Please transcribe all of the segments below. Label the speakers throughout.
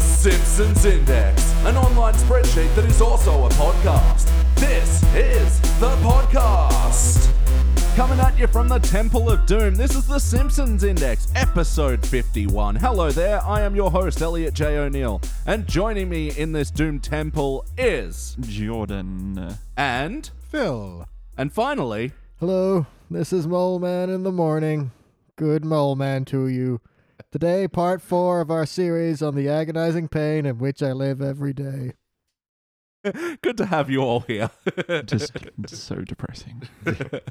Speaker 1: Simpsons Index, an online spreadsheet that is also a podcast. This is the podcast. Coming at you from the Temple of Doom, this is the Simpsons Index, episode 51. Hello there, I am your host, Elliot J. O'Neill, and joining me in this Doom Temple is.
Speaker 2: Jordan. uh,
Speaker 1: And.
Speaker 3: Phil.
Speaker 1: And finally.
Speaker 3: Hello, this is Mole Man in the morning. Good Mole Man to you. Today, part four of our series on the agonizing pain in which I live every day.
Speaker 1: Good to have you all here.
Speaker 2: Just so depressing.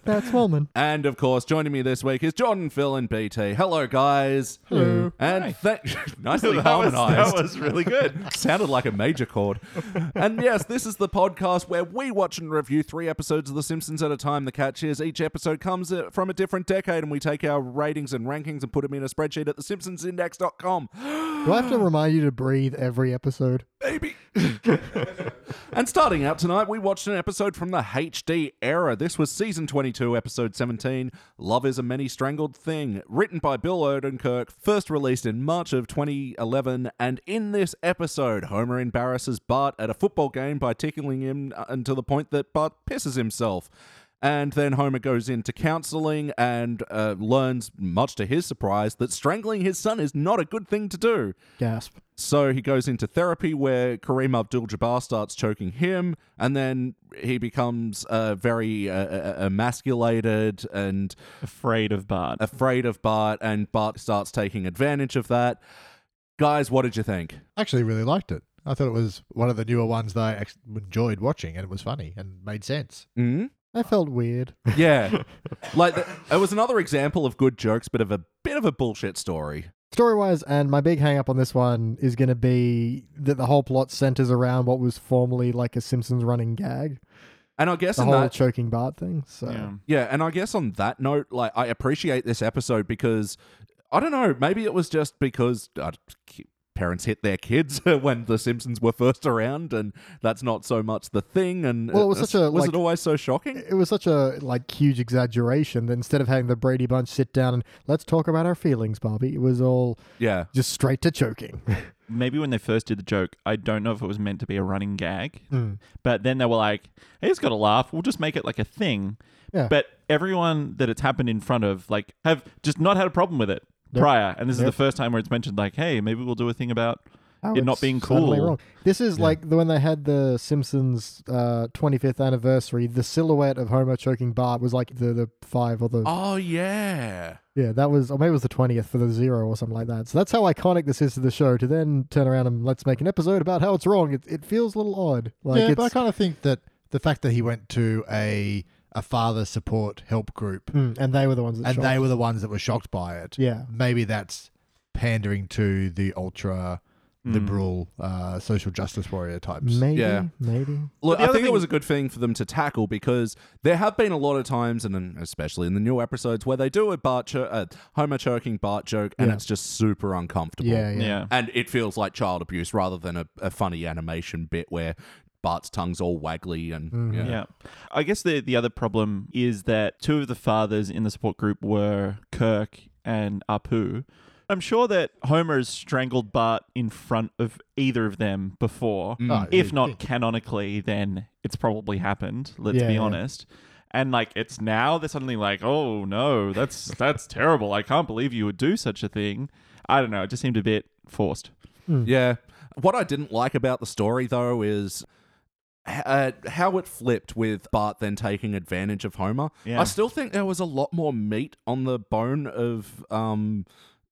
Speaker 3: That's Woman.
Speaker 1: And of course, joining me this week is Jordan, Phil, and BT. Hello, guys.
Speaker 3: Hello.
Speaker 1: And thank nicely
Speaker 4: that was,
Speaker 1: harmonized.
Speaker 4: that was really good.
Speaker 1: Sounded like a major chord. and yes, this is the podcast where we watch and review three episodes of The Simpsons at a time. The catch is each episode comes uh, from a different decade, and we take our ratings and rankings and put them in a spreadsheet at thesimpsonsindex.com.
Speaker 3: Do I have to remind you to breathe every episode?
Speaker 1: baby. and starting out tonight, we watched an episode from the HD era. This was season 22, episode 17, Love is a Many Strangled Thing, written by Bill Odenkirk, first released in March of 2011. And in this episode, Homer embarrasses Bart at a football game by tickling him uh, until the point that Bart pisses himself. And then Homer goes into counseling and uh, learns, much to his surprise, that strangling his son is not a good thing to do.
Speaker 3: Gasp.
Speaker 1: So he goes into therapy where Kareem Abdul Jabbar starts choking him, and then he becomes uh, very uh, uh, emasculated and
Speaker 2: Afraid of Bart.
Speaker 1: afraid of Bart, and Bart starts taking advantage of that. Guys, what did you think?
Speaker 5: actually really liked it. I thought it was one of the newer ones that I act- enjoyed watching, and it was funny and made sense.
Speaker 1: Mm?
Speaker 3: I felt weird.
Speaker 1: Yeah, like th- it was another example of good jokes, but of a bit of a bullshit story.
Speaker 3: Story wise, and my big hang up on this one is going to be that the whole plot centers around what was formerly like a Simpsons running gag.
Speaker 1: And I guess
Speaker 3: The
Speaker 1: in
Speaker 3: whole
Speaker 1: that,
Speaker 3: choking Bart thing. So,
Speaker 2: yeah.
Speaker 1: Yeah, and I guess on that note, like I appreciate this episode because I don't know, maybe it was just because uh, ki- parents hit their kids when the Simpsons were first around, and that's not so much the thing. And uh,
Speaker 3: Well, it was such a,
Speaker 1: was
Speaker 3: like- Eh.
Speaker 1: it always so shocking?
Speaker 3: it was such a like huge exaggeration that instead of having the Brady Bunch sit down and let's talk about our feelings, Bobby, it was all
Speaker 1: Yeah,
Speaker 3: just straight to choking.
Speaker 2: Maybe when they first did the joke, I don't know if it was meant to be a running gag,
Speaker 3: Hmm.
Speaker 2: but then they were like, hey, it's got to laugh. We'll just make it like a thing.
Speaker 3: Yeah.
Speaker 2: But everyone that it's happened in front of, like, have just not had a problem with it prior. And this is the first time where it's mentioned, like, hey, maybe we'll do a thing about
Speaker 3: How
Speaker 2: it not
Speaker 3: it's
Speaker 2: being
Speaker 3: suddenly
Speaker 2: cool.
Speaker 3: wrong. This is like the, when they had the Simpsons uh, 25th anniversary. The silhouette of Homer choking Bart was like the, the five or the
Speaker 1: oh yeah,
Speaker 3: yeah that was or maybe it was the 20th for the zero or something like that. So that's how iconic this is to the show. To then turn around and let's make an episode about how it's wrong. It, it feels a little odd. Like
Speaker 5: yeah,
Speaker 3: it's,
Speaker 5: but I kind of think that the fact that he went to a a father support help group
Speaker 3: Mm, and they were the ones that
Speaker 5: and
Speaker 3: shocked.
Speaker 5: they were the ones that were shocked by it.
Speaker 3: yeah
Speaker 5: Maybe that's pandering to the ultra liberal uh, social justice warrior types.
Speaker 3: maybe
Speaker 1: Yeah.
Speaker 3: maybe
Speaker 1: Look,
Speaker 2: the
Speaker 1: I
Speaker 2: other
Speaker 1: think it
Speaker 2: thing-
Speaker 1: was a good thing for them to tackle because there have been a lot of times, and then especially in the new episodes, where they do a Bart cho- uh, Homer choking Bart joke, and
Speaker 3: Yeah.
Speaker 1: it's just super uncomfortable.
Speaker 3: yeah yeah.
Speaker 2: Yeah.
Speaker 1: And it feels like child abuse rather than a, a funny animation bit where Bart's tongue's all waggly and
Speaker 3: Mm.
Speaker 1: yeah.
Speaker 2: Yeah. I guess the the other problem is that two of the fathers in the support group were Kirk and Apu. I'm sure that Homer has strangled Bart in front of either of them before.
Speaker 3: Mm.
Speaker 1: Mm.
Speaker 5: Oh,
Speaker 2: If
Speaker 5: yeah.
Speaker 2: not canonically, then it's probably happened, let's
Speaker 3: Yeah,
Speaker 2: be
Speaker 3: yeah.
Speaker 2: honest. And like it's now they're suddenly like, "Oh no, that's that's terrible. I can't believe you would do such a thing." I don't know, it just seemed a bit forced.
Speaker 3: mm.
Speaker 1: Yeah. What I didn't like about the story, though, is h- uh, how it flipped with Bart then taking advantage of Homer.
Speaker 2: Yeah.
Speaker 1: I still think there was a lot more meat on the bone of, um,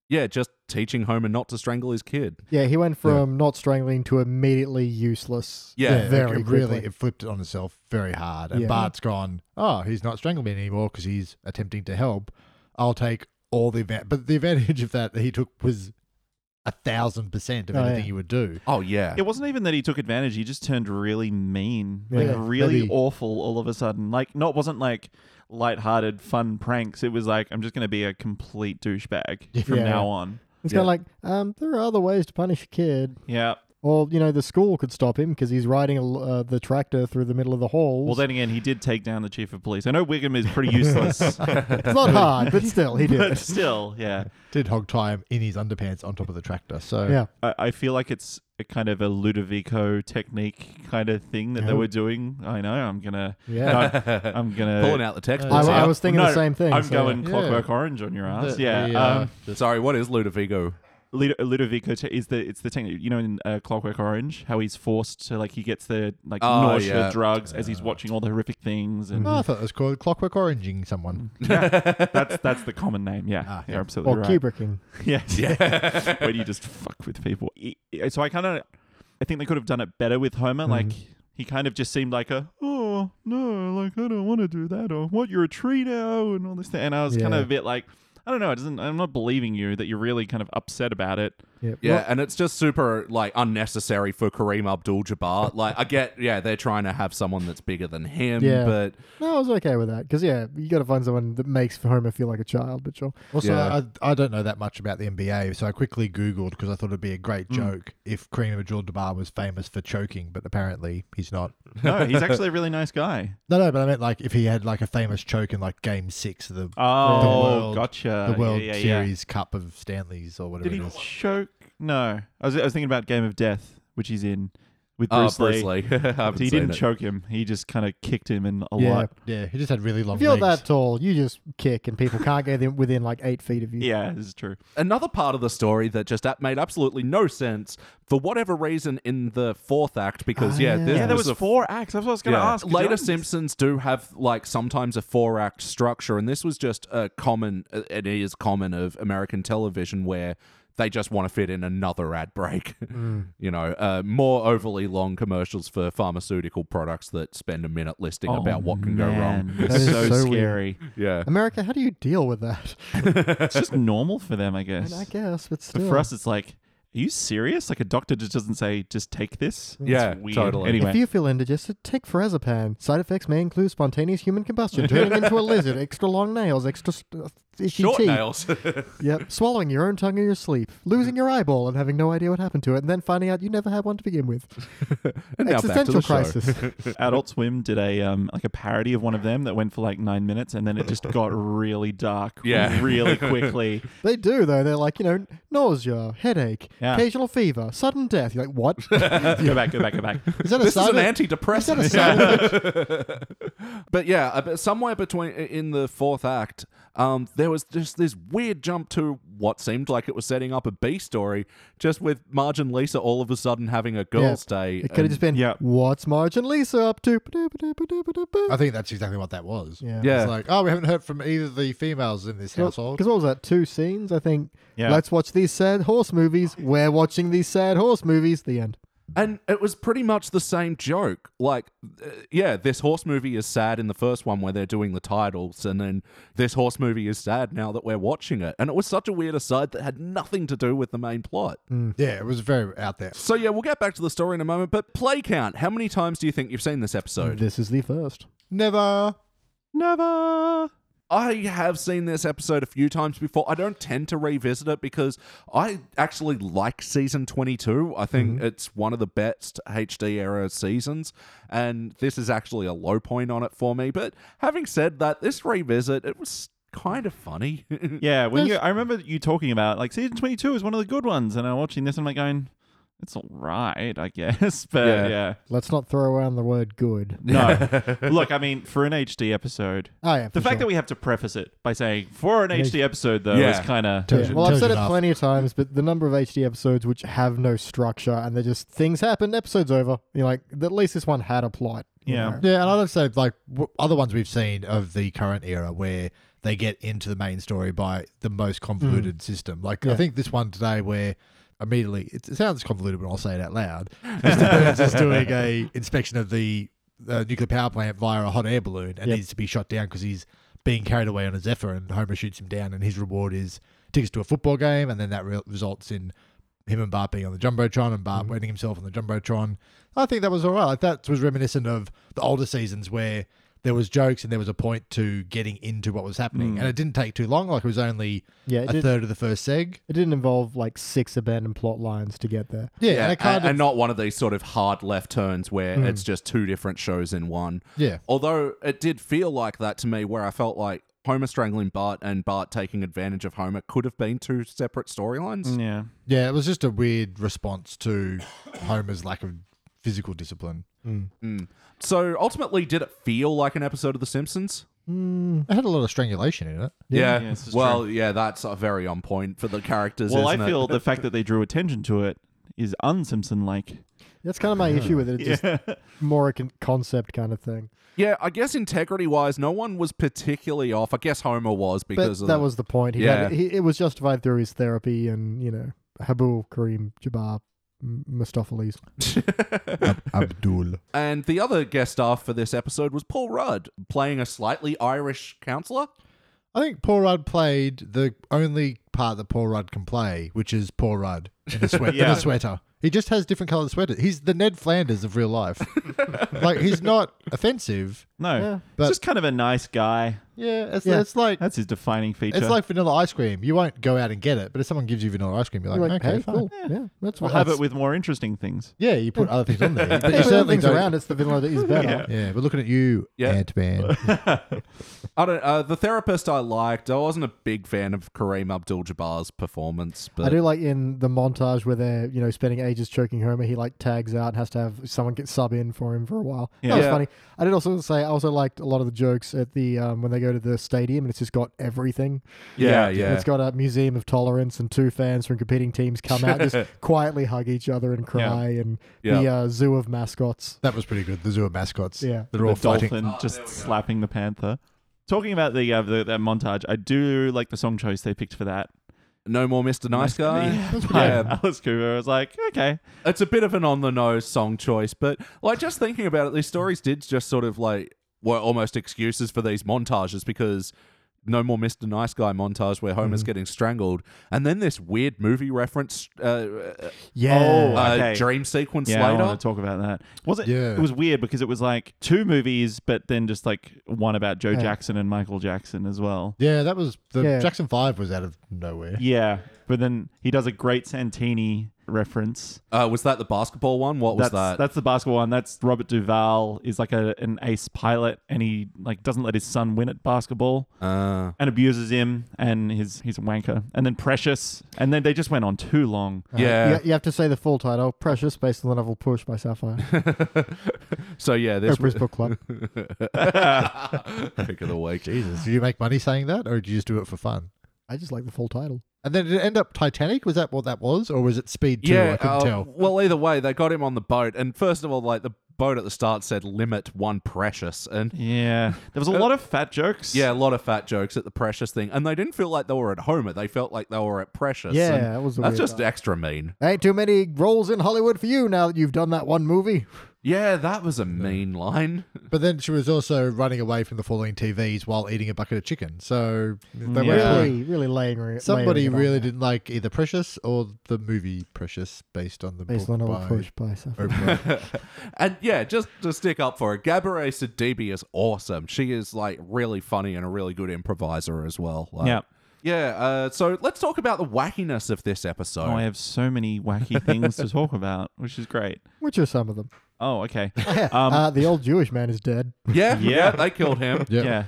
Speaker 1: yeah, just teaching Homer not to strangle his kid.
Speaker 3: Yeah, he went from not strangling to immediately useless.
Speaker 1: Yeah,
Speaker 5: it-
Speaker 3: very
Speaker 5: it really
Speaker 3: quickly.
Speaker 5: it flipped it on itself very hard. And
Speaker 3: Yeah.
Speaker 5: Bart's gone, oh, he's not strangling me anymore because he's attempting to help. I'll take all the advantage. But the advantage of that that he took was a thousand percent of
Speaker 3: Oh,
Speaker 5: anything
Speaker 3: yeah.
Speaker 5: he would do.
Speaker 1: Oh, yeah.
Speaker 2: It wasn't even that he took advantage. He just turned really mean, like
Speaker 3: Yeah,
Speaker 2: really
Speaker 5: maybe.
Speaker 2: awful all of a sudden. Like, not wasn't like lighthearted fun pranks. It was like I'm just gonna be a complete douchebag from
Speaker 3: Yeah.
Speaker 2: now on.
Speaker 3: It's
Speaker 1: Yeah.
Speaker 3: kind of like um, there are other ways to punish a kid.
Speaker 2: Yeah,
Speaker 3: Or you know, the school could stop him because he's riding a l uh, the tractor through the middle of the halls.
Speaker 2: Well, then again, he did take down the chief of police. I know Wiggum is pretty useless,
Speaker 3: it's not hard, but still, he did.
Speaker 2: but
Speaker 3: it.
Speaker 2: still, yeah.
Speaker 5: Did hog tie him in his underpants on top of the tractor. So
Speaker 3: Yeah.
Speaker 2: I, I feel like it's a kind of a Ludovico technique kind of thing that they
Speaker 3: Oh.
Speaker 2: were doing. I know. I'm gonna.
Speaker 3: Yeah.
Speaker 2: no, I'm gonna.
Speaker 1: Pulling out the textbooks.
Speaker 3: I, I
Speaker 1: here.
Speaker 3: was thinking
Speaker 2: No,
Speaker 3: the same thing.
Speaker 2: I'm
Speaker 3: so-
Speaker 2: going
Speaker 5: yeah.
Speaker 2: Clockwork Orange on your ass.
Speaker 5: The-
Speaker 2: yeah.
Speaker 5: the, uh,
Speaker 2: um,
Speaker 1: Sorry, what is Ludovico?
Speaker 2: Ludo, Ludovico te- is the it's the technique you know in uh, Clockwork Orange how he's forced to like he gets the like
Speaker 1: Oh,
Speaker 2: nausea
Speaker 1: yeah.
Speaker 2: drugs as he's watching all the horrific things and
Speaker 5: Oh, I thought it was called Clockwork Oranging someone.
Speaker 2: Hmm. that's that's the common name yeah
Speaker 5: Ah,
Speaker 2: you're
Speaker 5: yeah.
Speaker 2: absolutely
Speaker 3: or
Speaker 2: right
Speaker 3: Kubricking.
Speaker 2: yes yeah where you just fuck with people I- I- so I kind of I think they could have done it better with Homer like he kind of just seemed like a oh no like I don't want to do that or what you're a tree now and all this thing and I was kind
Speaker 3: Yeah.
Speaker 2: of a bit like I don't know it doesn't I'm not believing you that you're really kind of upset about it
Speaker 3: Yep.
Speaker 1: Yeah,
Speaker 3: Well,
Speaker 1: and it's just super like unnecessary for Kareem Abdul-Jabbar. like I get, yeah, they're trying to have someone that's bigger than him,
Speaker 3: Yeah.
Speaker 1: but
Speaker 3: no, I was okay with that because yeah, you got to find someone that makes Homer feel like a child. But sure.
Speaker 5: Also,
Speaker 1: Yeah.
Speaker 5: I, I don't know that much about the NBA, so I quickly Googled because I thought it'd be a great joke if Kareem Abdul-Jabbar was famous for choking, but apparently he's not.
Speaker 2: no he's actually a really nice guy
Speaker 5: No, no, but I meant like if he had like a famous choke in like Game Six of the
Speaker 2: Oh,
Speaker 5: world-
Speaker 2: gotcha.
Speaker 5: the World
Speaker 2: yeah, yeah, yeah.
Speaker 5: Series Cup of Stanleys or whatever
Speaker 2: Did he
Speaker 5: it is.
Speaker 2: choke? No, I was, I was thinking about Game of Death, which he's in with
Speaker 1: uh,
Speaker 2: Bruce,
Speaker 1: Bruce
Speaker 2: Lee.
Speaker 1: Lee. I haven't
Speaker 2: He
Speaker 1: seen
Speaker 2: didn't
Speaker 1: it.
Speaker 2: choke him. He just kind of kicked him in a
Speaker 3: Yeah.
Speaker 2: lot.
Speaker 5: Yeah, he just had really long
Speaker 3: If you're
Speaker 5: legs.
Speaker 3: that tall, you just kick, and people can't get in- within like eight feet of you.
Speaker 2: Yeah, this is true.
Speaker 1: Another part of the story that just a- made absolutely no sense for whatever reason in the fourth act, because
Speaker 3: Ah,
Speaker 1: yeah,
Speaker 3: yeah.
Speaker 1: this
Speaker 2: Oh, Yeah, there was
Speaker 1: a
Speaker 2: four acts. That's what I was going to
Speaker 1: Yeah.
Speaker 2: ask.
Speaker 1: Later
Speaker 2: Jones.
Speaker 1: Simpsons do have like sometimes a four act structure, and this was just a common. uh, It is common of American television where they just want to fit in another ad break.
Speaker 3: Mm.
Speaker 1: you know, uh, more overly long commercials for pharmaceutical products that spend a minute listing
Speaker 2: Oh,
Speaker 1: about what can go
Speaker 2: man.
Speaker 1: wrong.
Speaker 2: It's
Speaker 3: That is
Speaker 2: so,
Speaker 3: so weird.
Speaker 2: scary.
Speaker 1: Yeah.
Speaker 3: America, how do you deal with that?
Speaker 2: it's just normal for them, I guess.
Speaker 3: And I guess, but
Speaker 2: but
Speaker 3: still.
Speaker 2: for us, it's like, are you serious? Like a doctor just doesn't say, just take this. It's
Speaker 1: Yeah,
Speaker 2: weird.
Speaker 1: totally.
Speaker 2: Anyway,
Speaker 3: If you feel indigested, take Forazepam. Side effects may include spontaneous human combustion, turning into a lizard, extra long nails, extra st- uh, itchy
Speaker 1: Short
Speaker 3: teeth.
Speaker 1: nails.
Speaker 3: Yep. Swallowing your own tongue in your sleep, losing your eyeball and having no idea what happened to it, and then finding out you never had one to begin with.
Speaker 1: And now back to the
Speaker 3: Existential
Speaker 1: show.
Speaker 3: crisis.
Speaker 2: Adult Swim did a um, like a parody of one of them that went for like nine minutes, and then it just got really dark,
Speaker 1: Yeah.
Speaker 2: really quickly.
Speaker 3: they do though. They're like you know nausea, headache,
Speaker 2: Yeah.
Speaker 3: occasional fever, sudden death. You're like what? Is
Speaker 2: go back, go back, go back.
Speaker 3: that a
Speaker 1: This is
Speaker 3: side
Speaker 1: an
Speaker 3: effect?
Speaker 1: antidepressant.
Speaker 3: Is that a side effect?
Speaker 1: But yeah, ab- somewhere between in the fourth act, um, there was just this weird jump to what seemed like it was setting up a B story, just with Marge and Lisa all of a sudden having a girls'
Speaker 3: Yeah.
Speaker 1: day.
Speaker 3: It could have
Speaker 1: and-
Speaker 3: just been
Speaker 2: Yeah.
Speaker 3: what's Marge and Lisa up to? Ba-do-ba-do-ba-do-ba-do-ba.
Speaker 5: I think that's exactly what that was.
Speaker 3: Yeah.
Speaker 1: Yeah.
Speaker 5: It's like, oh, we haven't heard from either of the females in this household.
Speaker 3: Because what was that? Two scenes, I think.
Speaker 2: Yeah.
Speaker 3: Let's watch these sad horse movies. We're watching these sad horse movies. The end.
Speaker 1: and it was pretty much the same joke. Like, uh, yeah, this horse movie is sad in the first one where they're doing the titles, and then this horse movie is sad now that we're watching it. And it was such a weird aside that had nothing to do with the main plot.
Speaker 3: Mm.
Speaker 5: Hmm. Yeah, it was very out there.
Speaker 1: So yeah, we'll get back to the story in a moment. But play count. How many times do you think you've seen this episode?
Speaker 3: This is the first.
Speaker 5: Never.
Speaker 2: Never.
Speaker 1: I have seen this episode a few times before. I don't tend to revisit it because I actually like season 22. I think
Speaker 5: Mm-hmm.
Speaker 1: it's one of the best HD era seasons, and this is actually a low point on it for me. But having said that, this revisit, it was kind of funny.
Speaker 2: Yeah, when you, I remember you talking about like season twenty-two is one of the good ones, and I'm watching this, and I'm like going, it's all right, I guess, but
Speaker 1: Yeah.
Speaker 2: yeah.
Speaker 3: Let's not throw around the word good.
Speaker 2: No, look, I mean, for an HD episode,
Speaker 3: Oh, yeah.
Speaker 2: the fact that we have to preface it by saying for an HD episode though
Speaker 1: Yeah.
Speaker 2: is kind of
Speaker 5: Tells
Speaker 3: Yeah.
Speaker 5: you-
Speaker 3: Well, I've
Speaker 5: tells
Speaker 3: said
Speaker 5: you
Speaker 3: it
Speaker 5: enough.
Speaker 3: plenty of times, but the number of HD episodes which have no structure and they're just things happen, episodes over. You're like, at least this one had a plot. you
Speaker 2: Yeah.
Speaker 3: know.
Speaker 5: Yeah, and I'd say like w- other ones we've seen of the current era where they get into the main story by the most convoluted system. Like I
Speaker 3: Mm. Yeah.
Speaker 5: think this one today where immediately it, it sounds convoluted when I'll say it out loud. Mr. Burns is doing a inspection of the uh, nuclear power plant via a hot air balloon and
Speaker 3: Yep.
Speaker 5: needs to be shot down because he's being carried away on a Zephyr and Homer shoots him down and his reward is tickets to a football game and then that re- results in him and Bart being on the jumbotron and Bart wetting himself on the jumbotron. I think that was all right. Like that was reminiscent of the older seasons where there was jokes and there was a point to getting into what was happening.
Speaker 2: Mm.
Speaker 5: And it didn't take too long. Like it was only
Speaker 3: Yeah, it,
Speaker 5: a
Speaker 3: did,
Speaker 5: third of the first seg.
Speaker 3: it didn't involve like six abandoned plot lines to get there.
Speaker 5: Yeah,
Speaker 1: Yeah,
Speaker 5: and
Speaker 1: a-
Speaker 5: it kind
Speaker 1: and,
Speaker 5: of Hmm.
Speaker 1: not one of these sort of hard left turns where it's just two different shows in one.
Speaker 5: yeah.
Speaker 1: Although it did feel like that to me, where I felt like Homer strangling Bart and Bart taking advantage of Homer could have been two separate storylines.
Speaker 2: Mm, Yeah.
Speaker 5: Yeah, it was just a weird response to Homer's lack of physical discipline.
Speaker 1: So ultimately, did it feel like an episode of The Simpsons?
Speaker 5: It had a lot of strangulation in it.
Speaker 1: Yeah.
Speaker 2: Yeah, this is
Speaker 1: well, yeah, that's uh, very on point for the characters.
Speaker 2: Well, I
Speaker 1: isn't it?
Speaker 2: feel the fact that they drew attention to it is un-Simpson like.
Speaker 3: That's kind of my issue with it. It's just more a con- concept kind of thing.
Speaker 1: Yeah, I guess integrity wise, no one was particularly off. I guess Homer was
Speaker 3: But
Speaker 1: because of
Speaker 3: that
Speaker 1: the-
Speaker 3: was the point. He
Speaker 1: Yeah.
Speaker 3: had, he, it was justified through his therapy and, you know, Habul, Kareem, Jabbar, M- Mistopheles.
Speaker 5: Abdul.
Speaker 1: And the other guest star for this episode was Paul Rudd, playing a slightly Irish counselor.
Speaker 5: I think Paul Rudd played the only part that Paul Rudd can play, which is Paul Rudd in a, sweat- in
Speaker 2: Yeah.
Speaker 5: a sweater. He just has different colored sweater. He's the Ned Flanders of real life. like he's not offensive.
Speaker 2: No,
Speaker 3: Yeah.
Speaker 5: But-
Speaker 2: just kind of a nice guy.
Speaker 5: Yeah, it's,
Speaker 3: Yeah.
Speaker 5: it's like
Speaker 2: That's his defining feature.
Speaker 5: it's like vanilla ice cream. You won't go out and get it, but if someone gives you vanilla ice cream, you're like,
Speaker 3: You're like,
Speaker 5: okay,
Speaker 3: hey,
Speaker 5: fine.
Speaker 3: cool. Yeah, that's
Speaker 2: we'll
Speaker 3: what
Speaker 2: have it with more interesting things.
Speaker 5: Yeah, you put other things on there, but
Speaker 3: But
Speaker 5: you certainly
Speaker 3: things
Speaker 5: don't.
Speaker 3: around. It's the vanilla that is better.
Speaker 2: Yeah.
Speaker 5: Yeah, we're looking at you,
Speaker 1: Yeah.
Speaker 5: Ant Man.
Speaker 1: I don't. Uh, the therapist I liked. I wasn't a big fan of Kareem Abdul-Jabbar's performance,
Speaker 3: I
Speaker 1: but
Speaker 3: do like in the montage where they're you know spending ages choking Homer. He like tags out and has to have someone get sub in for him for a while.
Speaker 2: Yeah.
Speaker 3: That was
Speaker 1: Yeah.
Speaker 3: funny. I did also say I also liked a lot of the jokes at the um, when they go to the stadium and it's just got everything.
Speaker 1: Uh, yeah, yeah.
Speaker 3: It's got a museum of tolerance and two fans from competing teams come out just quietly hug each other and cry and the
Speaker 1: Yeah.
Speaker 3: uh, zoo of mascots.
Speaker 5: that was pretty good. The zoo of mascots.
Speaker 3: Yeah.
Speaker 5: they're all
Speaker 2: the
Speaker 5: fighting.
Speaker 2: dolphin just slapping the panther. Talking about the, uh, the that montage, I do like the song choice they picked for that.
Speaker 1: no more Mr. Nice Guy.
Speaker 2: yeah, by
Speaker 1: Yeah.
Speaker 2: Alice Cooper. I was like, okay,
Speaker 1: it's a bit of an on the nose song choice, but like just thinking about it, these stories did just sort of like were almost excuses for these montages because no more Mr. Nice Guy montage where Homer's getting strangled, and then this weird movie reference uh,
Speaker 2: Yeah.
Speaker 1: uh,
Speaker 2: Okay.
Speaker 1: dream sequence
Speaker 2: yeah, I
Speaker 1: later.
Speaker 2: want to talk about that. Was it?
Speaker 5: Yeah.
Speaker 2: It was weird because it was like two movies, but then just like one about Joe
Speaker 3: Yeah.
Speaker 2: Jackson and Michael Jackson as well.
Speaker 5: Yeah, that was the
Speaker 3: Yeah.
Speaker 5: Jackson Five was out of nowhere.
Speaker 2: Yeah, but then he does a great Santini reference.
Speaker 1: Uh, was that the basketball one? What was
Speaker 2: that's
Speaker 1: that?
Speaker 2: that's the basketball one. That's Robert Duvall is like a, an ace pilot, and he like doesn't let his son win at basketball,
Speaker 1: Uh,
Speaker 2: and abuses him, and his he's a wanker. And then Precious, and then they just went on too long.
Speaker 1: yeah.
Speaker 3: You, you have to say the full title, Precious, based on the novel Push by Sapphire.
Speaker 1: So yeah, this
Speaker 3: Oprah's Book Club.
Speaker 1: pick of the week.
Speaker 5: Jesus, did you make money saying that, or did you just do it for fun?
Speaker 3: I just like the full title.
Speaker 5: And then did it end up Titanic? Was that what that was, or was it Speed Two? I couldn't
Speaker 2: um,
Speaker 1: uh,
Speaker 5: tell.
Speaker 1: Well, either way, they got him on the boat, and first of all, like the boat at the start said limit one precious, and
Speaker 2: Yeah, there was a lot of fat jokes.
Speaker 1: Uh, Yeah, a lot of fat jokes at the Precious thing, and they didn't feel like they were at Homer. They felt like they were at Precious.
Speaker 3: Yeah,
Speaker 1: and
Speaker 3: that was the
Speaker 1: that's
Speaker 3: weird
Speaker 1: just
Speaker 3: part.
Speaker 1: extra mean.
Speaker 3: Ain't too many roles in Hollywood for you now that you've done that one movie.
Speaker 1: Yeah, that was a mean line.
Speaker 5: But then she was also running away from the falling TVs while eating a bucket of chicken. So they
Speaker 2: Yeah.
Speaker 5: were pulling-
Speaker 3: Mm, Really, really layering it.
Speaker 5: Somebody
Speaker 3: layering it on
Speaker 5: really
Speaker 3: there.
Speaker 5: didn't like either Precious or the movie Precious, based on the
Speaker 3: Based
Speaker 5: book
Speaker 3: on
Speaker 5: by
Speaker 3: a push by Sapphire.
Speaker 5: Oprah.
Speaker 1: and yeah, just to stick up for her, Gabourey Sidibe is awesome. She is like really funny and a really good improviser as well. Like,
Speaker 2: yeah.
Speaker 1: Yeah, uh, so let's talk about the wackiness of this episode.
Speaker 2: Oh, I have so many wacky things to talk about, which is great.
Speaker 3: Which are some of them?
Speaker 2: Oh, okay. Um,
Speaker 3: uh, the old Jewish man is dead.
Speaker 1: yeah,
Speaker 2: Yeah.
Speaker 1: yeah, they killed him.
Speaker 5: yeah.
Speaker 2: Yeah,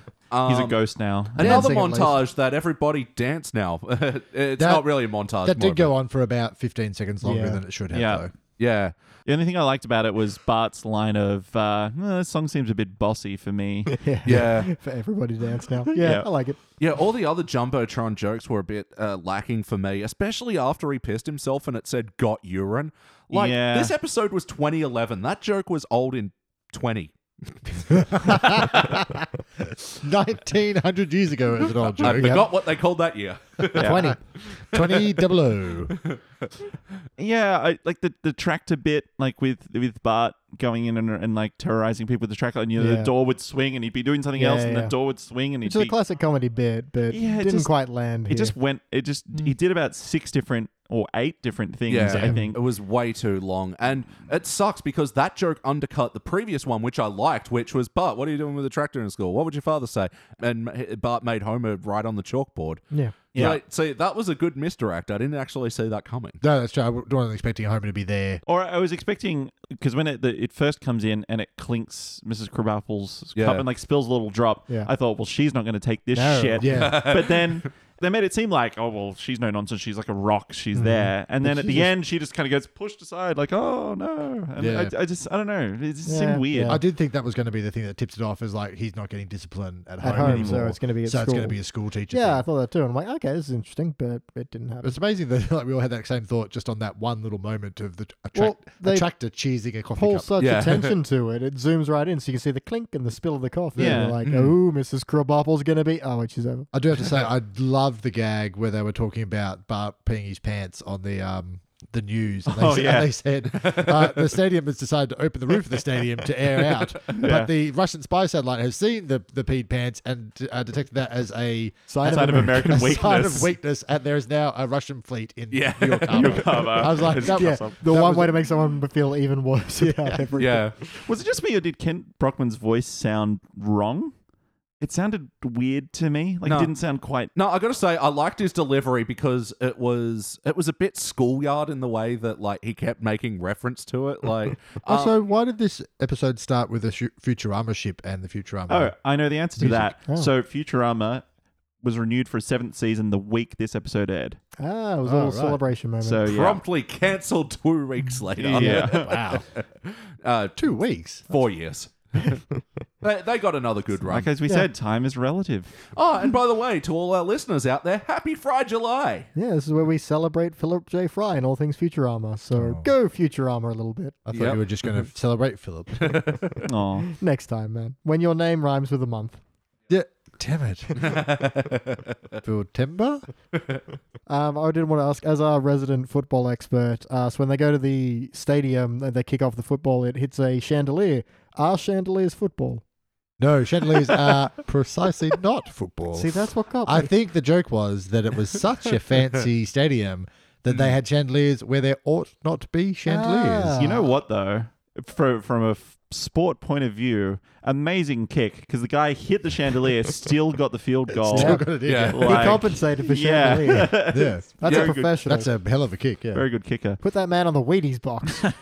Speaker 2: he's a
Speaker 1: Um,
Speaker 2: ghost now.
Speaker 1: Another
Speaker 3: Dancing at least.
Speaker 1: montage that everybody dance now. it's not really a montage.
Speaker 5: That
Speaker 1: more
Speaker 5: did
Speaker 1: of
Speaker 5: go on for about 15 seconds longer
Speaker 3: Yeah.
Speaker 5: than it should have,
Speaker 2: Yeah.
Speaker 5: though.
Speaker 1: a- Yeah.
Speaker 2: The only thing I liked about it was Bart's line of, uh, "Eh, "This song seems a bit bossy for me."
Speaker 3: Yeah.
Speaker 1: Yeah.
Speaker 3: for everybody to dance now. Yeah,
Speaker 2: Yeah.
Speaker 3: I like it.
Speaker 1: Yeah, all the other Jumbotron jokes were a bit uh, lacking for me, especially after he pissed himself and it said got urine. Like,
Speaker 2: Yeah.
Speaker 1: this episode was 2011. That joke was old in 20.
Speaker 5: 1900 years ago as an old
Speaker 1: I
Speaker 5: joke.
Speaker 1: forgot what they called that year.
Speaker 2: Yeah.
Speaker 5: 20. 20 double oh. O.
Speaker 2: Yeah, I, like the, the tractor bit, like with with Bart going in and, and like terrorizing people with the tractor, and you know,
Speaker 3: Yeah.
Speaker 2: the door would swing, and he'd be doing something
Speaker 3: Yeah,
Speaker 2: else, and
Speaker 3: yeah.
Speaker 2: the door would swing, and he'd
Speaker 3: Which is a
Speaker 2: be,
Speaker 3: classic comedy bit, but
Speaker 2: Yeah, it
Speaker 3: didn't
Speaker 2: just-
Speaker 3: quite land.
Speaker 2: it
Speaker 3: here.
Speaker 2: just went, it just
Speaker 3: Mm.
Speaker 2: he did about six different or eight different things,
Speaker 1: Yeah.
Speaker 2: I think.
Speaker 1: It was way too long. And it sucks because that joke undercut the previous one, which I liked, which was Bart, what are you doing with a tractor in school? What would your father say? And Ma- Bart made Homer write on the chalkboard.
Speaker 3: yeah.
Speaker 2: Yeah.
Speaker 1: Right, see, that was a good misdirect. I didn't actually see that coming.
Speaker 5: No, that's true. I wasn't expecting Homer to be there.
Speaker 2: Or I was expecting because when it the, it first comes in and it clinks Mrs. Krabappel's
Speaker 1: Yeah.
Speaker 2: cup and like spills a little drop,
Speaker 3: Yeah.
Speaker 2: I thought, well, she's not going to take this
Speaker 5: No,
Speaker 2: shit.
Speaker 5: yeah.
Speaker 2: but then they made it seem like, oh well, she's no nonsense. She's like a rock. She's
Speaker 5: Mm-hmm.
Speaker 2: there. And then
Speaker 3: But
Speaker 2: at
Speaker 3: she
Speaker 2: the
Speaker 3: just-
Speaker 2: end, she just kind of gets pushed aside, like, oh no. And
Speaker 5: Yeah.
Speaker 2: I, I just I don't know. It just
Speaker 3: Yeah,
Speaker 2: seemed weird.
Speaker 3: yeah.
Speaker 5: I did think that was going to be the thing that tips it off is like he's not getting discipline at,
Speaker 3: At
Speaker 5: home,
Speaker 3: home, so
Speaker 5: anymore.
Speaker 3: it's gonna be at
Speaker 5: so it's
Speaker 3: school.
Speaker 5: going to be a school teacher.
Speaker 3: Yeah, I
Speaker 5: thing.
Speaker 3: thought that too. And I'm like, okay, this is interesting, but it didn't happen.
Speaker 5: It's amazing that like we all had that same thought just on that one little moment of the a, trac-
Speaker 3: Well,
Speaker 5: a
Speaker 3: they
Speaker 5: tractor cheesing a coffee
Speaker 3: Pull
Speaker 5: cup.
Speaker 3: such
Speaker 1: Yeah.
Speaker 3: attention to it, it zooms right in, so you can see the clink and the spill of the coffee.
Speaker 2: Yeah.
Speaker 3: And you're like,
Speaker 5: Mm.
Speaker 3: oh, Mrs. Krabappel's gonna be. Oh, wait, she's over.
Speaker 5: I do have to say I loved the gag where they were talking about Bart peeing his pants on the um the news. And they,
Speaker 2: Oh,
Speaker 5: said-
Speaker 2: yeah.
Speaker 5: and they said uh, the stadium has decided to open the roof of the stadium to air out,
Speaker 2: Yeah.
Speaker 5: but the Russian spy satellite has seen the the peed pants and uh, detected that as a
Speaker 3: Sign
Speaker 2: Sign of American
Speaker 5: a
Speaker 2: weakness.
Speaker 5: sign of weakness, and there is now a Russian fleet in
Speaker 1: Yeah.
Speaker 5: New York Harbor.
Speaker 2: Harbor.
Speaker 5: I was like,
Speaker 2: It's
Speaker 5: that,
Speaker 3: Yeah,
Speaker 2: awesome.
Speaker 3: the
Speaker 5: That
Speaker 3: one
Speaker 5: was
Speaker 3: way
Speaker 5: a-
Speaker 3: to make someone feel even worse about everything.
Speaker 1: Yeah.
Speaker 2: Was it just me or did Kent Brockman's voice sound wrong? It sounded weird to me. Like
Speaker 1: No.
Speaker 2: it didn't sound quite.
Speaker 1: No, I gotta say, I liked his delivery because it was it was a bit schoolyard in the way that like he kept making reference to it. Like um,
Speaker 5: Also, why did this episode start with the sh- Futurama ship and the Futurama?
Speaker 2: Oh, I know the answer to
Speaker 5: Um, Music.
Speaker 2: that.
Speaker 3: Oh.
Speaker 2: So Futurama was renewed for a seventh season the week this episode aired.
Speaker 3: Ah, it was a
Speaker 5: Oh,
Speaker 3: little
Speaker 5: right.
Speaker 3: celebration moment.
Speaker 2: So yeah.
Speaker 1: promptly cancelled two weeks later.
Speaker 2: Yeah.
Speaker 5: wow,
Speaker 1: Uh,
Speaker 5: two weeks.
Speaker 1: four years. they, they got another good run.
Speaker 2: Like as we said, time is relative.
Speaker 1: Oh, and by the way, to all our listeners out there, happy Fry July.
Speaker 3: yeah, this is where we celebrate Philip J. Fry and all things Futurama. So
Speaker 5: Oh.
Speaker 3: go Futurama a little bit
Speaker 5: I thought
Speaker 1: Yep.
Speaker 5: you were just going to celebrate Philip.
Speaker 2: Oh,
Speaker 3: next time, man. When your name rhymes with a month.
Speaker 5: yeah, damn it, Phil Timber.
Speaker 3: Um, I did want to ask, as our resident football expert, uh, so when they go to the stadium and they kick off the football, it hits a chandelier. Are chandeliers football?
Speaker 5: No, chandeliers are precisely not football.
Speaker 3: See, that's what got me.
Speaker 5: I think the joke was that it was such a fancy stadium that they had chandeliers where there ought not be chandeliers.
Speaker 3: Ah.
Speaker 2: you know what though? From from a f- sport point of view, amazing kick because the guy hit the chandelier, still got the field goal.
Speaker 5: Still got it in.
Speaker 1: Yeah.
Speaker 3: he
Speaker 2: like-
Speaker 3: compensated for
Speaker 2: yeah.
Speaker 3: chandelier.
Speaker 5: Yeah.
Speaker 3: That's
Speaker 2: Very
Speaker 3: a
Speaker 2: good.
Speaker 3: professional.
Speaker 5: That's a hell of a kick. Yeah,
Speaker 2: Very good kicker.
Speaker 3: Put that man on the Wheaties box.
Speaker 5: You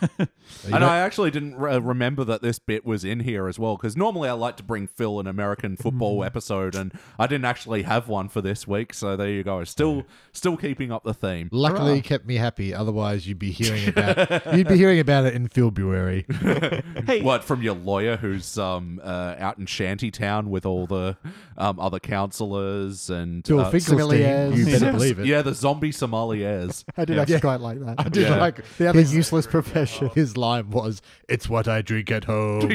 Speaker 1: And
Speaker 5: know-
Speaker 1: I actually didn't re- remember that this bit was in here as well, because normally I like to bring Phil an American football episode, and I didn't actually have one for this week. So there you go. Still, still keeping up the theme.
Speaker 5: Luckily, kept me happy. Otherwise, you'd be hearing about you'd be hearing about it in February.
Speaker 2: Hey,
Speaker 1: What from your lawyer who's um uh, out in Shantytown with all the um, other councillors and
Speaker 5: Bill
Speaker 1: uh,
Speaker 5: Finkelstein,
Speaker 3: sommeliers.
Speaker 5: you better
Speaker 2: Yeah.
Speaker 5: believe it.
Speaker 1: yeah the zombie sommeliers.
Speaker 3: I did
Speaker 1: Yeah.
Speaker 3: actually quite like that.
Speaker 5: I did
Speaker 1: Yeah.
Speaker 5: like
Speaker 3: The other useless profession
Speaker 5: his line was, "It's what I drink at home."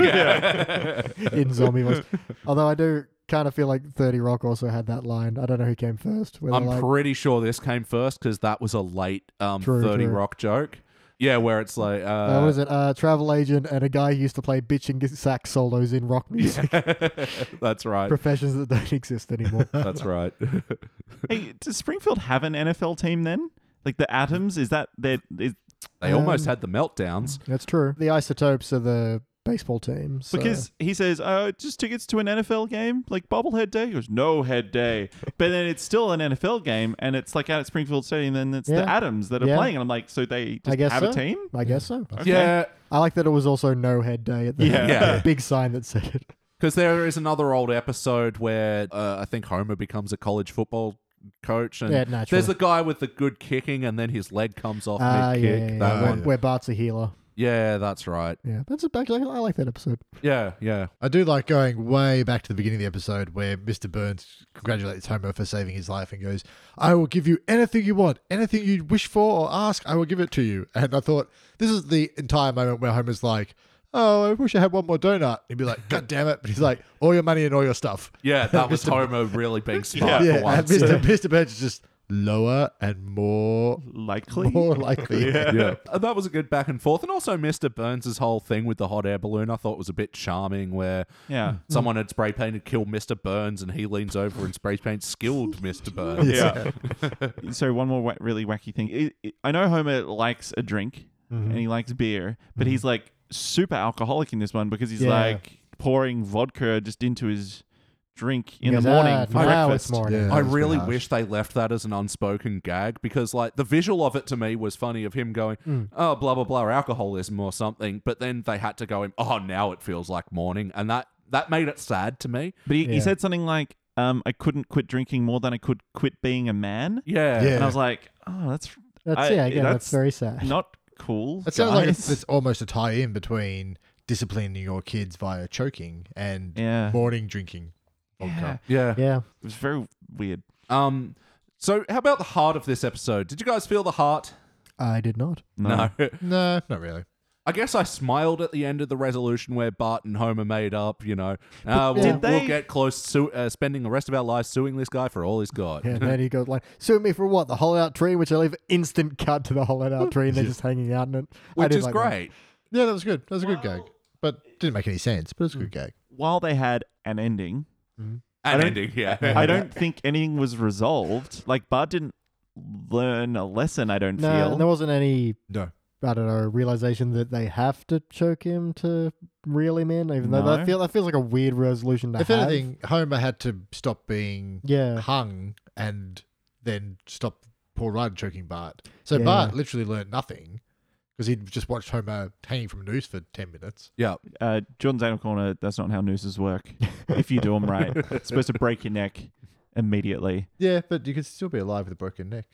Speaker 3: in zombie was. Although I do kind of feel like 30 Rock also had that line. I don't know who came first. whether
Speaker 1: I'm
Speaker 3: like,
Speaker 1: pretty sure this came first because that was a late um,
Speaker 3: True,
Speaker 1: 30
Speaker 3: true.
Speaker 1: Rock joke. Yeah, where it's like, uh,
Speaker 3: uh, what is it? Uh, travel agent and a guy who used to play bitch and sax solos in rock music.
Speaker 1: that's right.
Speaker 3: Professions that don't exist anymore.
Speaker 1: That's right.
Speaker 2: hey, does Springfield have an NFL team then? Like the Atoms? Is that their? Is,
Speaker 1: they
Speaker 3: Um,
Speaker 1: almost had the meltdowns.
Speaker 3: That's true. The Isotopes are the baseball team. So.
Speaker 2: Because he says, "Oh, just tickets to an NFL game, like bobblehead day." He goes, "No head day," but then it's still an NFL game, and it's like out at Springfield Stadium. Then it's the
Speaker 3: Yeah.
Speaker 2: Adams that are
Speaker 3: Yeah.
Speaker 2: playing, and I'm like, "So they
Speaker 3: I
Speaker 2: just
Speaker 3: guess
Speaker 2: have
Speaker 3: so.
Speaker 2: a team?"
Speaker 3: I guess so.
Speaker 1: Yeah,
Speaker 3: I like that it was also no head day at the
Speaker 2: Yeah.
Speaker 1: Yeah.
Speaker 3: big sign that said it.
Speaker 1: because there is another old episode where uh, I think Homer becomes a college football coach, and
Speaker 3: Yeah, naturally.
Speaker 1: there's the guy with the good kicking, and then his leg comes off
Speaker 3: Ah,
Speaker 1: mid
Speaker 3: yeah,
Speaker 1: kick.
Speaker 3: yeah, yeah.
Speaker 1: that
Speaker 5: yeah.
Speaker 1: one.
Speaker 3: Where Bart's a healer.
Speaker 1: Yeah, that's right.
Speaker 3: Yeah, that's actually I like that episode.
Speaker 1: Yeah, yeah.
Speaker 5: I do like going way back to the beginning of the episode where Mr. Burns congratulates Homer for saving his life and goes, I will give you anything you want, anything you wish for or ask, I will give it to you. And I thought, this is the entire moment where Homer's like, Oh, I wish I had one more donut. He'd be like, God damn it. But he's like, All your money and all your stuff.
Speaker 1: Yeah, that was Homer really being smart
Speaker 5: yeah,
Speaker 1: for
Speaker 5: and
Speaker 1: once.
Speaker 5: Mr. Mr. Burns is just lower and more
Speaker 2: Likely.
Speaker 5: more likely.
Speaker 1: yeah. And that was a good back and forth. And also, Mr. Burns' whole thing with the hot air balloon, I thought was a bit charming, where
Speaker 2: Yeah.
Speaker 1: someone had spray painted kill Mr. Burns and he leans over and spray paints skilled Mr. Burns.
Speaker 2: Yeah. so one more wa- really wacky thing. I- I- I know Homer likes a drink
Speaker 3: Mm-hmm.
Speaker 2: and he likes beer, but he's like super alcoholic in this one because he's
Speaker 3: Yeah.
Speaker 2: like pouring vodka just into his drink in
Speaker 3: He
Speaker 2: the
Speaker 3: goes,
Speaker 2: morning
Speaker 3: "Ah,
Speaker 2: for
Speaker 3: now
Speaker 2: breakfast.
Speaker 3: it's morning.
Speaker 5: Yeah.
Speaker 1: I
Speaker 5: was
Speaker 1: really
Speaker 5: harsh.
Speaker 1: wish they left that as an unspoken gag because, like, the visual of it to me was funny of him going, oh, blah, blah, blah, alcoholism or something. But then they had to go, in, oh, now it feels like morning. And that, that made it sad to me.
Speaker 2: But he, he
Speaker 3: Yeah.
Speaker 2: said something like, um, "I couldn't quit drinking more than I could quit being a man,"
Speaker 1: Yeah. Uh,
Speaker 5: Yeah.
Speaker 2: and I was like, "Oh, that's
Speaker 3: That's
Speaker 2: I-
Speaker 3: yeah, again, that's,
Speaker 2: that's
Speaker 3: very sad.
Speaker 2: not cool."
Speaker 5: That sounds like
Speaker 2: guys."
Speaker 5: it's, it's almost a tie in between disciplining your kids via choking and
Speaker 2: Yeah.
Speaker 5: morning drinking. Oh, Vodka.
Speaker 1: Yeah.
Speaker 3: Yeah.
Speaker 2: it was very weird.
Speaker 1: Um, so, how about the heart of this episode? Did you guys feel the heart?
Speaker 3: I did not.
Speaker 1: No.
Speaker 5: No, not really.
Speaker 1: I guess I smiled at the end of the resolution where Bart and Homer made up, you know. Uh, we'll,
Speaker 2: did
Speaker 1: we'll
Speaker 2: they-
Speaker 1: get close to uh, spending the rest of our lives suing this guy for all he's got.
Speaker 3: Yeah, and then he goes like, "Sue me for what? The hole out tree?" Which I leave instant cut to the hole out tree, and they're just hanging out in it. I
Speaker 1: Which
Speaker 3: did
Speaker 1: is
Speaker 3: like that.
Speaker 1: great.
Speaker 5: Yeah, that was good. That was a good gag. But didn't make any sense, but it's a good gag.
Speaker 2: While they had an ending,
Speaker 1: And
Speaker 2: don't-
Speaker 1: ending, yeah.
Speaker 2: I don't think anything was resolved. Like Bart didn't learn a lesson. I don't
Speaker 3: No,
Speaker 2: feel.
Speaker 3: and there wasn't any.
Speaker 5: No.
Speaker 3: I don't know realization that they have to choke him to reel him in, even though that
Speaker 2: No.
Speaker 3: feel that feels like a weird resolution to
Speaker 5: If
Speaker 3: have.
Speaker 5: anything, Homer had to stop being
Speaker 3: yeah,
Speaker 5: hung and then stop Paul Rudd choking Bart. So
Speaker 3: Yeah.
Speaker 5: Bart literally learned nothing because he'd just watched Homer hanging from a noose for 10 minutes.
Speaker 1: Yeah.
Speaker 2: Uh, Jordan's anal corner. That's not how nooses work. if you do them right, it's supposed to break your neck immediately.
Speaker 5: Yeah, but you could still be alive with a broken neck.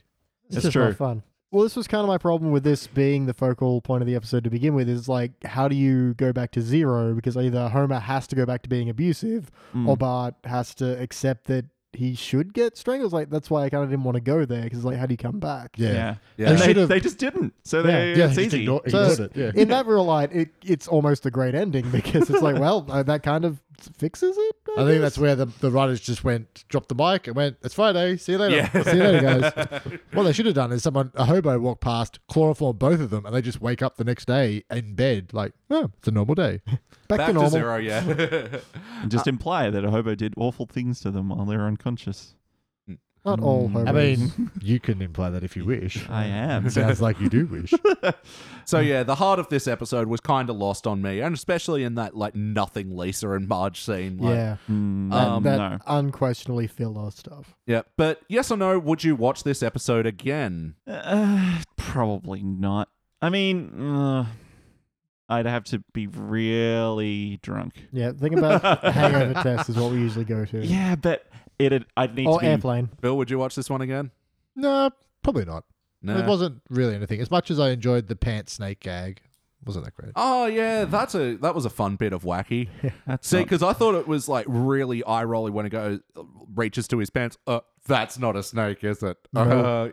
Speaker 3: it's
Speaker 2: That's
Speaker 3: just
Speaker 2: true.
Speaker 3: not fun. Well, this was kind of my problem with this being the focal point of the episode to begin with. Is like, how do you go back to zero? Because either Homer has to go back to being abusive,
Speaker 2: Mm.
Speaker 3: or Bart has to accept that he should get strangled. Like that's why I kind of didn't want to go there because like, how do you come back?
Speaker 5: Yeah.
Speaker 2: yeah.
Speaker 1: Yeah.
Speaker 2: And
Speaker 5: They
Speaker 2: they,
Speaker 5: should've-
Speaker 2: they just didn't. So they,
Speaker 5: Yeah,
Speaker 2: it's
Speaker 5: he just
Speaker 2: easy.
Speaker 5: ignore-
Speaker 3: So-
Speaker 5: ignored it. Yeah.
Speaker 3: In that real light, it, it's almost a great ending because it's like, well, uh, that kind of fixes it. I,
Speaker 5: I think
Speaker 3: guess?
Speaker 5: that's where the, the writers just went, dropped the mic and went, it's Friday. See you later.
Speaker 1: Yeah.
Speaker 5: See you later, guys. what they should have done is someone, a hobo walked past, chloroform both of them, and they just wake up the next day in bed, like, oh, it's a normal day.
Speaker 1: Back
Speaker 3: back, to
Speaker 1: to,
Speaker 3: normal.
Speaker 1: zero, yeah.
Speaker 2: And just imply that a hobo did awful things to them while they were unconscious.
Speaker 3: Not all
Speaker 2: Mm.
Speaker 3: homos.
Speaker 5: I mean, you can imply that if you wish.
Speaker 2: I am.
Speaker 5: Sounds like you do wish.
Speaker 1: so yeah, the heart of this episode was kind of lost on me, and especially in that like nothing Lisa and Marge scene. Like,
Speaker 3: yeah,
Speaker 2: Mm,
Speaker 1: Um,
Speaker 3: that
Speaker 2: no.
Speaker 3: unquestionably filler stuff.
Speaker 1: yeah. But yes or no, would you watch this episode again?
Speaker 2: Uh, probably not. I mean, uh, I'd have to be really drunk.
Speaker 3: Yeah, think about hangover test is what we usually go to.
Speaker 2: Yeah, but it. I'd need
Speaker 3: Or
Speaker 2: to be.
Speaker 3: airplane.
Speaker 1: Bill, would you watch this one again?
Speaker 5: no, probably not.
Speaker 1: No.
Speaker 5: It wasn't really anything. As much as I enjoyed the pants snake gag, wasn't that great.
Speaker 1: Oh yeah, that's a that was a fun bit of wacky.
Speaker 2: That's
Speaker 1: See,
Speaker 2: not-
Speaker 1: because I thought it was like really eye rolly when it goes reaches to his pants. Uh, that's not a snake, is it? Uh,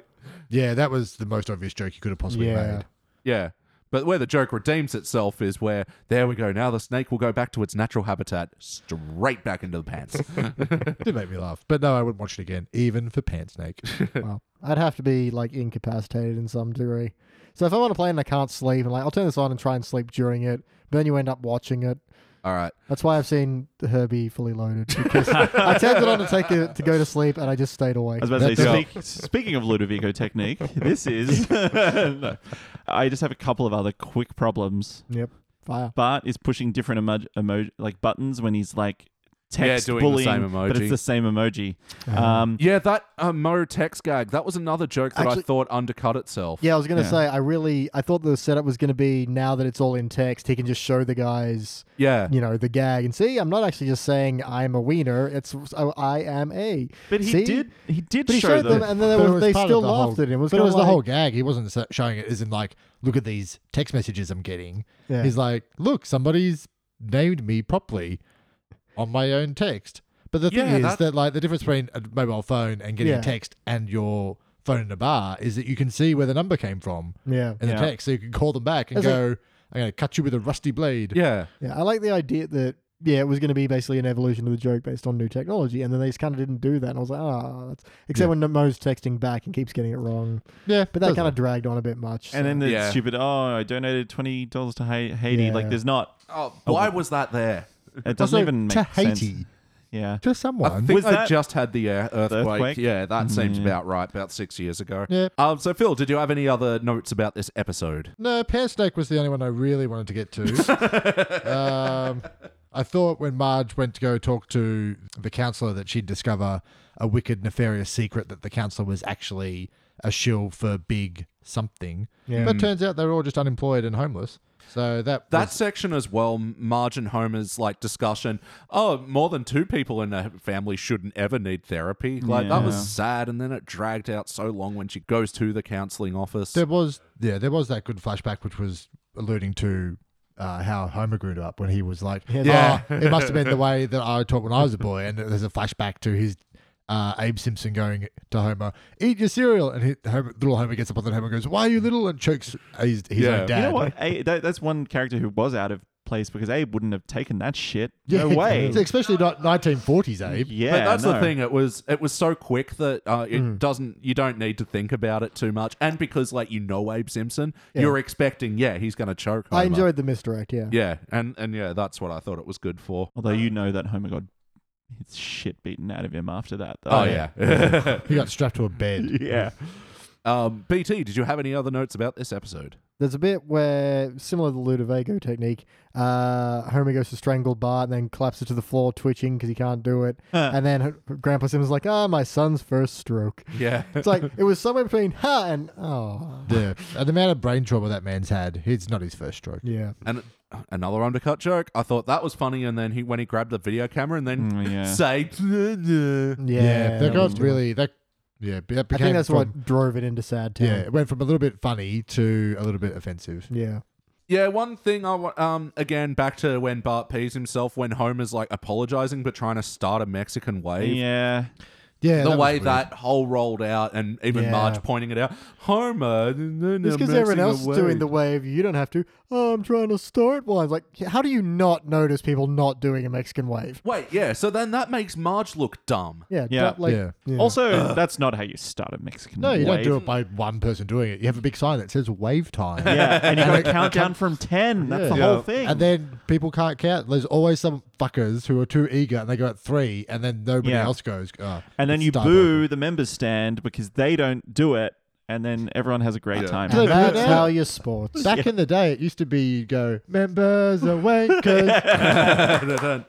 Speaker 5: Yeah, that was the most obvious joke you could have possibly
Speaker 3: Yeah.
Speaker 5: made.
Speaker 1: yeah. But where the joke redeems itself is where there we go. Now the snake will go back to its natural habitat, straight back into the pants.
Speaker 5: Did make me laugh. But no, I wouldn't watch it again, even for pants snake.
Speaker 3: Well, I'd have to be like incapacitated in some degree. So if I'm on a plane and I can't sleep, and like I'll turn this on and try and sleep during it, but then you end up watching it.
Speaker 1: All right.
Speaker 3: That's why I've seen Herbie fully loaded because I turned it on to take it to go to sleep, and I just stayed awake.
Speaker 2: I was about to say,
Speaker 1: That's-
Speaker 2: speak, speaking of Ludovico technique, this is. no. I just have a couple of other quick problems.
Speaker 3: Yep, fire.
Speaker 2: Bart is pushing different emo- emo- like buttons when he's like text
Speaker 1: doing the
Speaker 2: bullying,
Speaker 1: same
Speaker 2: but
Speaker 1: emoji.
Speaker 2: it's the same emoji.
Speaker 3: Uh-huh.
Speaker 2: Um,
Speaker 1: Yeah, that uh, Mo text gag. That was another joke that I
Speaker 3: Actually-
Speaker 1: thought undercut itself.
Speaker 3: Yeah, I was gonna
Speaker 2: Yeah.
Speaker 3: say I really I thought the setup was gonna be now that it's all in text, he can just show the guys,
Speaker 1: Yeah.
Speaker 3: you know, the gag and see. I'm not actually just saying I'm a wiener. It's I, I am a.
Speaker 2: but he
Speaker 3: See?
Speaker 2: did. He did
Speaker 3: But he
Speaker 2: show
Speaker 3: showed them, and then
Speaker 5: But
Speaker 3: they,
Speaker 5: it
Speaker 3: was, they
Speaker 5: part of
Speaker 3: still
Speaker 5: the
Speaker 3: laughed
Speaker 5: whole-
Speaker 3: at him. It was
Speaker 5: but it
Speaker 3: kinda
Speaker 5: was the
Speaker 3: like-
Speaker 5: whole gag. He wasn't s- showing it as in like, look at these text messages I'm getting.
Speaker 3: Yeah.
Speaker 5: He's like, look, somebody's named me properly on my own text. But the thing
Speaker 1: Yeah,
Speaker 5: is
Speaker 1: that-
Speaker 5: that... like the difference between a mobile phone and getting
Speaker 3: Yeah.
Speaker 5: a text and your phone in a bar is that you can see where the number came from
Speaker 3: yeah.
Speaker 5: in
Speaker 2: Yeah.
Speaker 5: the text, so you can call them back and
Speaker 3: It's like-
Speaker 5: go, "I'm going to cut you with a rusty blade."
Speaker 1: Yeah.
Speaker 3: Yeah, I like the idea that yeah, it was going to be basically an evolution of the joke based on new technology, and then they just kind of didn't do that. And I was like, ah, that's... except when Mo's texting back and keeps getting it wrong.
Speaker 5: Yeah,
Speaker 3: But that
Speaker 5: doesn't-
Speaker 3: kind of dragged on a bit much.
Speaker 2: And then the
Speaker 1: Yeah.
Speaker 2: stupid, oh, I donated twenty dollars to Ha- Haiti. Like,
Speaker 3: Yeah.
Speaker 2: there's not.
Speaker 1: Oh, why was that there?
Speaker 2: It doesn't
Speaker 5: also,
Speaker 2: even make
Speaker 5: to
Speaker 2: sense.
Speaker 5: Haiti
Speaker 2: Yeah.
Speaker 5: to
Speaker 1: I
Speaker 5: someone.
Speaker 1: think
Speaker 2: Was
Speaker 1: they
Speaker 2: that-
Speaker 1: just had the uh, earthquake. Mm.
Speaker 2: earthquake?
Speaker 1: Yeah, that seems about right. About six years ago.
Speaker 5: Yeah.
Speaker 1: Um. So, Phil, did you have any other notes about this episode?
Speaker 5: No, Pear Snake was the only one I really wanted to get to. um, I thought when Marge went to go talk to the counselor that she'd discover a wicked, nefarious secret that the counselor was actually a shill for big something.
Speaker 3: Yeah.
Speaker 5: But turns out they were all just unemployed and homeless. So that
Speaker 1: That
Speaker 5: was-
Speaker 1: section as well, Marge and Homer's like discussion. Oh, more than two people in a family shouldn't ever need therapy. Like that
Speaker 2: Yeah.
Speaker 1: was sad, and then it dragged out so long when she goes to the counselling office.
Speaker 5: there was yeah there was that good flashback which was alluding to. Uh, how Homer grew up when he was like,
Speaker 1: Yeah.
Speaker 5: yeah, it must have been the way that I taught when I was a boy. And there's a flashback to his uh, Abe Simpson going to Homer, "Eat your cereal," and he, Homer, little Homer gets up on the Homer and goes, "Why are you little?" and chokes his, his
Speaker 1: Yeah.
Speaker 5: own
Speaker 1: You
Speaker 5: dad.
Speaker 2: You know what? A- that, that's one character who was out of place because Abe wouldn't have taken that shit.
Speaker 5: Yeah,
Speaker 2: no way.
Speaker 5: Especially not 1940s Abe.
Speaker 2: Yeah,
Speaker 1: but that's the
Speaker 2: no.
Speaker 1: thing. It was it was so quick that uh, it doesn't. You don't need to think about it too much, and because like you know Abe Simpson, you're expecting yeah he's going to choke. Homer.
Speaker 3: I enjoyed the misdirect. Yeah.
Speaker 1: Yeah, and and yeah, that's what I thought it was good for.
Speaker 2: Although you know that Homer got his shit beaten out of him after that. Though.
Speaker 1: Oh, yeah.
Speaker 5: He got strapped to a bed.
Speaker 2: yeah.
Speaker 1: um, BT, did you have any other notes about this episode?
Speaker 3: There's a bit where, similar to the Ludovico technique, uh, Homer goes to strangle Bart and then collapses to the floor, twitching because he can't do it.
Speaker 2: Huh.
Speaker 3: And then her- Grandpa Simmons is like, ah, my son's first stroke.
Speaker 1: Yeah.
Speaker 3: It's like, it was somewhere between ha and oh.
Speaker 5: Yeah. And the amount of brain trauma that man's had, it's not his first stroke.
Speaker 3: Yeah.
Speaker 1: And another undercut joke. I thought that was funny, and then he when he grabbed the video camera and then
Speaker 2: Mm, yeah.
Speaker 1: say,
Speaker 3: Yeah.
Speaker 5: that
Speaker 3: was
Speaker 5: got really that. Yeah, but that
Speaker 3: I
Speaker 5: became
Speaker 3: think that's
Speaker 5: from,
Speaker 3: what drove it into sad town.
Speaker 5: Yeah, it went from a little bit funny to a little bit offensive.
Speaker 3: Yeah.
Speaker 1: yeah. One thing I wa- um again back to when Bart pees himself when Homer's like apologizing but trying to start a Mexican wave.
Speaker 2: Yeah.
Speaker 5: Yeah,
Speaker 1: the
Speaker 5: that was
Speaker 1: way
Speaker 5: weird.
Speaker 1: that whole rolled out, and even
Speaker 3: Yeah.
Speaker 1: Marge pointing it out, Homer.
Speaker 3: Just because everyone else is doing the wave, you don't have to. Oh, I'm trying to start one. Like, how do you not notice people not doing a Mexican wave?
Speaker 1: Wait, yeah. So then that makes Marge look dumb.
Speaker 3: Yeah.
Speaker 2: Yeah.
Speaker 3: but, like,
Speaker 5: Yeah.
Speaker 2: Also, that's not how you start a Mexican.
Speaker 5: no, you
Speaker 2: wave.
Speaker 5: don't do it by one person doing it. You have a big sign that says "wave time."
Speaker 2: Yeah, and you got to count down from ten. That's
Speaker 5: Yeah.
Speaker 2: the
Speaker 5: Yeah.
Speaker 2: whole thing.
Speaker 5: And then people can't count. There's always some fuckers who are too eager and they go at three, and then nobody
Speaker 2: Yeah.
Speaker 5: else goes. "Oh,
Speaker 2: And then
Speaker 5: it's
Speaker 2: you
Speaker 5: Starbucks."
Speaker 2: boo the members stand because they don't do it, and then everyone has a great
Speaker 1: Yeah.
Speaker 2: time.
Speaker 5: Yeah.
Speaker 3: And
Speaker 5: Look,
Speaker 3: that's
Speaker 5: look,
Speaker 3: how you sports.
Speaker 5: Back in the day, it used to be you go, members awake, and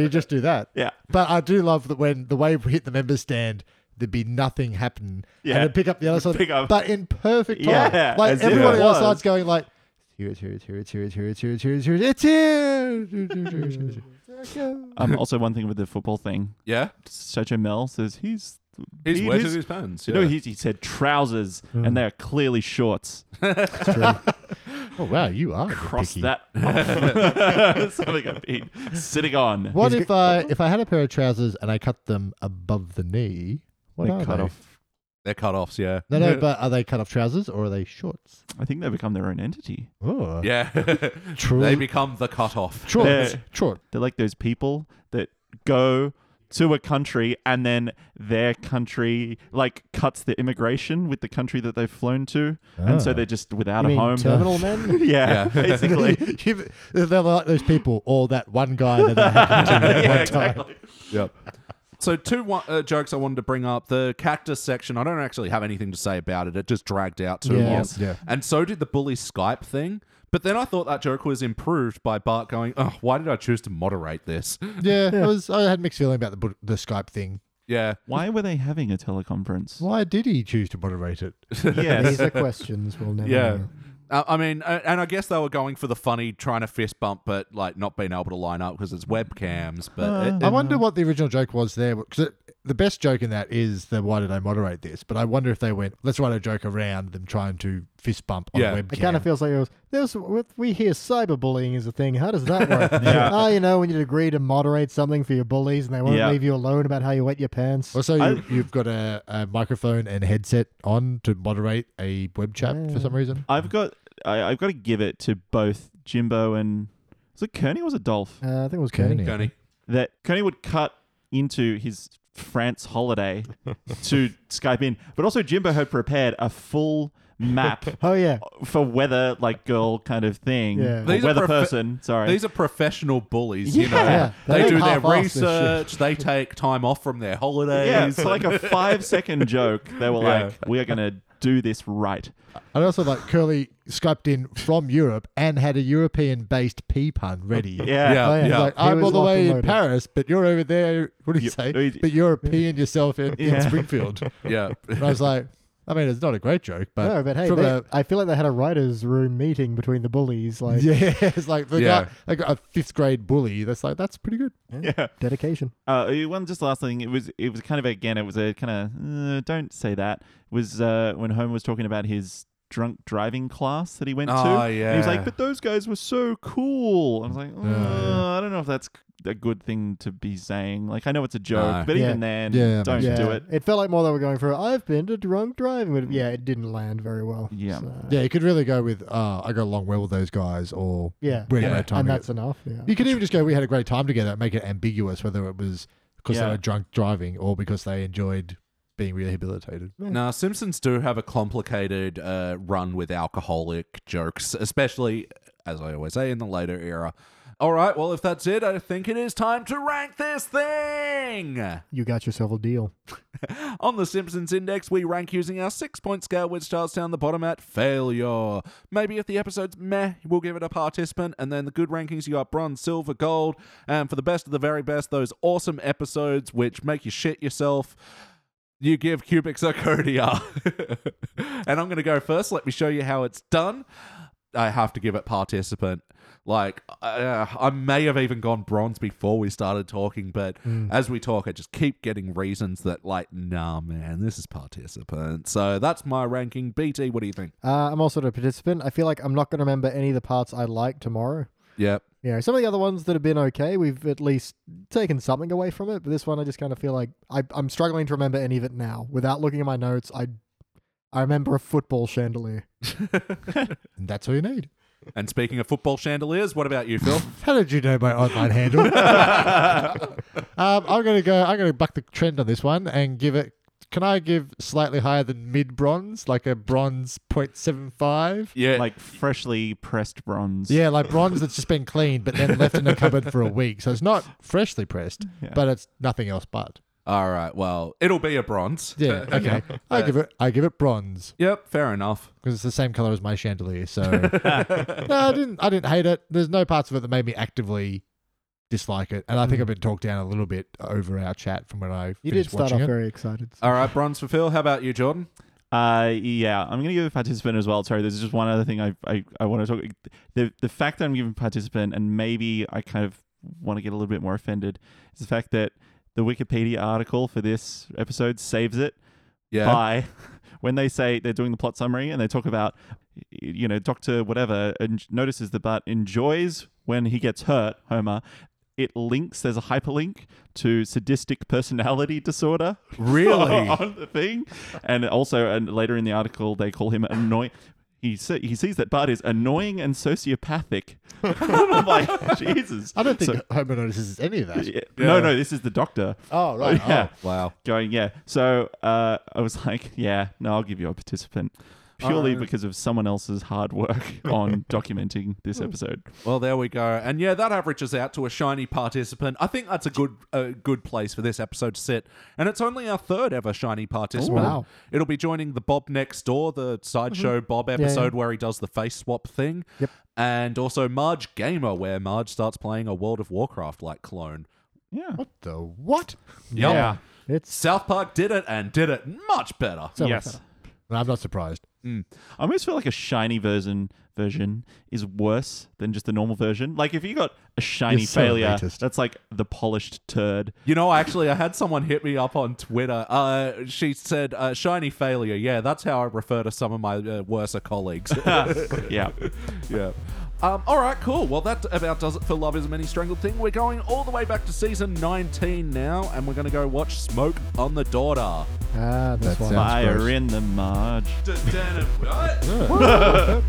Speaker 5: you just do that.
Speaker 2: Yeah.
Speaker 5: But I do love that when the wave hit the members stand, there'd be nothing happen.
Speaker 2: Yeah.
Speaker 5: And they'd pick up the other side.
Speaker 2: Pick up.
Speaker 5: But in perfect time.
Speaker 2: Yeah,
Speaker 5: Like
Speaker 2: as if
Speaker 5: everybody
Speaker 2: it
Speaker 5: else
Speaker 2: was.
Speaker 5: side's going like, here it's here, it's here, it's here, it's here, it's here, it's here, it's here, it's here. It's here.
Speaker 2: Um, also, one thing with the football thing,
Speaker 1: yeah,
Speaker 2: Sergio Mel says he's
Speaker 1: he's
Speaker 2: he-
Speaker 1: wet
Speaker 2: his-
Speaker 1: in his pants.
Speaker 2: you
Speaker 1: yeah.
Speaker 2: know he, he said trousers,
Speaker 5: Mm.
Speaker 2: and they are clearly shorts.
Speaker 5: Oh wow, you are a bit
Speaker 2: Cross
Speaker 5: picky.
Speaker 2: that. off. Something I've been sitting on.
Speaker 5: What
Speaker 3: He's
Speaker 5: if I if I had a pair of trousers and I cut them above the knee? What
Speaker 2: They
Speaker 5: are
Speaker 2: cut
Speaker 5: they?
Speaker 2: off.
Speaker 1: They're cut-offs, yeah.
Speaker 5: No, no, but are they cut off trousers or are they shorts?
Speaker 2: I think they become their own entity.
Speaker 5: Oh,
Speaker 1: Yeah.
Speaker 5: True.
Speaker 1: they become the cut-off.
Speaker 5: shorts,
Speaker 2: They're-
Speaker 5: short.
Speaker 2: They're like those people that go to a country and then their country like cuts the immigration with the country that they've flown to, and so
Speaker 5: Ah.
Speaker 2: they're just without a
Speaker 3: You mean
Speaker 2: home.
Speaker 3: terminal men?
Speaker 2: yeah,
Speaker 1: Yeah.
Speaker 2: basically.
Speaker 5: You- They're like those people, or that one guy that that happened to at
Speaker 2: yeah,
Speaker 5: one time.
Speaker 2: exactly.
Speaker 1: Yep. So two one, uh, jokes I wanted to bring up. The cactus section, I don't actually have anything to say about it. It just dragged out too long.
Speaker 3: Yes.
Speaker 5: Yeah.
Speaker 1: And so did the bully Skype thing. But then I thought that joke was improved by Bart going, oh, why did I choose to moderate this?
Speaker 5: Yeah, It was, I had mixed feeling about the bu- the Skype thing.
Speaker 1: Yeah.
Speaker 2: Why were they having a teleconference?
Speaker 5: Why did he choose to moderate it?
Speaker 2: Yes.
Speaker 3: These are questions we'll never
Speaker 1: Yeah.
Speaker 3: know.
Speaker 1: Uh, I mean, uh, and I guess they were going for the funny trying to fist bump, but like not being able to line up because it's webcams. But
Speaker 3: Uh,
Speaker 1: it- it-
Speaker 5: I wonder
Speaker 2: um,
Speaker 5: what the original joke was there because the best joke in that is the why did I moderate this? But I wonder if they went let's write a joke around them trying to fist bump on
Speaker 1: Yeah.
Speaker 5: a
Speaker 1: It
Speaker 5: webcam.
Speaker 3: It kind of feels like it was. There's we hear cyberbullying is a thing. How does that work? Ah, you know when you agree to moderate something for your bullies and they won't
Speaker 2: Yeah.
Speaker 3: leave you alone about how you wet your pants.
Speaker 5: also,
Speaker 2: I-
Speaker 5: you, you've got a, a microphone and headset on to moderate a web chat for some reason.
Speaker 2: I've got I, I've got to give it to both Jimbo and Was it Kearney or was it Dolph?
Speaker 3: Uh, I think it was Kearney.
Speaker 5: Kearney.
Speaker 1: Gurney.
Speaker 2: That Kearney would cut into his France holiday to Skype in. But also Jimbo had prepared a full map
Speaker 3: Oh yeah,
Speaker 2: for weather like girl kind of thing.
Speaker 3: Yeah.
Speaker 2: Or
Speaker 1: These are
Speaker 2: weather
Speaker 1: profe-
Speaker 2: person, sorry.
Speaker 1: These are professional bullies, you know.
Speaker 3: Yeah.
Speaker 1: They,
Speaker 3: They
Speaker 1: do their
Speaker 3: half-ass this shit.
Speaker 1: research, they take time off from their holidays.
Speaker 2: yeah, it's like a five second joke. They were
Speaker 1: Yeah.
Speaker 2: like, we are going to do this right.
Speaker 5: I also like Curly skyped in from Europe and had a European based pee pun ready.
Speaker 2: Yeah.
Speaker 1: Yeah.
Speaker 5: Oh, yeah. He's like,
Speaker 3: He
Speaker 5: I'm
Speaker 3: was
Speaker 5: all the
Speaker 3: locked and
Speaker 5: way in
Speaker 3: loaded.
Speaker 5: Paris, but you're over there. What do you
Speaker 2: You-
Speaker 5: say?
Speaker 2: no, he-
Speaker 5: But you're peeing yourself in, in
Speaker 2: Yeah.
Speaker 5: Springfield. and
Speaker 1: yeah.
Speaker 5: I was like, I mean, it's not a great joke, but,
Speaker 3: no, but hey,
Speaker 5: from
Speaker 3: they,
Speaker 5: a,
Speaker 3: I feel like they had a writers' room meeting between the bullies. Like
Speaker 5: yeah, it's like the
Speaker 1: Yeah.
Speaker 5: guy, like a fifth grade bully. That's like that's pretty good.
Speaker 2: Yeah.
Speaker 3: dedication.
Speaker 2: Uh, one just last thing. It was it was kind of again. It was a kind of uh, don't say that. Was uh, when Homer was talking about his drunk driving class that he went to.
Speaker 1: Oh,
Speaker 2: And he was
Speaker 1: yeah.
Speaker 2: like, but those guys were so cool. I was like,
Speaker 5: yeah.
Speaker 2: "Uh, I don't know if that's a good thing to be saying. Like, I know it's a joke,
Speaker 1: No.
Speaker 2: but
Speaker 3: Yeah.
Speaker 2: even then,
Speaker 5: Yeah,
Speaker 2: don't
Speaker 5: makes
Speaker 3: yeah,
Speaker 2: do it.
Speaker 3: felt like more they were going for. I've been to drunk driving, but yeah, it didn't land very well.
Speaker 2: Yeah.
Speaker 3: So,
Speaker 5: Yeah, you could really go with uh, I got along well with those guys, or
Speaker 3: yeah,
Speaker 5: we had a
Speaker 1: Yeah.
Speaker 5: great time.
Speaker 3: and
Speaker 5: together.
Speaker 3: that's enough. Yeah,
Speaker 5: you could even just go we had a great time together and make it ambiguous whether it was because they
Speaker 2: Yeah.
Speaker 5: were drunk driving or because they enjoyed being rehabilitated.
Speaker 1: Now, Simpsons do have a complicated uh, run with alcoholic jokes, especially, as I always say, in the later era. All right, well, if that's it, I think it is time to rank this thing.
Speaker 3: you got yourself a deal.
Speaker 1: On the Simpsons Index, we rank using our six point scale, which starts down the bottom at failure. Maybe if the episode's meh, we'll give it a participant. And then the good rankings, you got bronze, silver, gold. And for the best of the very best, those awesome episodes which make you shit yourself, you give Cubic Zirconia. and I'm going to go first. Let me show you how it's done. I have to give it participant. Like, uh, I may have even gone bronze before we started talking, but
Speaker 5: Hmm.
Speaker 1: as we talk, I just keep getting reasons that, like, nah, man, this is participant. So that's my ranking. BT, what do you think?
Speaker 3: Uh, I'm also a participant. I feel like I'm not going to remember any of the parts I like tomorrow.
Speaker 1: Yep.
Speaker 3: Yeah, some of the other ones that have been okay, we've at least taken something away from it. But this one, I just kind of feel like I, I'm struggling to remember any of it now. Without looking at my notes, I I remember a football chandelier.
Speaker 5: And that's all you need.
Speaker 1: And speaking of football chandeliers, what about you, Phil?
Speaker 5: How did you know my online handle? um, I'm gonna go. I'm gonna buck the trend on this one and give it. Can I give slightly higher than mid bronze, like a bronze 0.75?
Speaker 1: yeah.
Speaker 2: Like freshly pressed bronze.
Speaker 5: Yeah, like bronze that's just been cleaned but then left in a cupboard for a week. So it's not freshly pressed,
Speaker 2: Yeah.
Speaker 5: but it's nothing else but.
Speaker 1: All right. Well, it'll be a bronze.
Speaker 5: Yeah, okay. I give it. I give it bronze
Speaker 1: Yep. Fair enough.
Speaker 5: because it's the same color as my chandelier. So no, I didn't. I didn't hate it. There's no parts of it that made me actively dislike it, and I think I've been talked down a little bit over our chat from when I
Speaker 3: You did
Speaker 5: finished
Speaker 3: start off
Speaker 5: watching it.
Speaker 3: very excited.
Speaker 1: All right. Bronze for Phil. How about you, Jordan?
Speaker 2: Uh, yeah, I'm gonna give a participant as well. Sorry, there's just one other thing I I, I want to talk. The the fact that I'm giving participant, and maybe I kind of want to get a little bit more offended, is the fact that the Wikipedia article for this episode saves it
Speaker 1: Yeah.
Speaker 2: by when they say they're doing the plot summary and they talk about you know Doctor whatever and notices the butt enjoys when he gets hurt Homer. It links. There's a hyperlink to sadistic personality disorder
Speaker 1: Really?
Speaker 2: on the thing. And also, and later in the article, they call him annoying. He, se- he sees that Bart is annoying and sociopathic. I'm like, Jesus.
Speaker 5: I don't think
Speaker 2: So-
Speaker 5: Homer notices any of that.
Speaker 2: Yeah.
Speaker 1: Yeah.
Speaker 2: No, no, this is the doctor.
Speaker 5: Oh
Speaker 2: Oh,
Speaker 5: right.
Speaker 2: yeah.
Speaker 1: wow.
Speaker 2: Going, yeah. So uh, I was like, yeah, no, I'll give you a participant. Purely
Speaker 1: Alright.
Speaker 5: Oh.
Speaker 2: because of someone else's hard work on documenting this
Speaker 5: Hmm.
Speaker 2: episode.
Speaker 1: Well, there we go. And yeah, that averages out to a shiny participant. I think that's a good a good place for this episode to sit. And it's only our third ever shiny participant.
Speaker 3: Ooh. Wow. Mm-hmm.
Speaker 1: It'll be joining the Bob Next Door, the sideshow Bob episode
Speaker 3: yeah.
Speaker 1: where he does the face swap thing.
Speaker 3: Yep.
Speaker 1: And also Marge Gamer, where Marge starts playing a World of Warcraft like clone.
Speaker 2: Yeah.
Speaker 5: What the what?
Speaker 1: Yup.
Speaker 2: Yeah.
Speaker 3: It's
Speaker 1: South Park did it and did it much better.
Speaker 3: so much
Speaker 2: yes.
Speaker 3: better.
Speaker 5: No, I'm not surprised.
Speaker 2: I almost feel like a shiny version version is worse than just the normal version. Like if you got a shiny
Speaker 5: You're so
Speaker 2: failure,
Speaker 5: elitist.
Speaker 2: that's like the polished turd.
Speaker 1: You know, actually, I had someone hit me up on Twitter. Uh, she said, uh, "Shiny failure." Yeah, that's how I refer to some of my uh, worser colleagues.
Speaker 2: Yeah.
Speaker 1: yeah. Um, all right, cool. Well, that about does it for Love Is a Many Strangled Thing. We're going all the way back to season 19 now, and we're going to go watch Smoke on the Daughter.
Speaker 3: Ah, this
Speaker 5: That
Speaker 3: one.
Speaker 5: sounds-
Speaker 2: Fire
Speaker 5: gross.
Speaker 2: in the Marge.
Speaker 1: What?
Speaker 5: Yeah.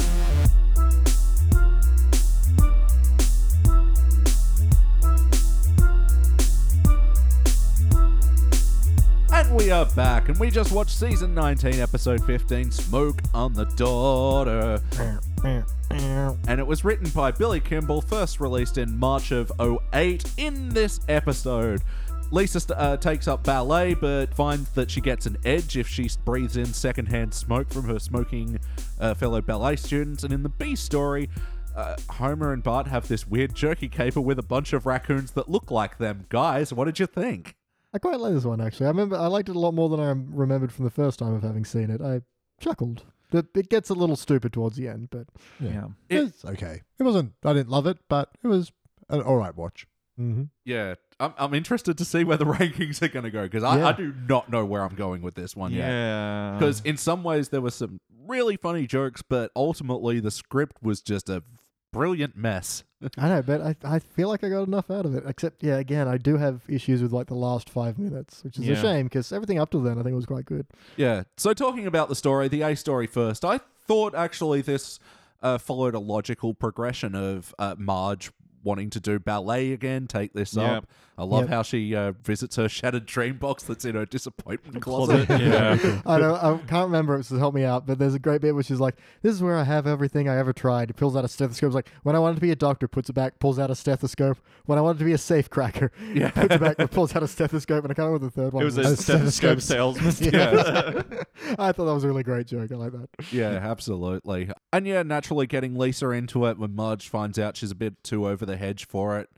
Speaker 1: we are back, and we just watched season 19, episode 15, Smoke on the Daughter.
Speaker 3: Eh.
Speaker 1: And it was written by Billy Kimball, first released in March of 08. In this episode, Lisa st- uh, takes up ballet, but finds that she gets an edge if she breathes in secondhand smoke from her smoking uh, fellow ballet students. And in the B story, uh, Homer and Bart have this weird jerky caper with a bunch of raccoons that look like them. Guys, what did you think?
Speaker 3: I quite like this one actually. I remember I liked it a lot more than I remembered from the first time of having seen it. I chuckled. It it gets a little stupid towards the end, but
Speaker 2: Yeah.
Speaker 1: It-
Speaker 5: it's okay. It wasn't. I didn't love it, but it was an all right watch.
Speaker 3: mm-hmm.
Speaker 1: Yeah, I'm, I'm interested to see where the rankings are going to go because I,
Speaker 3: Yeah.
Speaker 1: I do not know where I'm going with this one yet.
Speaker 2: Yeah.
Speaker 1: Because in some ways there were some really funny jokes, but ultimately the script was just a brilliant mess.
Speaker 3: I know, but I, I feel like I got enough out of it. Except, yeah, again, I do have issues with like the last five minutes, which is a
Speaker 2: Yeah.
Speaker 3: shame because everything up till then I think was quite good.
Speaker 1: Yeah. So talking about the story, the A story first, I thought actually this uh, followed a logical progression of uh, Marge wanting to do ballet again, take this
Speaker 2: Yeah.
Speaker 1: up. I love
Speaker 3: Yep.
Speaker 1: how she uh, visits her shattered dream box that's in her disappointment
Speaker 2: closet.
Speaker 1: closet.
Speaker 2: yeah.
Speaker 3: I don't, I can't remember it, so help me out. But there's a great bit where she's like, "This is where I have everything I ever tried." Pulls out a stethoscope. It's like, when I wanted to be a doctor, puts it back. Pulls out a stethoscope. When I wanted to be a safe cracker, puts it back. Pulls out a stethoscope, and I can't remember the third one.
Speaker 2: It was
Speaker 5: Uh,
Speaker 2: a stethoscope
Speaker 5: stethoscopes.
Speaker 2: salesman.
Speaker 3: I thought that was a really great joke. I like that.
Speaker 1: yeah, absolutely. And yeah, naturally getting Lisa into it when Marge finds out she's a bit too over the hedge for it.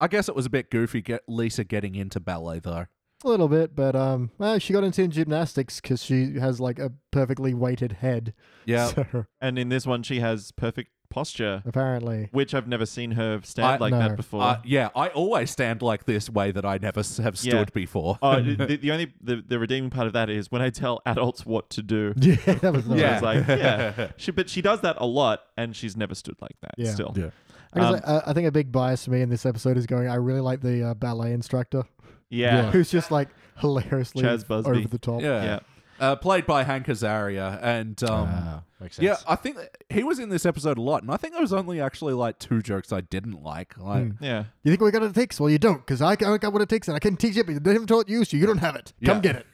Speaker 1: I guess it was a bit goofy get Lisa getting into ballet though.
Speaker 3: A little bit, but um, well, she got into gymnastics because she has like a perfectly weighted head.
Speaker 1: Yeah.
Speaker 3: So,
Speaker 2: And in this one, she has perfect posture,
Speaker 3: apparently.
Speaker 2: which I've never seen her stand
Speaker 1: I-
Speaker 2: like
Speaker 3: No.
Speaker 2: that before.
Speaker 1: Uh, yeah, I always stand like this way that I never s- have stood
Speaker 2: Yeah.
Speaker 1: before.
Speaker 2: Oh, the, the only the, the redeeming part of that is when I tell adults what to do.
Speaker 3: Yeah, that was nice.
Speaker 2: Yeah.
Speaker 1: Yeah.
Speaker 2: It's like, yeah. She, but she does that a lot, and she's never stood like that.
Speaker 3: Yeah.
Speaker 2: Still,
Speaker 5: Yeah.
Speaker 3: I, guess
Speaker 1: um,
Speaker 3: I, I think a big bias for me in this episode is going. I really like the uh, ballet instructor
Speaker 2: yeah,
Speaker 3: who's just like hilariously
Speaker 2: Chaz Busby.
Speaker 3: over the top.
Speaker 1: yeah.
Speaker 2: yeah.
Speaker 1: Uh, played by Hank Azaria. And um,
Speaker 5: Ah, makes sense.
Speaker 1: yeah, I think that he was in this episode a lot. And I think there was only actually like two jokes I didn't like. Like,
Speaker 2: yeah.
Speaker 3: You think we got what it takes? Well, you don't, because I, I got what it takes, and I can teach it, but they haven't taught you, so you don't have it. Come
Speaker 1: Yeah.
Speaker 3: get it.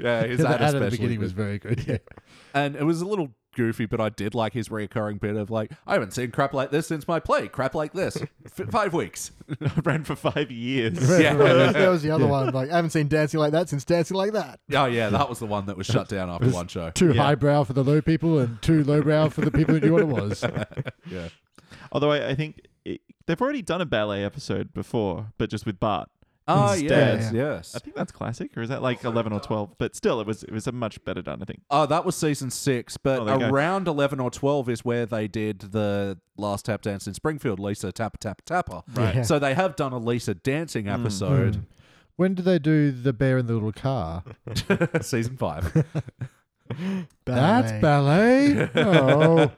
Speaker 1: yeah, his
Speaker 5: The
Speaker 1: ad,
Speaker 5: ad at the
Speaker 1: especially
Speaker 5: beginning
Speaker 1: good.
Speaker 5: was very good. Yeah.
Speaker 1: And it was a little goofy, but I did like his reoccurring bit of like, I haven't seen crap like this since my play. Crap like this. F- five weeks.
Speaker 2: I ran for five years.
Speaker 1: Yeah.
Speaker 3: that was the other one. Like I haven't seen dancing like that since dancing like that.
Speaker 1: Oh, yeah, that was the one that was shut down after one show.
Speaker 5: Too
Speaker 2: Yeah.
Speaker 5: highbrow for the low people and too lowbrow for the people who knew what it was.
Speaker 1: Yeah.
Speaker 2: Although I, I think it, they've already done a ballet episode before, but just with Bart.
Speaker 1: Oh,
Speaker 2: Instead.
Speaker 1: yes, yes.
Speaker 2: I think that's classic, or is that like eleven or twelve? But still, it was it was a much better done. I think.
Speaker 1: Oh, that was season six, but
Speaker 2: Oh, there you go.
Speaker 1: around 11 or 12 is where they did the last tap dance in Springfield, Lisa Tap Tap Tapper.
Speaker 2: Right.
Speaker 3: Yeah.
Speaker 1: So they have done a Lisa dancing
Speaker 2: Hmm.
Speaker 1: episode,
Speaker 5: Hmm. When did they do the bear in the little car?
Speaker 1: season five.
Speaker 5: That's ballet. oh,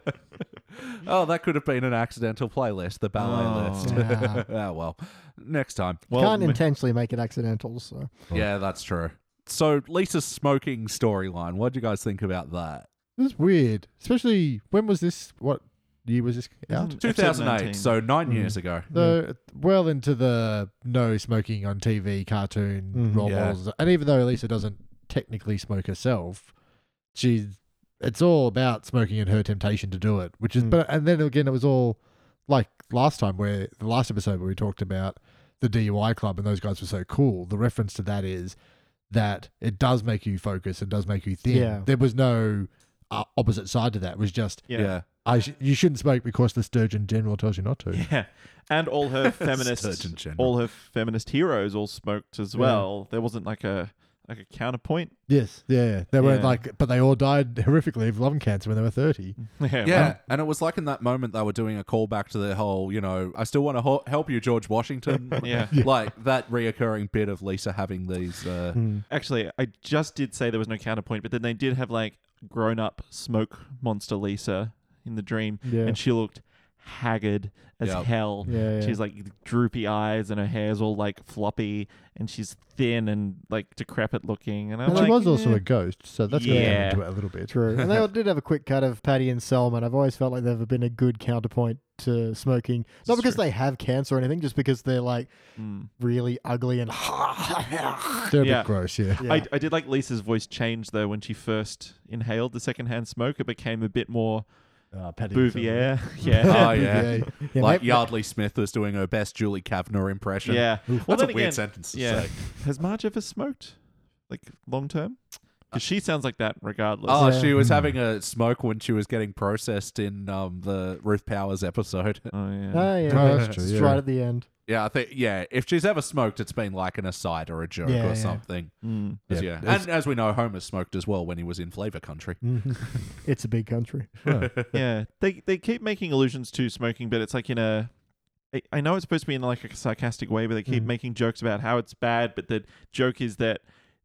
Speaker 1: Oh, that could have been an accidental playlist, the ballet
Speaker 2: Oh.
Speaker 1: list.
Speaker 3: Yeah.
Speaker 1: oh, well, next time.
Speaker 2: Well,
Speaker 3: Can't
Speaker 2: m-
Speaker 3: intentionally make it accidental. So
Speaker 1: Yeah, that's true. So Lisa's smoking storyline. What do you guys think about that?
Speaker 5: this is weird. Especially when was this? What year was this out?
Speaker 2: Episode 19.
Speaker 1: 2008, so nine years ago.
Speaker 5: So well into the no smoking on TV cartoon
Speaker 3: Mhm.
Speaker 5: role
Speaker 1: Yeah.
Speaker 5: models, and even though Lisa doesn't technically smoke herself, she it's all about smoking and her temptation to do it, which is.
Speaker 3: Mm.
Speaker 5: But and then again, it was all like last time where the last episode where we talked about the DUI club and those guys were so cool. The reference to that is that it does make you focus and does make you think.
Speaker 3: Yeah.
Speaker 5: There was no uh, opposite side to that. It was just
Speaker 2: yeah. yeah.
Speaker 5: I sh- you shouldn't smoke because the Sturgeon General tells you not to.
Speaker 2: And all her
Speaker 1: Surgeon
Speaker 2: feminist,
Speaker 1: General.
Speaker 2: all her feminist heroes all smoked as well. There wasn't like a like a counterpoint.
Speaker 5: Yes, yeah, they weren't
Speaker 2: Yeah.
Speaker 5: like, but they all died horrifically of lung cancer when they were thirty.
Speaker 2: Yeah,
Speaker 1: Yeah, and it was like in that moment they were doing a callback to the whole, you know, I still want to ho- help you, George Washington.
Speaker 2: Yeah.
Speaker 1: like that reoccurring bit of Lisa having these.
Speaker 2: Mm-hmm.
Speaker 1: Uh,
Speaker 2: Actually, I just did say there was no counterpoint, but then they did have like grown up smoke monster Lisa in the dream,
Speaker 3: Yeah.
Speaker 2: and she looked haggard as
Speaker 1: Yep.
Speaker 2: hell.
Speaker 3: Yeah, yeah.
Speaker 2: She's like droopy eyes, and her hair's all like floppy, and she's thin and like decrepit looking. And I'm
Speaker 5: And
Speaker 2: like,
Speaker 5: she was also
Speaker 2: "Eh."
Speaker 5: a ghost, so that's going to
Speaker 2: Yeah.
Speaker 5: come into it a little bit.
Speaker 3: true. And they all did have a quick cut of Patty and Selma. and I've always felt like they've been a good counterpoint to smoking. Not because they have cancer or anything, just because they're like
Speaker 2: "Mm."
Speaker 3: really ugly and
Speaker 5: They're a
Speaker 2: Yeah.
Speaker 5: bit gross, yeah.
Speaker 3: Mm. Yeah.
Speaker 2: I, I did like Lisa's voice change though when she first inhaled the secondhand smoke. It became a bit more Ah,
Speaker 5: Uh, patting yourself.
Speaker 2: Bouvier. Yeah.
Speaker 1: Oh, yeah.
Speaker 5: Yeah.
Speaker 3: Ah, Yeah,
Speaker 1: like
Speaker 3: maybe-
Speaker 1: Yardley Smith was doing her best Julie Kavner impression.
Speaker 2: yeah. Well,
Speaker 1: That's
Speaker 2: then
Speaker 1: a weird
Speaker 2: again-
Speaker 1: sentence to
Speaker 2: yeah.
Speaker 1: say.
Speaker 2: Has Marge ever smoked? Like long term? Because she sounds like that regardless.
Speaker 1: Oh,
Speaker 3: Yeah.
Speaker 1: she was having a smoke when she was getting processed in um, the Ruth Powers episode.
Speaker 2: Oh, yeah.
Speaker 3: Oh, yeah,
Speaker 5: Oh,
Speaker 3: yeah,
Speaker 5: that's true,
Speaker 3: it's
Speaker 5: yeah.
Speaker 3: right at the end.
Speaker 1: Yeah, I think yeah. If she's ever smoked, it's been like an aside or a joke
Speaker 3: Yeah,
Speaker 1: or
Speaker 3: yeah.
Speaker 1: something.
Speaker 2: Mm.
Speaker 1: 'Cause,
Speaker 5: Yeah.
Speaker 1: Yeah, and as we know, Homer smoked as well when he was in Flavor Country.
Speaker 3: It's a big country.
Speaker 2: yeah. They they keep making allusions to smoking, but it's like in a. I- I know it's supposed to be in like a sarcastic way, but they keep
Speaker 3: Mm.
Speaker 2: making jokes about how it's bad. But the joke is that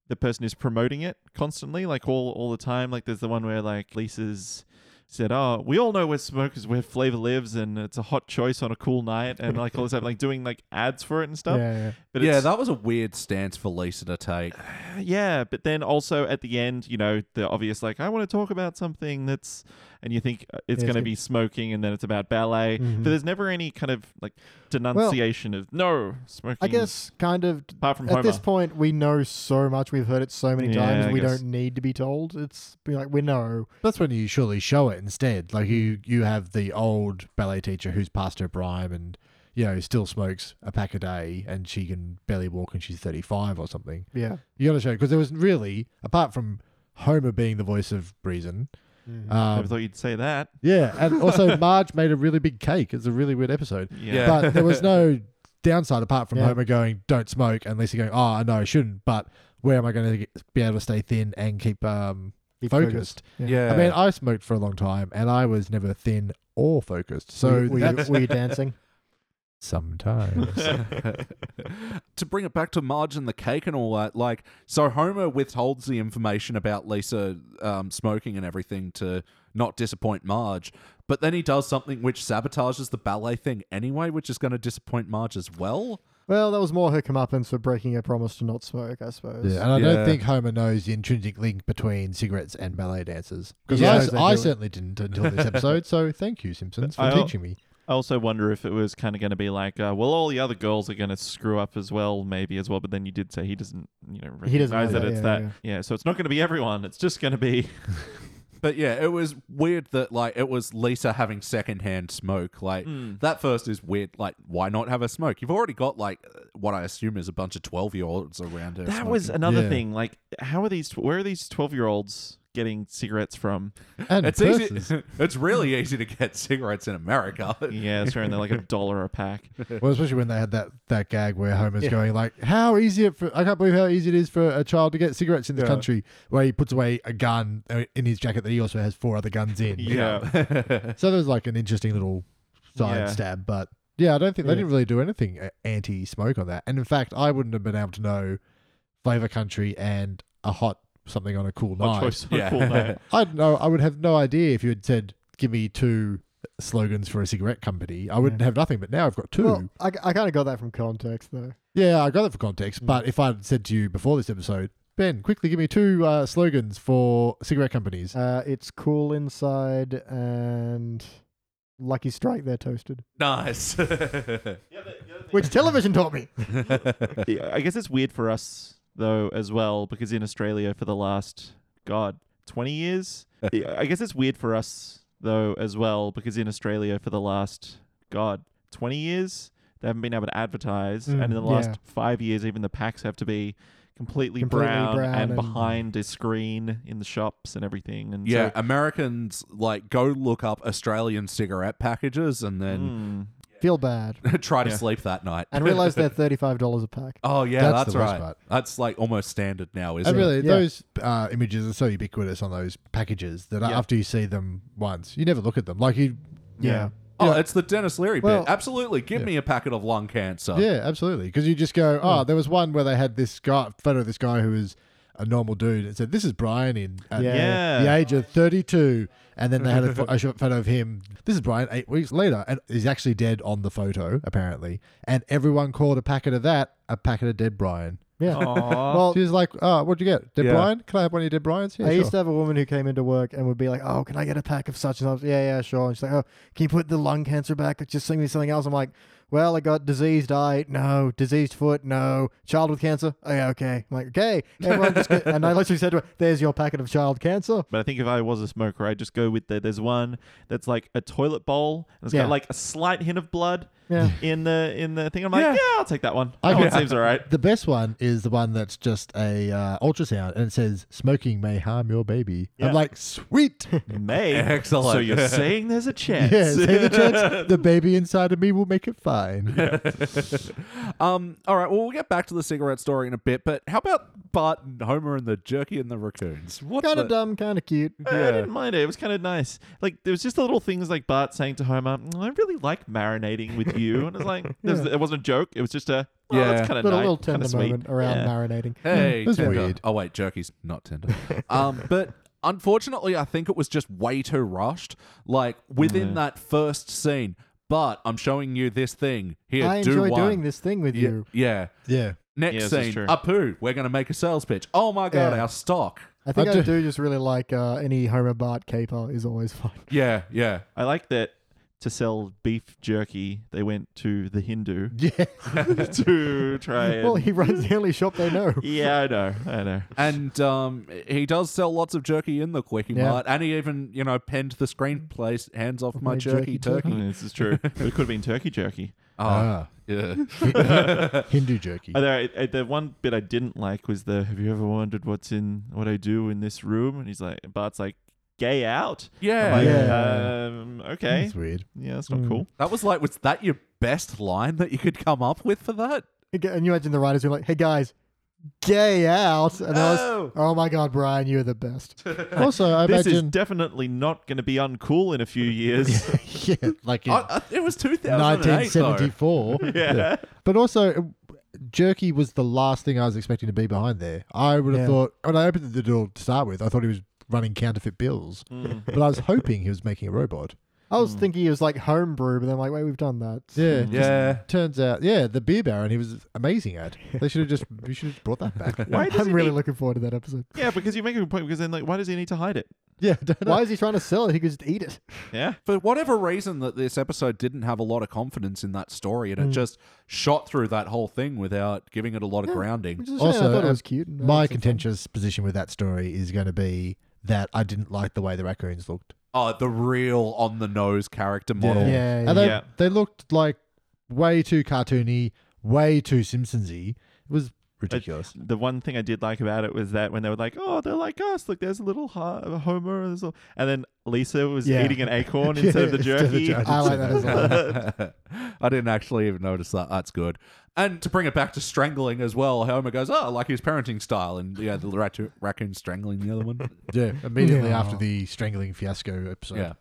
Speaker 2: the person is promoting it constantly, like all all the time. Like there's the one where like Lisa's said, "Oh, we all know where smoke is, where flavor lives, and it's a hot choice on a cool night," and like all this stuff, like doing like ads for it and
Speaker 3: Yeah,
Speaker 2: stuff.
Speaker 3: yeah.
Speaker 2: But
Speaker 1: yeah,
Speaker 2: it's,
Speaker 1: that was a weird stance for Lisa to take.
Speaker 2: Uh, yeah, but then also at the end, you know, the obvious like I want to talk about something that's, and you think uh, it's
Speaker 3: Yeah, it's
Speaker 2: going to
Speaker 3: good. Mm-hmm.
Speaker 2: be smoking, and then it's about ballet. But there's never any kind of like denunciation of no smoking.
Speaker 3: I
Speaker 2: is-"
Speaker 3: guess kind of
Speaker 2: apart from
Speaker 3: at
Speaker 2: Homer,
Speaker 3: this point we know so much. We've heard it so many
Speaker 2: Yeah,
Speaker 3: times.
Speaker 2: I
Speaker 3: we
Speaker 2: guess.
Speaker 3: don't need to be told. It's be like we know.
Speaker 5: That's when you surely show it instead. Like you, you have the old ballet teacher who's past her prime and you know still smokes a pack a day, and she can barely walk, and she's thirty five or something.
Speaker 3: Yeah.
Speaker 5: You got to show because there was really apart from Homer being the voice of reason.
Speaker 3: Mm-hmm.
Speaker 2: I
Speaker 5: Um,
Speaker 2: thought you'd say that.
Speaker 5: yeah, and also Marge made a really big cake. It's a really weird episode,
Speaker 2: Yeah.
Speaker 1: Yeah.
Speaker 5: but there was no downside apart from
Speaker 3: Yeah.
Speaker 5: Homer going, "Don't smoke," and Lisa going, "Oh, no, I shouldn't." But where am I going to be able to stay thin and keep um,
Speaker 3: Keep
Speaker 5: focused?
Speaker 1: Yeah,
Speaker 5: I mean, I smoked for a long time, and I was never thin or focused. So
Speaker 3: were, you,
Speaker 5: that's
Speaker 3: were you dancing?
Speaker 5: sometimes.
Speaker 1: to bring it back to Marge and the cake and all that, like, so Homer withholds the information about Lisa um, smoking and everything to not disappoint Marge, but then he does something which sabotages the ballet thing anyway, which is going to disappoint Marge as well.
Speaker 3: Well, that was more her comeuppance for breaking her promise to not smoke, I suppose.
Speaker 5: yeah, and I
Speaker 1: Yeah.
Speaker 5: don't think Homer knows the intrinsic link between cigarettes and ballet dancers because
Speaker 3: Yeah,
Speaker 5: I,
Speaker 3: exactly.
Speaker 5: I certainly didn't until this episode. So thank you, Simpsons, for
Speaker 2: I-
Speaker 5: teaching me.
Speaker 2: I also wonder if it was kind of going to be like, uh, well, all the other girls are going to screw up as well, maybe as well. But then you did say he doesn't, you know, recognize
Speaker 3: He doesn't know
Speaker 2: that,
Speaker 3: that,
Speaker 2: it's
Speaker 3: yeah,
Speaker 2: that. Yeah. So it's not going to be everyone. It's just going to be.
Speaker 1: But yeah, it was weird that, like, it was Lisa having secondhand smoke. Like, that first is weird. Like, why not have a smoke? You've already got, like, what I assume is a bunch of 12 year olds around her.
Speaker 2: That was another
Speaker 5: Yeah.
Speaker 2: thing. Like, how are these? Where are these twelve-year-olds getting cigarettes from?
Speaker 5: And
Speaker 1: It's
Speaker 5: purses.
Speaker 1: easy. It's really easy to get cigarettes in America.
Speaker 2: Yeah, that's right. And they're like a dollar a pack.
Speaker 5: Well, especially when they had that, that gag where Homer's going like, "How easy it for I can't believe how easy it is for a child to get cigarettes in this
Speaker 1: Yeah.
Speaker 5: country," where he puts away a gun uh, in his jacket that he also has four other guns in.
Speaker 2: Yeah.
Speaker 5: So there was like an interesting little side
Speaker 2: Yeah.
Speaker 5: stab, but yeah, I don't think
Speaker 3: Yeah.
Speaker 5: they didn't really do anything uh, anti-smoke on that. And in fact, I wouldn't have been able to know flavor country and a hot something on a cool
Speaker 2: Hot
Speaker 5: night.
Speaker 2: choice. on a
Speaker 1: Yeah.
Speaker 2: cool night.
Speaker 5: I'd know. I would have no idea if you had said, "Give me two slogans for a cigarette company." I wouldn't have nothing. But now I've got two.
Speaker 3: Well, I, I kind of got that from context, though.
Speaker 5: yeah, I got that for context.
Speaker 3: Mm.
Speaker 5: But if I had said to you before this episode, Ben, quickly give me two uh, slogans for cigarette companies.
Speaker 3: Uh, it's cool inside and lucky strike. They're toasted,
Speaker 1: nice.
Speaker 3: which television taught me.
Speaker 2: Yeah, I guess it's weird for us though as well because in Australia for the last god 20 years. Yeah, I guess it's weird for us though as well because in Australia for the last god 20 years they haven't been able to advertise and in the
Speaker 3: Mm,
Speaker 2: last
Speaker 3: yeah.
Speaker 2: 5 years even the packs have to be completely,
Speaker 3: Completely
Speaker 2: brown,
Speaker 3: brown
Speaker 2: and,
Speaker 3: and-
Speaker 2: behind a screen in the shops and everything and
Speaker 1: yeah,
Speaker 2: so,
Speaker 1: Americans like go look up Australian cigarette packages and
Speaker 3: uh,
Speaker 1: then
Speaker 2: Mm.
Speaker 3: Feel bad
Speaker 1: try to
Speaker 2: Yeah.
Speaker 1: sleep that night.
Speaker 3: and realize they're thirty-five dollars a pack.
Speaker 1: oh yeah, that's,
Speaker 5: That's the worst
Speaker 1: right.
Speaker 5: part.
Speaker 1: That's like almost standard now, isn't
Speaker 5: And really,
Speaker 1: it?
Speaker 3: Yeah.
Speaker 5: those uh, images are so ubiquitous on those packages that
Speaker 2: Yeah.
Speaker 5: after you see them once, you never look at them. Like you,
Speaker 2: Yeah.
Speaker 1: Oh,
Speaker 5: Yeah.
Speaker 1: it's the Dennis Leary
Speaker 3: Well-
Speaker 1: bit. Absolutely, give me a packet of lung cancer.
Speaker 3: Oh.
Speaker 5: yeah, absolutely, because you just
Speaker 3: Hmm.
Speaker 5: go, oh, there was one where they had this guy photo of this guy who was a normal dude and said, "This is Brian in at
Speaker 3: Yeah.
Speaker 2: Yeah.
Speaker 5: the age of 32," and then they had a, pho- a short photo of him. This is Brian eight weeks later, and he's actually dead on the photo apparently. And everyone called a packet of that a packet of dead Brian.
Speaker 3: Yeah.
Speaker 2: Aw.
Speaker 3: Well,
Speaker 5: She's like, oh, what'd you get? Dead
Speaker 1: Yeah.
Speaker 5: Brian? Can I have one of your Dead Brian's? Yeah,
Speaker 3: I
Speaker 5: sure.
Speaker 3: used to have a woman who came into work and would be like, "Oh, can I get a pack of such and such?" Yeah, yeah, sure. And she's like, "Oh, can you put the lung cancer back? Just sing me something else." I'm like, "Well, I got diseased eye, no. Diseased foot, no. Child with cancer, oh, yeah, okay." I'm like, "Okay, everyone." Just get, and I literally said to her, "There's your packet of child cancer."
Speaker 2: But I think if I was a smoker, I'd just go with the. There's one that's like a toilet bowl, and it's
Speaker 3: Yeah.
Speaker 2: got like a slight hint of blood
Speaker 3: Yeah.
Speaker 2: in the in the thing. I'm like,
Speaker 1: Yeah.
Speaker 2: yeah, I'll take that one.
Speaker 5: I
Speaker 2: That one
Speaker 5: can-
Speaker 2: seems all right.
Speaker 5: The best one is the one that's just a uh, ultrasound and it says smoking may harm your baby.
Speaker 2: Yeah.
Speaker 5: I'm like, sweet.
Speaker 2: May.
Speaker 1: Excellent.
Speaker 2: So you're saying there's a chance?
Speaker 5: yeah, say the chance the baby inside of me will make it fine.
Speaker 1: Um, all right, well, we'll get back to the cigarette story in a bit, but how about Bart and Homer and the jerky and the raccoons? What
Speaker 3: Kind
Speaker 1: the-
Speaker 3: of dumb, kind of cute.
Speaker 2: I didn't mind it. It was kind of nice. Like there was just the little things like Bart saying to Homer, "Mm, "I really like marinating with you," and it's like it, was, it wasn't a joke. It was just a oh,
Speaker 1: Yeah.
Speaker 2: that's kind of
Speaker 3: But a
Speaker 2: nice,
Speaker 3: little
Speaker 2: kind
Speaker 3: tender
Speaker 2: of sweet.
Speaker 3: moment around
Speaker 2: Yeah.
Speaker 3: marinating.
Speaker 1: Hey,
Speaker 5: That's
Speaker 1: Tinder.
Speaker 5: weird.
Speaker 1: Oh wait, jerky's not Tinder. um, but unfortunately, I think it was just way too rushed. Like within that first scene, but I'm showing you this thing here.
Speaker 3: I
Speaker 1: do
Speaker 3: enjoy
Speaker 1: one.
Speaker 3: doing this thing with
Speaker 1: Yeah,
Speaker 3: you.
Speaker 1: yeah.
Speaker 5: Yeah.
Speaker 1: Next
Speaker 2: Yes, that's
Speaker 1: scene,
Speaker 2: true.
Speaker 1: Apu. We're going to make a sales pitch. Oh my god,
Speaker 3: Yeah.
Speaker 1: our stock.
Speaker 3: I think I
Speaker 5: I
Speaker 3: do,
Speaker 5: do-
Speaker 3: just really like uh, any Homer Bart caper is always fun.
Speaker 1: Yeah, yeah.
Speaker 2: I like that to sell beef jerky, they went to the Hindu
Speaker 5: Yeah.
Speaker 2: to try. And,
Speaker 3: Well, he runs the only shop they know.
Speaker 2: yeah, I know, I know.
Speaker 1: And um, he does sell lots of jerky in the Quickie
Speaker 3: Yeah.
Speaker 1: Mart, and he even you know penned the screenplay "Hands off my,
Speaker 3: my
Speaker 1: jerky,
Speaker 3: jerky
Speaker 1: turkey."
Speaker 2: Mm, this is true. But it could have been turkey jerky.
Speaker 1: Oh,
Speaker 5: Ah.
Speaker 1: yeah.
Speaker 5: Hindu jerky.
Speaker 2: Uh, there- I- I- the one bit I didn't like was the "Have you ever wondered what's in what I do in this room?" And he's like, Bart's like, "Gay out." I'm
Speaker 1: yeah,
Speaker 2: like,
Speaker 1: yeah.
Speaker 3: Yeah.
Speaker 2: Um, okay.
Speaker 5: That's weird. Hmm.
Speaker 2: Yeah, that's not
Speaker 3: Mm.
Speaker 2: cool.
Speaker 1: That was like, was that your best line that you could come up with for that?
Speaker 3: And you imagine the writers were like, "Hey guys, gay out," and I was,
Speaker 1: Oh.
Speaker 3: "Oh my god, Brian, you're the best."
Speaker 5: Also, I
Speaker 2: This is
Speaker 5: imagine
Speaker 2: definitely not going to be uncool in a few years.
Speaker 5: yeah, like in
Speaker 1: I, I, it was 2008, though.
Speaker 5: 1974.
Speaker 2: yeah.
Speaker 5: But also, it- jerky was the last thing I was expecting to be behind there. I would have
Speaker 3: Yeah.
Speaker 5: thought when I opened the door to start with, I thought he was running counterfeit bills,
Speaker 1: Hmm.
Speaker 2: Mm.
Speaker 5: but I was hoping he was making a robot.
Speaker 3: I
Speaker 2: Hmm.
Speaker 3: was thinking it was like homebrew, but then I'm like, "Wait, we've done that."
Speaker 5: Yeah,
Speaker 2: Mm.
Speaker 1: Yeah.
Speaker 5: Turns out, yeah, the beer baron he was amazing at. They should have just we should have brought that back.
Speaker 2: Why does
Speaker 3: I'm
Speaker 2: he
Speaker 3: really
Speaker 2: need-
Speaker 3: looking forward to that episode.
Speaker 2: Yeah, because you make a good point. Because then, like, why does he need to hide it?
Speaker 5: Yeah, I don't know.
Speaker 3: Why is he trying to sell it? He could just eat it.
Speaker 2: Yeah,
Speaker 1: For whatever reason, that this episode didn't have a lot of confidence in that story, and it
Speaker 3: Mm.
Speaker 1: just shot through that whole thing without giving it a lot of
Speaker 3: Yeah.
Speaker 1: grounding.
Speaker 3: Which is also,
Speaker 5: Also,
Speaker 3: I thought it
Speaker 5: uh,
Speaker 3: was cute. and I
Speaker 5: My
Speaker 3: had some fun.
Speaker 5: contentious position with that story is going to be that I didn't like the way the raccoons looked.
Speaker 1: Oh, the real on the nose character model.
Speaker 5: Yeah.
Speaker 3: Yeah, yeah.
Speaker 5: And they,
Speaker 2: Yeah.
Speaker 5: they looked like way too cartoony, way too Simpsonsy. It was ridiculous.
Speaker 2: the one thing I did like about it was that when they were like, "Oh, they're like us. Look, there's a little ho- Homer," and, there's a- and then Lisa was
Speaker 3: Yeah.
Speaker 2: eating an acorn instead of the
Speaker 5: Instead of the
Speaker 2: jerky.
Speaker 5: jerky.
Speaker 3: I like that as well.
Speaker 1: I didn't actually even notice that. That's good. And to bring it back to strangling as well, Homer goes, "Oh, like his parenting style," and yeah, the raccoon, raccoon strangling the other one.
Speaker 5: yeah, immediately
Speaker 3: Yeah.
Speaker 5: after the strangling fiasco episode.
Speaker 1: Yeah.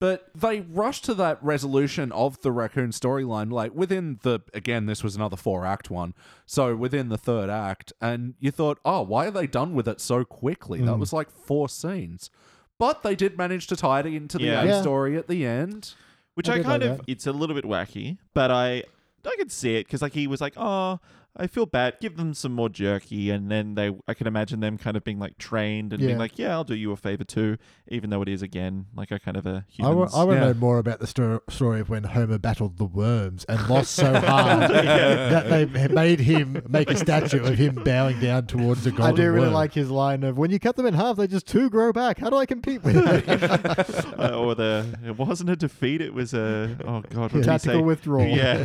Speaker 1: But they rushed to that resolution of the raccoon storyline, like within the, again, this was another four act one. So within the third act, and you thought, oh, why are they done with it so quickly?
Speaker 3: Mm.
Speaker 1: That was like four scenes. But they did manage to tie it into the
Speaker 2: Yeah.
Speaker 1: A
Speaker 3: Yeah.
Speaker 1: story at the end.
Speaker 2: which
Speaker 3: I
Speaker 2: I,
Speaker 3: did
Speaker 2: kind
Speaker 3: like
Speaker 2: of it's a little bit wacky, but I I could see it because like he was like, oh, I feel bad, give them some more jerky, and then they I can imagine them kind of being like trained and
Speaker 3: Yeah.
Speaker 2: being like, yeah, I'll do you a favor too, even though it is again like a kind of a
Speaker 5: I
Speaker 2: human.
Speaker 5: want to
Speaker 1: Yeah.
Speaker 5: know more about the sto- story of when Homer battled the worms and lost so hard that they made him make a statue of him bowing down towards
Speaker 2: Oh,
Speaker 5: a
Speaker 3: I
Speaker 5: golden
Speaker 3: do really
Speaker 5: worm.
Speaker 3: like his line of "When you cut them in half, they just two grow back. How do I compete with it?"
Speaker 2: uh, or the it wasn't a defeat, it was a oh god, what did he
Speaker 3: tactical
Speaker 2: say?
Speaker 3: withdrawal.
Speaker 2: Yeah.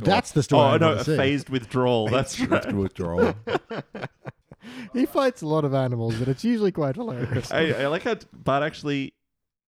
Speaker 5: That's the story.
Speaker 2: oh
Speaker 5: I
Speaker 2: no,
Speaker 5: wanna
Speaker 2: a
Speaker 5: see.
Speaker 2: phased withdrawal. That's right.
Speaker 1: withdrawal.
Speaker 3: He fights a lot of animals, but it's usually quite hilarious.
Speaker 2: I, I like how Bart actually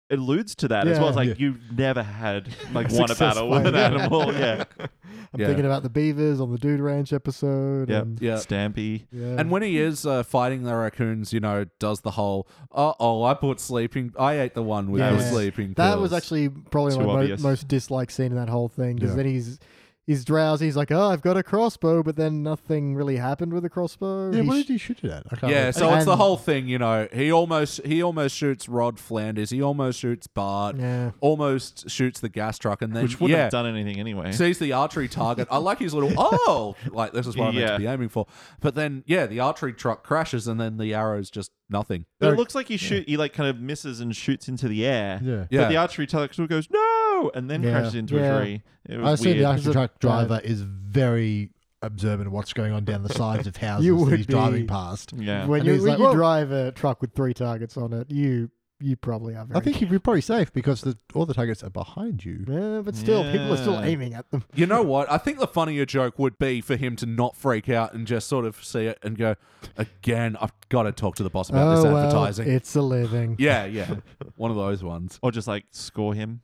Speaker 2: alludes to that as well. It's
Speaker 5: Yeah.
Speaker 2: like you never had like won a battle
Speaker 3: Successful.
Speaker 2: with an
Speaker 3: Yeah.
Speaker 2: animal. Yeah.
Speaker 3: I'm
Speaker 1: Yeah.
Speaker 3: thinking about the beavers on the Dude Ranch episode.
Speaker 2: Yep.
Speaker 3: and-
Speaker 1: Yeah.
Speaker 2: Stampy.
Speaker 3: yeah.
Speaker 1: And when he is uh, fighting the raccoons, you know, does the whole, uh oh, I put sleeping, I ate the one with
Speaker 3: Yeah.
Speaker 1: the sleeping
Speaker 3: that was
Speaker 1: pills."
Speaker 3: actually probably
Speaker 2: Too
Speaker 3: my mo-
Speaker 2: obvious.
Speaker 3: most disliked scene in that whole thing because
Speaker 5: Yeah.
Speaker 3: then he's he's drowsy. He's like, oh, I've got a crossbow, but then nothing really happened with the crossbow.
Speaker 5: Yeah,
Speaker 3: He
Speaker 5: what
Speaker 3: sh-
Speaker 5: did he shoot it at? I can't
Speaker 1: Yeah,
Speaker 5: remember.
Speaker 1: so it's the
Speaker 3: And-
Speaker 1: whole thing, you know. He almost he almost shoots Rod Flanders, he almost shoots Bart,
Speaker 3: Yeah.
Speaker 1: almost shoots the gas truck, and then
Speaker 2: which wouldn't
Speaker 1: yeah,
Speaker 2: have done eh? anything anyway.
Speaker 1: sees the archery target. I like his little oh, like this is what I'm meant
Speaker 2: Yeah.
Speaker 1: to be aiming for. But then yeah, the archery truck crashes, and then the arrow's just nothing.
Speaker 2: but it looks like he shoot. He like kind of misses and shoots into the air.
Speaker 5: Yeah.
Speaker 1: Yeah.
Speaker 2: But the archery target sort of goes no, and then
Speaker 5: Yeah.
Speaker 2: crashes into
Speaker 3: Yeah.
Speaker 2: a tree. It
Speaker 5: I
Speaker 2: was
Speaker 5: assume
Speaker 2: weird.
Speaker 5: the actual
Speaker 3: a
Speaker 5: truck
Speaker 3: bad-
Speaker 5: driver is very observant of what's going on down the sides of houses
Speaker 3: You
Speaker 5: that
Speaker 3: would
Speaker 5: he's driving
Speaker 3: be.
Speaker 5: past.
Speaker 2: yeah.
Speaker 3: When
Speaker 5: And
Speaker 3: you,
Speaker 5: he's
Speaker 3: when
Speaker 5: like,
Speaker 3: you
Speaker 5: "Well-"
Speaker 3: drive a truck with three targets on it, you you probably are very.
Speaker 5: I think he'd be probably safe because the, all the targets are behind you.
Speaker 3: Yeah, but still, people are still
Speaker 2: Yeah.
Speaker 3: aiming at them.
Speaker 1: You know what? I think the funnier joke would be for him to not freak out and just sort of see it and go, again, I've got to talk to the boss about this
Speaker 3: oh,
Speaker 1: advertising.
Speaker 3: Well, it's a living.
Speaker 1: yeah, yeah, one of those ones.
Speaker 2: Or just like score him.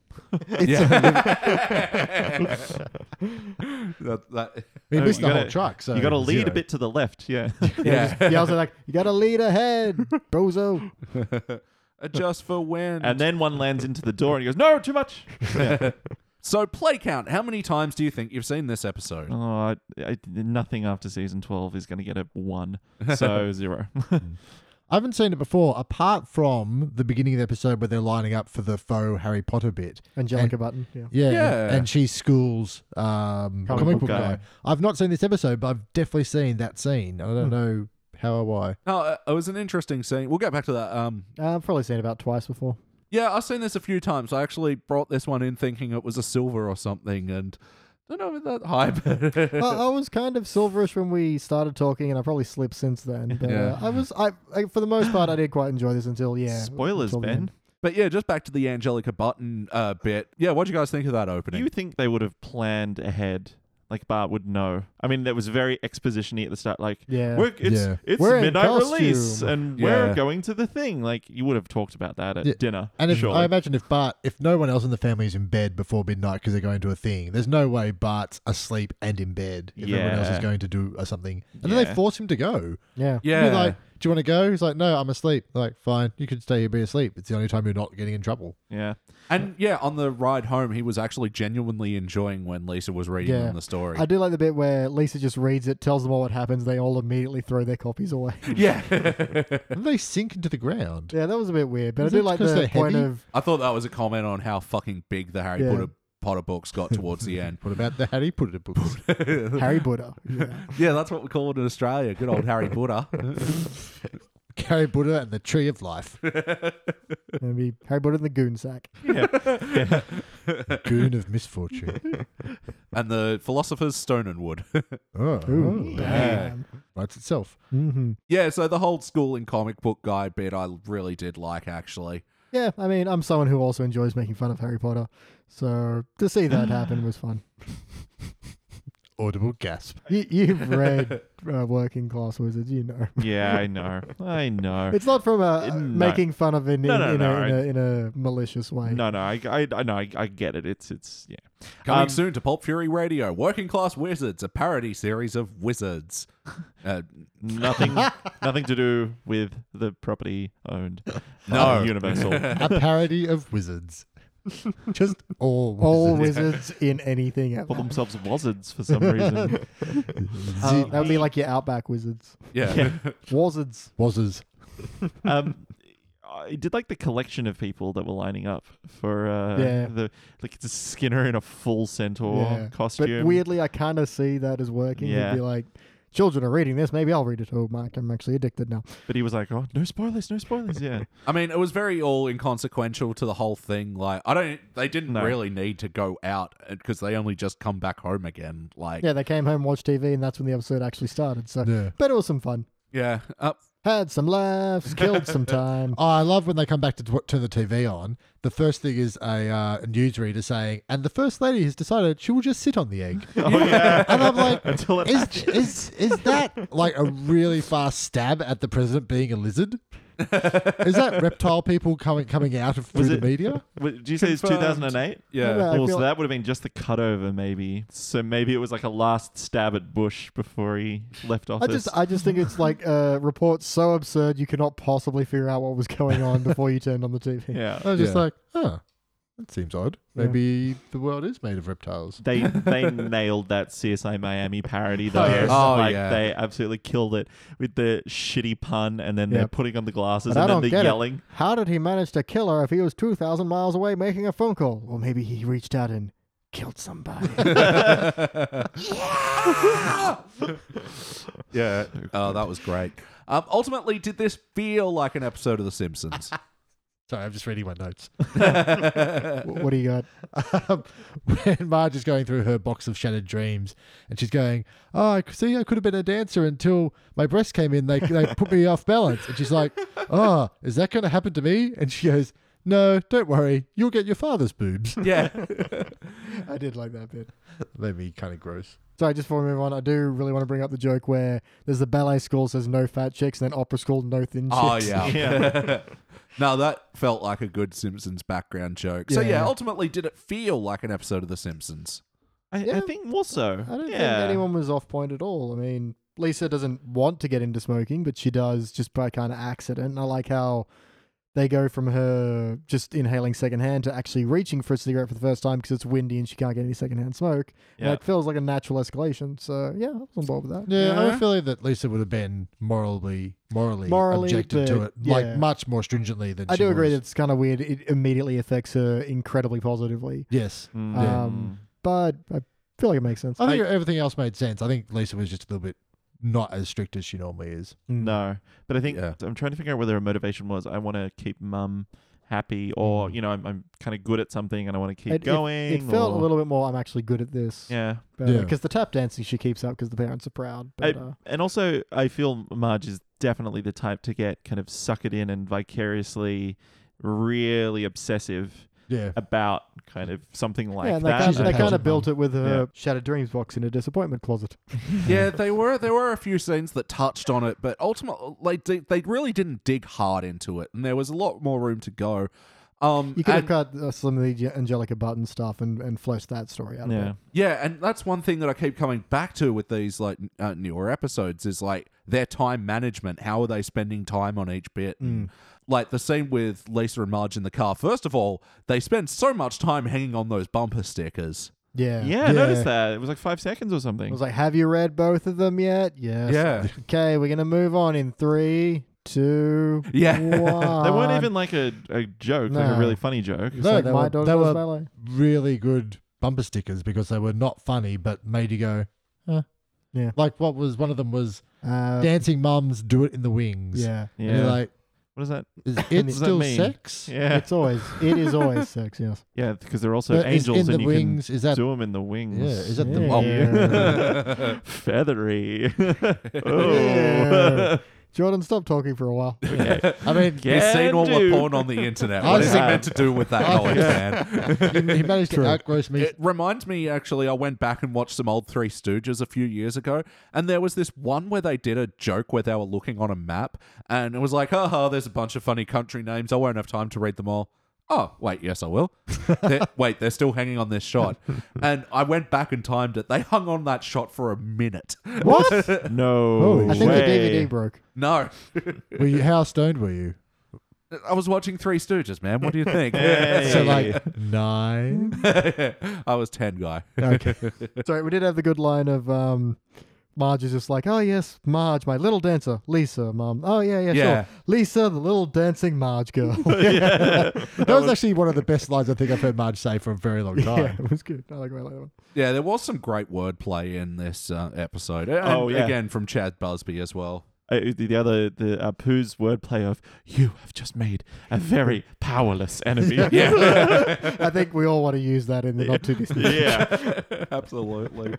Speaker 3: It's
Speaker 1: Yeah.
Speaker 3: a living.
Speaker 1: That, that,
Speaker 5: He
Speaker 2: Oh,
Speaker 5: missed
Speaker 2: you
Speaker 5: the whole
Speaker 2: gotta-
Speaker 5: truck. So
Speaker 2: you got to lead
Speaker 5: zero.
Speaker 2: a bit to the left. Yeah.
Speaker 1: yeah,
Speaker 3: Yeah, I was like, you got to lead ahead, bozo.
Speaker 1: adjust Uh, for when.
Speaker 2: and then one lands into the door and he goes no, too much.
Speaker 1: so play count. How many times do you think you've seen this episode?
Speaker 2: Oh, I, I, nothing after season twelve is going to get a one. So zero.
Speaker 5: I haven't seen it before, apart from the beginning of the episode where they're lining up for the faux Harry Potter bit.
Speaker 3: Angelica Button. Yeah.
Speaker 5: Yeah,
Speaker 1: Yeah.
Speaker 5: and she schools um, comic, book, guy. I've not seen this episode, but I've definitely seen that scene. I don't know how or why.
Speaker 1: No, uh, it was an interesting scene. We'll get back to that. Um,
Speaker 3: Uh, I've probably seen it about twice before.
Speaker 1: yeah, I've seen this a few times. I actually brought this one in thinking it was a silver or something, and I don't know about that hype.
Speaker 3: I, I was kind of silverish when we started talking, and I probably slipped since then. But
Speaker 1: Yeah.
Speaker 3: uh, I was, I, I for the most part, I did quite enjoy this until yeah.
Speaker 2: Spoilers,
Speaker 3: until the
Speaker 2: Ben.
Speaker 3: end.
Speaker 1: But yeah, just back to the Angelica Button uh, bit. Yeah, what do you guys think of that
Speaker 2: Do
Speaker 1: opening?
Speaker 2: you think they would have planned ahead? Like Bart would know. I mean, that was very expositiony at the start. Like,
Speaker 3: Yeah.
Speaker 2: we're, it's
Speaker 5: Yeah.
Speaker 2: it's
Speaker 3: We're in
Speaker 2: midnight release,
Speaker 3: costume.
Speaker 2: and
Speaker 1: Yeah.
Speaker 2: we're going to the thing. Like, you would have talked about that at
Speaker 5: Yeah.
Speaker 2: dinner.
Speaker 5: And if,
Speaker 2: surely.
Speaker 5: I imagine if Bart, if no one else in the family is in bed before midnight because they're going to a thing, there's no way Bart's asleep and in bed if everyone else is
Speaker 2: Yeah.
Speaker 5: going to do uh, something. And then they
Speaker 2: Yeah.
Speaker 5: force him to go.
Speaker 3: Yeah.
Speaker 1: yeah,
Speaker 5: They're like, do you want to go? He's like, no, I'm asleep. They're like, fine, you can stay here, be asleep. It's the only time you're not getting in trouble.
Speaker 2: yeah,
Speaker 1: and yeah, on the ride home, he was actually genuinely enjoying when Lisa was reading
Speaker 3: Yeah.
Speaker 1: them the story.
Speaker 3: I do like the bit where Lisa just reads it, tells them all what happens, they all immediately throw their copies away.
Speaker 1: yeah,
Speaker 5: And they sink into the ground.
Speaker 3: yeah, that was a bit weird, but
Speaker 5: Is
Speaker 3: I
Speaker 5: it
Speaker 3: do like
Speaker 5: 'cause
Speaker 3: the
Speaker 5: they're
Speaker 3: point
Speaker 5: heavy?
Speaker 3: of
Speaker 1: I thought that was a comment on how fucking big the Harry
Speaker 3: Yeah.
Speaker 1: Potter Potter books got towards the end.
Speaker 5: What about the Harry Potter books?
Speaker 3: Harry Buddha. Yeah.
Speaker 1: Yeah, that's what we call it in Australia. Good old Harry Potter.
Speaker 5: Harry Potter and the Tree of Life.
Speaker 3: It'd be Harry Buddha in the goon sack.
Speaker 5: Goon of Misfortune.
Speaker 1: and the philosopher's stone and wood.
Speaker 5: Oh,
Speaker 3: Ooh,
Speaker 1: Yeah.
Speaker 5: writes itself.
Speaker 3: hmm
Speaker 1: yeah, so the whole school and comic book guy bit I really did like actually.
Speaker 3: Yeah, I mean, I'm someone who also enjoys making fun of Harry Potter, so to see that happen was fun.
Speaker 5: Audible gasp.
Speaker 3: You, you've read uh, Working Class Wizards, you know.
Speaker 2: yeah, I know, I know.
Speaker 3: It's not from a,
Speaker 2: Uh, no.
Speaker 3: making fun of in, in,
Speaker 2: No, no,
Speaker 3: in,
Speaker 2: no,
Speaker 3: a, in, a, in a malicious way.
Speaker 2: no, no, I, I, I know, I, I get it. It's, it's, yeah.
Speaker 1: Coming
Speaker 2: Um,
Speaker 1: soon to Pulp Fury Radio, Working Class Wizards, a parody series of wizards. Uh,
Speaker 2: Nothing, nothing to do with the property owned. by Oh,
Speaker 1: No.
Speaker 2: Universal.
Speaker 5: A parody of wizards. Just all wizards.
Speaker 3: All wizards in anything ever.
Speaker 2: Call themselves wizards for some reason.
Speaker 3: Uh, that would be like your Outback Wizards.
Speaker 1: yeah.
Speaker 3: Wizards.
Speaker 5: Wazzers.
Speaker 2: um, I did like the collection of people that were lining up for uh,
Speaker 3: Yeah.
Speaker 2: the like it's a Skinner in a full centaur
Speaker 3: Yeah.
Speaker 2: costume.
Speaker 3: But weirdly, I kind of see that as working. It'd
Speaker 2: Yeah.
Speaker 3: be like, children are reading this. Maybe I'll read it. Oh, Mike, I'm actually addicted now.
Speaker 2: But he was like, "Oh, no spoilers, no spoilers." Yeah,
Speaker 1: I mean, it was very all inconsequential to the whole thing. Like, I don't, they didn't
Speaker 2: No.
Speaker 1: really need to go out because they only just come back home again. Like,
Speaker 3: Yeah, they came home, watched TV, and that's when the episode actually started. So,
Speaker 5: Yeah.
Speaker 3: but it was some fun.
Speaker 1: yeah. Uh,
Speaker 3: Had some laughs, killed some time.
Speaker 5: Oh, I love when they come back to t- turn the TV on. The first thing is a uh, newsreader saying, and the first lady has decided she will just sit on the egg.
Speaker 2: oh yeah.
Speaker 5: And I'm like,
Speaker 2: Until it
Speaker 5: is, is, is that like a really fast stab at the president being a lizard? Is that reptile people coming coming out of through
Speaker 2: Was
Speaker 5: the
Speaker 2: it-
Speaker 5: media?
Speaker 2: Wait, Do you say it's
Speaker 1: Confirmed.
Speaker 2: 2008?
Speaker 1: yeah.
Speaker 3: Yeah. I
Speaker 2: Well, so
Speaker 3: feel-
Speaker 2: that would have been just the cutover, maybe. So maybe it was like a last stab at Bush before he left
Speaker 3: I
Speaker 2: office.
Speaker 3: just, I just think it's like a report so absurd you could not possibly figure out what was going on before you turned on the TV.
Speaker 2: yeah.
Speaker 5: I was just
Speaker 1: Yeah.
Speaker 5: like, huh. That seems odd.
Speaker 3: Yeah.
Speaker 5: Maybe the world is made of reptiles.
Speaker 2: They they nailed that CSI Miami parody though.
Speaker 5: yes.
Speaker 1: Oh,
Speaker 2: like
Speaker 1: yeah.
Speaker 2: they absolutely killed it with the shitty pun and then
Speaker 3: Yeah.
Speaker 2: they're putting on the glasses
Speaker 3: But I
Speaker 2: and then
Speaker 3: don't
Speaker 2: they're
Speaker 3: get it.
Speaker 2: yelling.
Speaker 3: How did he manage to kill her if he was 2,000 miles away making a phone call? Well, maybe he reached out and killed somebody.
Speaker 1: yeah. Oh, that was great. Um, ultimately, did this feel like an episode of The Simpsons?
Speaker 5: Sorry, I'm just reading my notes.
Speaker 3: Wh- what do you got?
Speaker 5: um, when Marge is going through her box of shattered dreams, and she's going, "Oh, I c- see, I could have been a dancer until my breasts came in. They they put me off balance." And she's like, "Oh, is that going to happen to me?" And she goes, "No, don't worry. You'll get your father's boobs."
Speaker 1: yeah.
Speaker 3: I did like that bit.
Speaker 5: That'd be kind of gross.
Speaker 3: Sorry, just before we move on, I do really want to bring up the joke where there's the ballet school says no fat chicks and then opera school no thin chicks.
Speaker 1: Oh, yeah.
Speaker 2: Yeah.
Speaker 1: no, that felt like a good Simpsons background joke. So,
Speaker 3: Yeah.
Speaker 1: yeah, ultimately, did it feel like an episode of The Simpsons?
Speaker 2: I, I
Speaker 3: Yeah.
Speaker 2: think more so.
Speaker 3: I don't
Speaker 2: yeah.
Speaker 3: think anyone was off point at all. I mean, Lisa doesn't want to get into smoking, but she does just by kind of accident. And I like how they go from her just inhaling secondhand to actually reaching for a cigarette for the first time because it's windy and she can't get any secondhand smoke.
Speaker 2: Yeah.
Speaker 3: And it feels like a natural escalation. So yeah, I was on board with that.
Speaker 5: Yeah, I have
Speaker 1: Yeah.
Speaker 5: a feeling that Lisa would have been morally morally,
Speaker 3: Morally,
Speaker 5: objected to
Speaker 3: but-
Speaker 5: it, like
Speaker 3: yeah.
Speaker 5: much more stringently than
Speaker 3: I
Speaker 5: she
Speaker 3: do agree
Speaker 5: was.
Speaker 3: that it's kind of weird. It immediately affects her incredibly positively,
Speaker 5: Yes.
Speaker 2: Mm.
Speaker 3: Um, but I feel like it makes sense.
Speaker 5: I think everything else made sense. I think Lisa was just a little bit not as strict as she normally is.
Speaker 2: Mm. No, but I think
Speaker 1: Yeah.
Speaker 2: I'm trying to figure out whether her motivation was I want to keep mum happy, or you know I'm, I'm kind of good at something and I want to keep
Speaker 3: Mm. It- it-
Speaker 2: going.
Speaker 3: It, felt
Speaker 2: or-
Speaker 3: a little bit more. I'm actually good at this.
Speaker 2: yeah.
Speaker 3: Because
Speaker 5: Yeah.
Speaker 3: the tap dancing she keeps up because the parents are proud.
Speaker 2: I-
Speaker 3: But, uh,
Speaker 2: And also, I feel Marge is definitely the type to get kind of suck it in and vicariously, really obsessive
Speaker 5: Yeah.
Speaker 2: about kind of something like
Speaker 3: yeah, and they,
Speaker 2: that.
Speaker 3: kind,
Speaker 5: She's a
Speaker 3: they kind
Speaker 5: pageant
Speaker 3: of built it with her
Speaker 2: Yeah.
Speaker 3: Shattered Dreams box in a disappointment closet.
Speaker 1: yeah, they were. There were a few scenes that touched on it, but ultimately, like, they, they really didn't dig hard into it, and there was a lot more room to go. Um,
Speaker 3: You could
Speaker 1: and-
Speaker 3: have cut uh, some of the Ge- Angelica Button stuff and, and fleshed that story out. a
Speaker 2: yeah,
Speaker 3: bit.
Speaker 1: Yeah, and that's one thing that I keep coming back to with these like n- uh, newer episodes is like their time management. How are they spending time on each bit?
Speaker 5: Mm.
Speaker 1: And, Like the scene with Lisa and Marge in the car. First of all, they spend so much time hanging on those bumper stickers.
Speaker 3: yeah,
Speaker 2: yeah. I noticed that it was like five seconds or something.
Speaker 3: I was like, "Have you read both of them yet?" Yes. Okay, we're gonna move on in three, two,
Speaker 1: Yeah.
Speaker 3: one.
Speaker 2: they weren't even like a, a joke, like a
Speaker 3: No.
Speaker 2: really funny joke.
Speaker 3: It's like
Speaker 5: No, they
Speaker 3: my
Speaker 5: were-
Speaker 3: daughter
Speaker 5: they
Speaker 3: was
Speaker 5: were-
Speaker 3: ballet.
Speaker 5: Really good bumper stickers because they were not funny but made you go, huh.
Speaker 3: Yeah.
Speaker 5: Like what was one of them was
Speaker 3: Uh,
Speaker 5: dancing mums do it in the wings.
Speaker 3: yeah.
Speaker 5: And you're
Speaker 2: Yeah,
Speaker 5: like,
Speaker 2: what is that?
Speaker 5: is
Speaker 2: does
Speaker 5: it
Speaker 2: that
Speaker 5: still
Speaker 2: mean?
Speaker 5: sex?
Speaker 2: Yeah,
Speaker 3: It's always it is always sex. Yes.
Speaker 2: yeah, because they're also
Speaker 5: But is
Speaker 2: angels, and
Speaker 5: in the
Speaker 2: you
Speaker 5: wings, is
Speaker 2: can
Speaker 5: that
Speaker 2: do them in the wings.
Speaker 5: yeah, is that the
Speaker 3: Yeah.
Speaker 1: Oh.
Speaker 5: Yeah.
Speaker 2: feathery? oh.
Speaker 3: Yeah. Jordan, stop talking for a while.
Speaker 2: Okay.
Speaker 5: I mean
Speaker 1: You've seen all
Speaker 2: Can do.
Speaker 1: the porn on the internet.
Speaker 5: I
Speaker 1: What is it
Speaker 5: have.
Speaker 1: meant to do with that
Speaker 5: I
Speaker 1: knowledge,
Speaker 5: have.
Speaker 1: man?
Speaker 5: he he managed to
Speaker 3: True.
Speaker 5: outgross me
Speaker 1: It reminds me, actually, I went back and watched some old Three Stooges a few years ago, and there was this one where they did a joke where they were looking on a map, and it was like, "Ha ha, there's a bunch of funny country names. I won't have time to read them all. Oh, wait, yes, I will. They're- wait, they're still hanging on this shot. And I went back and timed it. They hung on that shot for a minute.
Speaker 3: What?
Speaker 2: No.
Speaker 3: I think
Speaker 2: way.
Speaker 3: the DVD broke.
Speaker 1: No,
Speaker 5: were you how stoned were you?
Speaker 1: I was watching Three Stooges, man. What do you think?
Speaker 2: Hey.
Speaker 5: So like nine
Speaker 1: I was 10 guy.
Speaker 3: Okay. Sorry, we did have the good line of um, Marge is just like, oh, yes, Marge, my little dancer, Lisa, mom. Oh, yeah, yeah,
Speaker 1: Yeah.
Speaker 3: sure. Lisa, the little dancing Marge girl.
Speaker 5: That was actually one of the best lines I think I've heard Marge say for a very long
Speaker 3: yeah,
Speaker 5: time.
Speaker 3: it was good. I like, I like that one.
Speaker 1: Yeah, there was some great wordplay in this uh, episode. And
Speaker 2: Oh, yeah.
Speaker 1: again from Chad Busby as well.
Speaker 2: Uh, the, the other the uh, Pooh's wordplay of "You have just made a very powerless enemy."
Speaker 3: I think we all want to use that in the not too distant.
Speaker 2: yeah.
Speaker 1: Absolutely.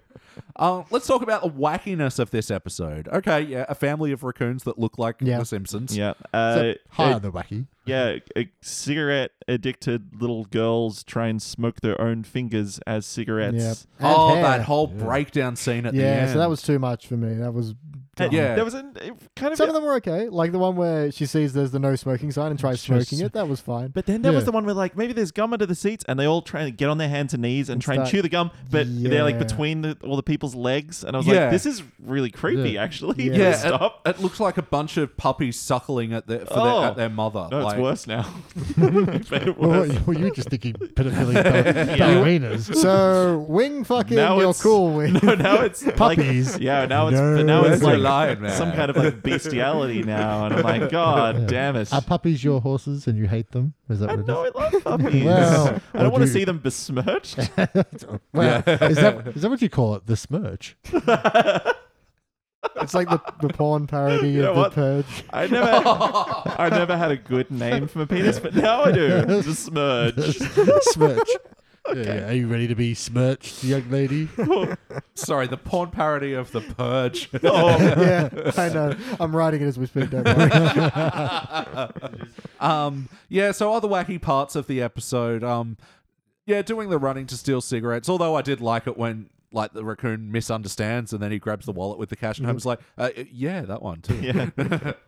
Speaker 1: um, let's talk about the wackiness of this episode. Okay, yeah, a family of raccoons that look like
Speaker 3: Yeah.
Speaker 1: the Simpsons.
Speaker 2: Yeah. Uh,
Speaker 5: Higher
Speaker 2: uh,
Speaker 5: than wacky.
Speaker 2: yeah. A cigarette addicted little girls try and smoke their own fingers as cigarettes.
Speaker 3: Yeah. And
Speaker 1: Oh,
Speaker 3: hair.
Speaker 1: that whole breakdown scene at the
Speaker 3: Yeah,
Speaker 1: end.
Speaker 3: so that was too much for me. That was time.
Speaker 1: Yeah.
Speaker 2: There was a it kind of.
Speaker 3: Some of them were okay, like the one where she sees there's the no smoking sign and tries
Speaker 2: Just-
Speaker 3: smoking it. That was fine.
Speaker 2: but then there was
Speaker 5: Yeah.
Speaker 2: the one where like maybe there's gum under the seats and they all try and get on their hands and knees and,
Speaker 3: And
Speaker 2: try and
Speaker 3: start-
Speaker 2: chew the gum, but they're like
Speaker 3: Yeah.
Speaker 2: between the, all the people's legs and I was
Speaker 1: Yeah.
Speaker 2: like, this is really creepy
Speaker 5: Yeah.
Speaker 2: actually.
Speaker 3: Yeah.
Speaker 2: Can we
Speaker 1: Yeah, it-
Speaker 2: stop.
Speaker 1: It, looks like a bunch of puppies suckling at their, for
Speaker 2: Oh.
Speaker 1: their, at their mother.
Speaker 2: no,
Speaker 1: like,
Speaker 2: it's worse now. You've made it
Speaker 5: Well,
Speaker 2: worse.
Speaker 5: what, well, you were just thinking pedophilia ballerinas.
Speaker 3: So wing fucking
Speaker 2: Now
Speaker 3: you're
Speaker 2: it's-
Speaker 3: cool wing.
Speaker 2: No, now it's like-
Speaker 5: Puppies.
Speaker 2: yeah, now it's but
Speaker 5: No.
Speaker 2: now it's
Speaker 1: Where's your
Speaker 2: like
Speaker 1: line, man?
Speaker 2: some kind of like bestiality now, and I'm like, God damn it!
Speaker 5: Are puppies your horses and you hate them? Is that
Speaker 2: I
Speaker 5: what it is?
Speaker 2: know I love puppies.
Speaker 5: Well,
Speaker 2: I don't want to
Speaker 5: would you-
Speaker 2: see them besmirched.
Speaker 5: Wow. is that is that what you call it? The smirch?
Speaker 3: It's like the, the porn parody
Speaker 2: know
Speaker 3: of the
Speaker 2: what?
Speaker 3: purge.
Speaker 2: I never, I never had a good name for my penis, but now I do. Besmirched.
Speaker 5: smirch. Yeah, yeah. Are you ready to be smirched, young lady?
Speaker 1: Sorry, the porn parody of The Purge.
Speaker 2: Oh,
Speaker 3: yeah, I know. I'm writing it as we speak. Don't worry.
Speaker 1: um, yeah, so other wacky parts of the episode. Um, yeah, doing the running to steal cigarettes. Although I did like it when like the raccoon misunderstands and then he grabs the wallet with the cash and Homer's
Speaker 3: Mm.
Speaker 1: like, uh, yeah, that one too.
Speaker 2: yeah.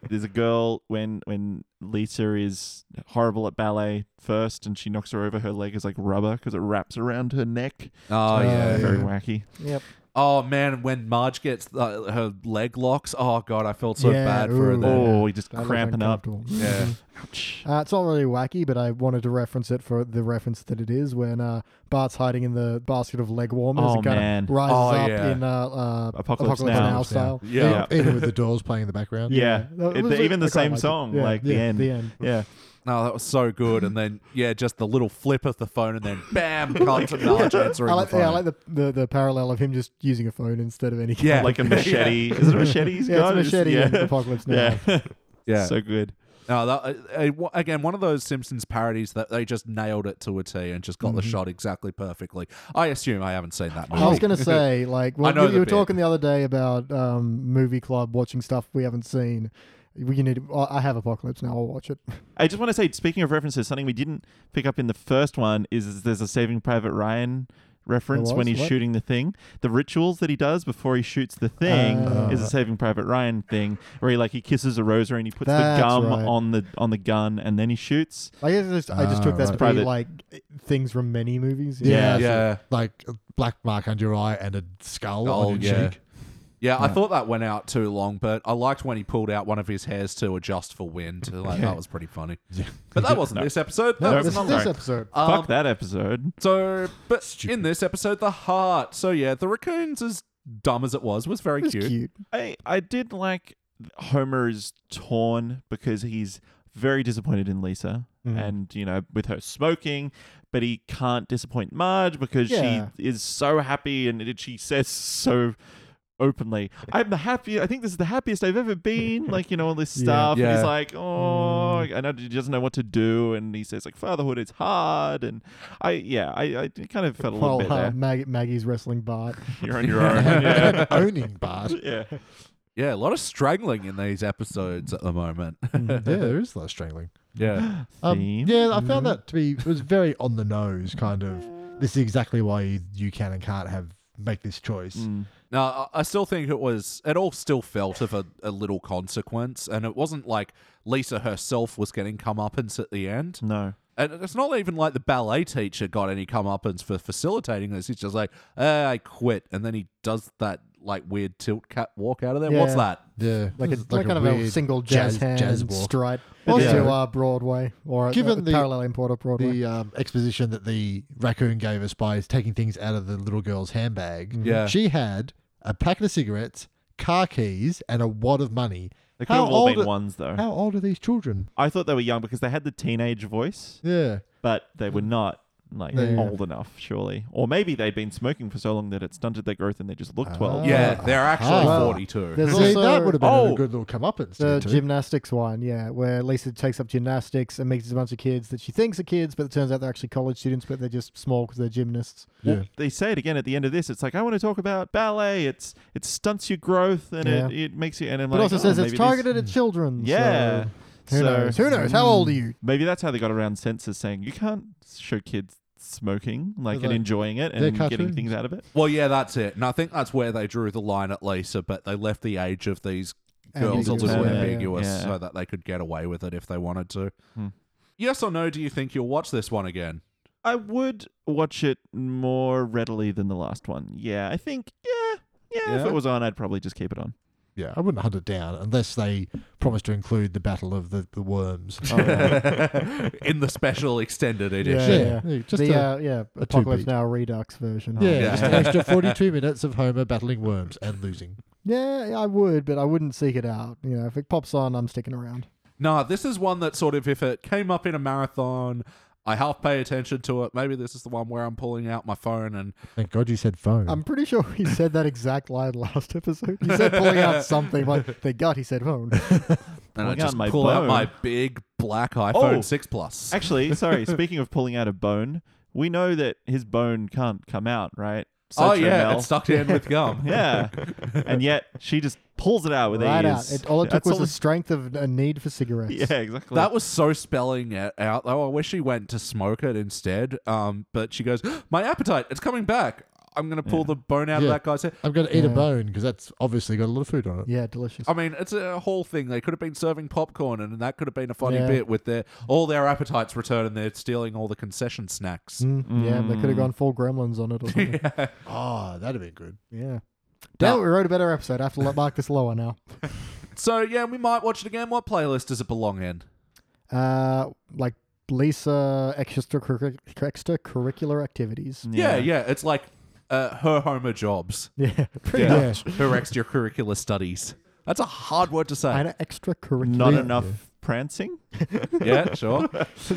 Speaker 2: There's a girl when when Lisa is horrible at ballet first, and she knocks her over. Her leg is like rubber because it wraps around her neck.
Speaker 3: Uh,
Speaker 1: Oh yeah.
Speaker 5: yeah.
Speaker 2: Very wacky.
Speaker 3: Yep.
Speaker 1: Oh man, when Marge gets uh, her leg locks, oh god, I felt so
Speaker 3: Yeah,
Speaker 1: bad for her.
Speaker 3: ooh. Mm-hmm.
Speaker 1: Then.
Speaker 2: Oh, you just
Speaker 3: That was
Speaker 2: cramping up.
Speaker 3: uncomfortable.
Speaker 1: Yeah.
Speaker 2: Ouch.
Speaker 3: Uh, it's not really wacky, but I wanted to reference it for the reference that it is when uh, Bart's hiding in the basket of leg warmers.
Speaker 2: Oh,
Speaker 3: it kinda
Speaker 2: man.
Speaker 3: rises
Speaker 1: Oh,
Speaker 3: up
Speaker 1: yeah.
Speaker 3: in uh, uh,
Speaker 2: Apocalypse
Speaker 3: Apocalypse
Speaker 2: Now.
Speaker 3: Now, style.
Speaker 1: Yeah.
Speaker 5: E- Even with the doors playing in the background.
Speaker 2: Yeah,
Speaker 3: That
Speaker 2: It-
Speaker 3: was-
Speaker 2: even
Speaker 3: I
Speaker 2: the
Speaker 3: quite
Speaker 2: same
Speaker 3: liked it.
Speaker 2: song,
Speaker 3: Yeah,
Speaker 2: like the
Speaker 3: yeah,
Speaker 2: end.
Speaker 3: The end.
Speaker 2: Yeah,
Speaker 1: No, Oh, that was so good. And then, yeah, just the little flip of the phone, and then bam, cuts and Marge answering
Speaker 3: I like,
Speaker 1: the phone.
Speaker 3: yeah, I like the, the, the parallel of him just using a phone instead of any.
Speaker 1: Yeah.
Speaker 2: like a machete. Is it a machete? He's
Speaker 3: Yeah,
Speaker 2: got?
Speaker 3: it's a machete
Speaker 2: yeah.
Speaker 3: in Apocalypse Now.
Speaker 2: Yeah.
Speaker 1: yeah.
Speaker 2: so good.
Speaker 1: No, that, uh, uh, wa- again, one of those Simpsons parodies that they just nailed it to a T and just got the shot exactly perfectly. I assume I haven't seen that movie.
Speaker 3: I was going to say, like, well,
Speaker 1: know
Speaker 3: you,
Speaker 1: the
Speaker 3: you were
Speaker 1: bit.
Speaker 3: talking the other day about um, movie club watching stuff we haven't seen. We need. I I have Apocalypse now. I'll watch it.
Speaker 2: I just want to say, speaking of references, something we didn't pick up in the first one is there's a Saving Private Ryan reference
Speaker 3: There
Speaker 2: when
Speaker 3: was?
Speaker 2: he's
Speaker 3: What?
Speaker 2: shooting the thing. The rituals that he does before he shoots the thing
Speaker 3: Ah.
Speaker 2: is a Saving Private Ryan thing, where he like he kisses a rosary and he puts
Speaker 3: That's
Speaker 2: the gum
Speaker 3: right.
Speaker 2: on the on the gun and then he shoots.
Speaker 3: I guess I just, I just
Speaker 5: Ah,
Speaker 3: took that to
Speaker 5: right.
Speaker 3: be
Speaker 2: Private-
Speaker 3: like things from many movies.
Speaker 2: Yeah.
Speaker 1: Yeah.
Speaker 5: Like a black mark under your eye and a skull
Speaker 1: Oh,
Speaker 5: on your
Speaker 1: yeah.
Speaker 5: cheek.
Speaker 1: Yeah, I thought that went out too long, but I liked when he pulled out one of his hairs to adjust for wind. Like, That was pretty funny. But that wasn't this episode. That
Speaker 2: No,
Speaker 1: was
Speaker 3: this
Speaker 2: it's
Speaker 1: another.
Speaker 3: is this episode.
Speaker 1: Um,
Speaker 2: Fuck that episode.
Speaker 1: So, but
Speaker 5: Stupid.
Speaker 1: in this episode, the heart. So, yeah, the raccoon's as dumb as it was, was very
Speaker 3: It's
Speaker 1: cute.
Speaker 3: cute.
Speaker 2: I I did like Homer is torn because he's very disappointed in Lisa
Speaker 3: Mm.
Speaker 2: and you know with her smoking, but he can't disappoint Marge because
Speaker 3: Yeah.
Speaker 2: she is so happy and it, she says so openly i'm the happiest i think this is the happiest i've ever been like you know all this
Speaker 3: Yeah.
Speaker 2: stuff and
Speaker 1: Yeah.
Speaker 2: he's like oh and I- he doesn't know what to do and he says like fatherhood is hard and i yeah i, I kind of felt a little
Speaker 3: While
Speaker 2: bit
Speaker 3: uh,
Speaker 2: there
Speaker 3: Mag- Maggie's wrestling Bart.
Speaker 2: you're on your own yeah
Speaker 5: Owning Bart.
Speaker 2: yeah
Speaker 1: Yeah, a lot of strangling in these episodes at the moment.
Speaker 5: Yeah, there is a lot of strangling.
Speaker 1: yeah.
Speaker 5: Um,
Speaker 2: Theme.
Speaker 5: yeah, I found that to be it was very on the nose, kind of. This is exactly why you, you can and can't have make this choice.
Speaker 2: Mm.
Speaker 1: No, I- I still think it was, it all still felt of a, a little consequence. And it wasn't like Lisa herself was getting comeuppance at the end.
Speaker 2: no
Speaker 1: And it's not even like the ballet teacher got any comeuppance for facilitating this. He's just like, eh, I quit. And then he does that like weird tilt cat walk out of there. What's
Speaker 3: Yeah.
Speaker 1: that?
Speaker 5: Yeah,
Speaker 3: Like a,
Speaker 5: It's
Speaker 3: like kind of a
Speaker 5: weird
Speaker 3: single jazz, hand
Speaker 5: jazz walk.
Speaker 3: stride
Speaker 5: Also,
Speaker 3: to uh, Broadway or
Speaker 5: Given
Speaker 3: uh,
Speaker 5: the-
Speaker 3: parallel import of Broadway.
Speaker 5: the um, exposition that the raccoon gave us by taking things out of the little girl's handbag.
Speaker 3: Mm-hmm.
Speaker 1: Yeah.
Speaker 5: She had a packet of cigarettes, car keys, and a wad of money.
Speaker 2: They could
Speaker 5: How
Speaker 2: have all
Speaker 5: old
Speaker 2: been
Speaker 5: are-
Speaker 2: ones though.
Speaker 5: How old are these children?
Speaker 2: I thought they were young because they had the teenage voice,
Speaker 5: Yeah.
Speaker 2: but they were not like
Speaker 5: Yeah.
Speaker 2: old enough, surely. Or maybe they'd been smoking for so long that it stunted their growth and they just looked twelve.
Speaker 1: Yeah, they're actually
Speaker 5: Ah.
Speaker 1: 42.
Speaker 3: Oh. There's
Speaker 5: See,
Speaker 3: also
Speaker 5: that would have been a
Speaker 2: Oh.
Speaker 5: good little comeuppance.
Speaker 3: the
Speaker 5: too.
Speaker 3: gymnastics one, yeah, where Lisa takes up gymnastics and meets a bunch of kids that she thinks are kids, but it turns out they're actually college students, but they're just small because they're gymnasts.
Speaker 2: Well,
Speaker 5: Yeah.
Speaker 2: They say it again at the end of this. It's like I want to talk about ballet. It's it stunts your growth and it, it makes you. And I'm
Speaker 3: But
Speaker 2: like,
Speaker 3: also
Speaker 2: oh,
Speaker 3: says
Speaker 2: maybe
Speaker 3: it's
Speaker 2: these-
Speaker 3: targeted at children.
Speaker 2: Yeah.
Speaker 3: So who
Speaker 2: So
Speaker 3: knows? Who knows? How old are you?
Speaker 2: maybe that's how they got around censors saying you can't show kids smoking, like,
Speaker 5: They're
Speaker 2: and
Speaker 5: like-
Speaker 2: enjoying it
Speaker 5: they're
Speaker 2: and getting
Speaker 5: cartoons.
Speaker 2: things out of it.
Speaker 1: Well, yeah, that's it. And I think that's where they drew the line at Lisa, but they left the age of these girls a little
Speaker 2: Ambiguous. Yeah,
Speaker 1: ambiguous
Speaker 2: yeah.
Speaker 1: so that they could get away with it if they wanted to.
Speaker 2: Hmm.
Speaker 1: Yes or no, do you think you'll watch this one again?
Speaker 2: I would watch it more readily than the last one. Yeah, I think. Yeah, yeah. If
Speaker 1: Yeah?
Speaker 2: it was on, I'd probably just keep it on.
Speaker 5: Yeah, I wouldn't hunt it down unless they promise to include the battle of the, the worms.
Speaker 2: Oh,
Speaker 1: In the special extended
Speaker 3: Yeah,
Speaker 1: edition.
Speaker 3: yeah.
Speaker 5: Yeah, yeah, just
Speaker 3: the,
Speaker 5: a-
Speaker 3: uh, yeah,
Speaker 5: a
Speaker 3: Apocalypse
Speaker 5: two-peat.
Speaker 3: Now Redux version.
Speaker 5: yeah,
Speaker 1: Yeah.
Speaker 5: just an extra 42 minutes of Homer battling worms and losing.
Speaker 3: Yeah, I would, but I wouldn't seek it out. You know, if it pops on, I'm sticking around.
Speaker 1: Nah, this is one that sort of, if it came up in a marathon, I half pay attention to it. Maybe this is the one where I'm pulling out my phone and
Speaker 5: Thank God you said phone.
Speaker 3: I'm pretty sure he said that exact line last episode. He said pulling out something like, thank God he said phone.
Speaker 1: and I
Speaker 2: Pulling out
Speaker 1: just
Speaker 2: my
Speaker 1: pull out
Speaker 2: bone.
Speaker 1: my big black iPhone
Speaker 2: Oh.
Speaker 1: 6 Plus.
Speaker 2: Actually, sorry. speaking of pulling out a bone, we know that his bone can't come out, right?
Speaker 1: oh,
Speaker 2: Such
Speaker 1: yeah,
Speaker 2: ML.
Speaker 1: it's stuck in with gum.
Speaker 2: Yeah, and yet she just pulls it out with
Speaker 3: right out.
Speaker 2: ease.
Speaker 3: It, all it took
Speaker 2: That's
Speaker 3: was
Speaker 2: all
Speaker 3: the strength of a need for cigarettes.
Speaker 2: Yeah, exactly.
Speaker 1: That was so spelling it out, though. I wish she went to smoke it instead. Um, but she goes, "My appetite, it's coming back. I'm gonna pull the bone out
Speaker 5: Yeah.
Speaker 1: of that guy's head."
Speaker 5: I'm going to eat a
Speaker 3: Yeah.
Speaker 5: bone because that's obviously got a lot of food on it.
Speaker 3: Yeah, delicious.
Speaker 1: I mean, it's a whole thing. They could have been serving popcorn, and that could have been a funny
Speaker 3: Yeah.
Speaker 1: bit with their all their appetites return, and they're stealing all the concession snacks.
Speaker 3: Mm, Yeah, they could have gone full gremlins on it or something.
Speaker 5: Oh, that'd have been good.
Speaker 3: yeah. Now we wrote a better episode. I have to lo- mark this lower now.
Speaker 1: So yeah, we might watch it again. What playlist does it belong in?
Speaker 3: Uh, like Lisa extracurric- extracurricular activities.
Speaker 1: Yeah, yeah, it's like uh, her Homer jobs,
Speaker 3: Yeah, pretty
Speaker 1: Yeah.
Speaker 3: much.
Speaker 1: her extracurricular studies. That's a hard word to say.
Speaker 3: And extracurricular.
Speaker 2: Not enough prancing.
Speaker 1: Yeah, sure.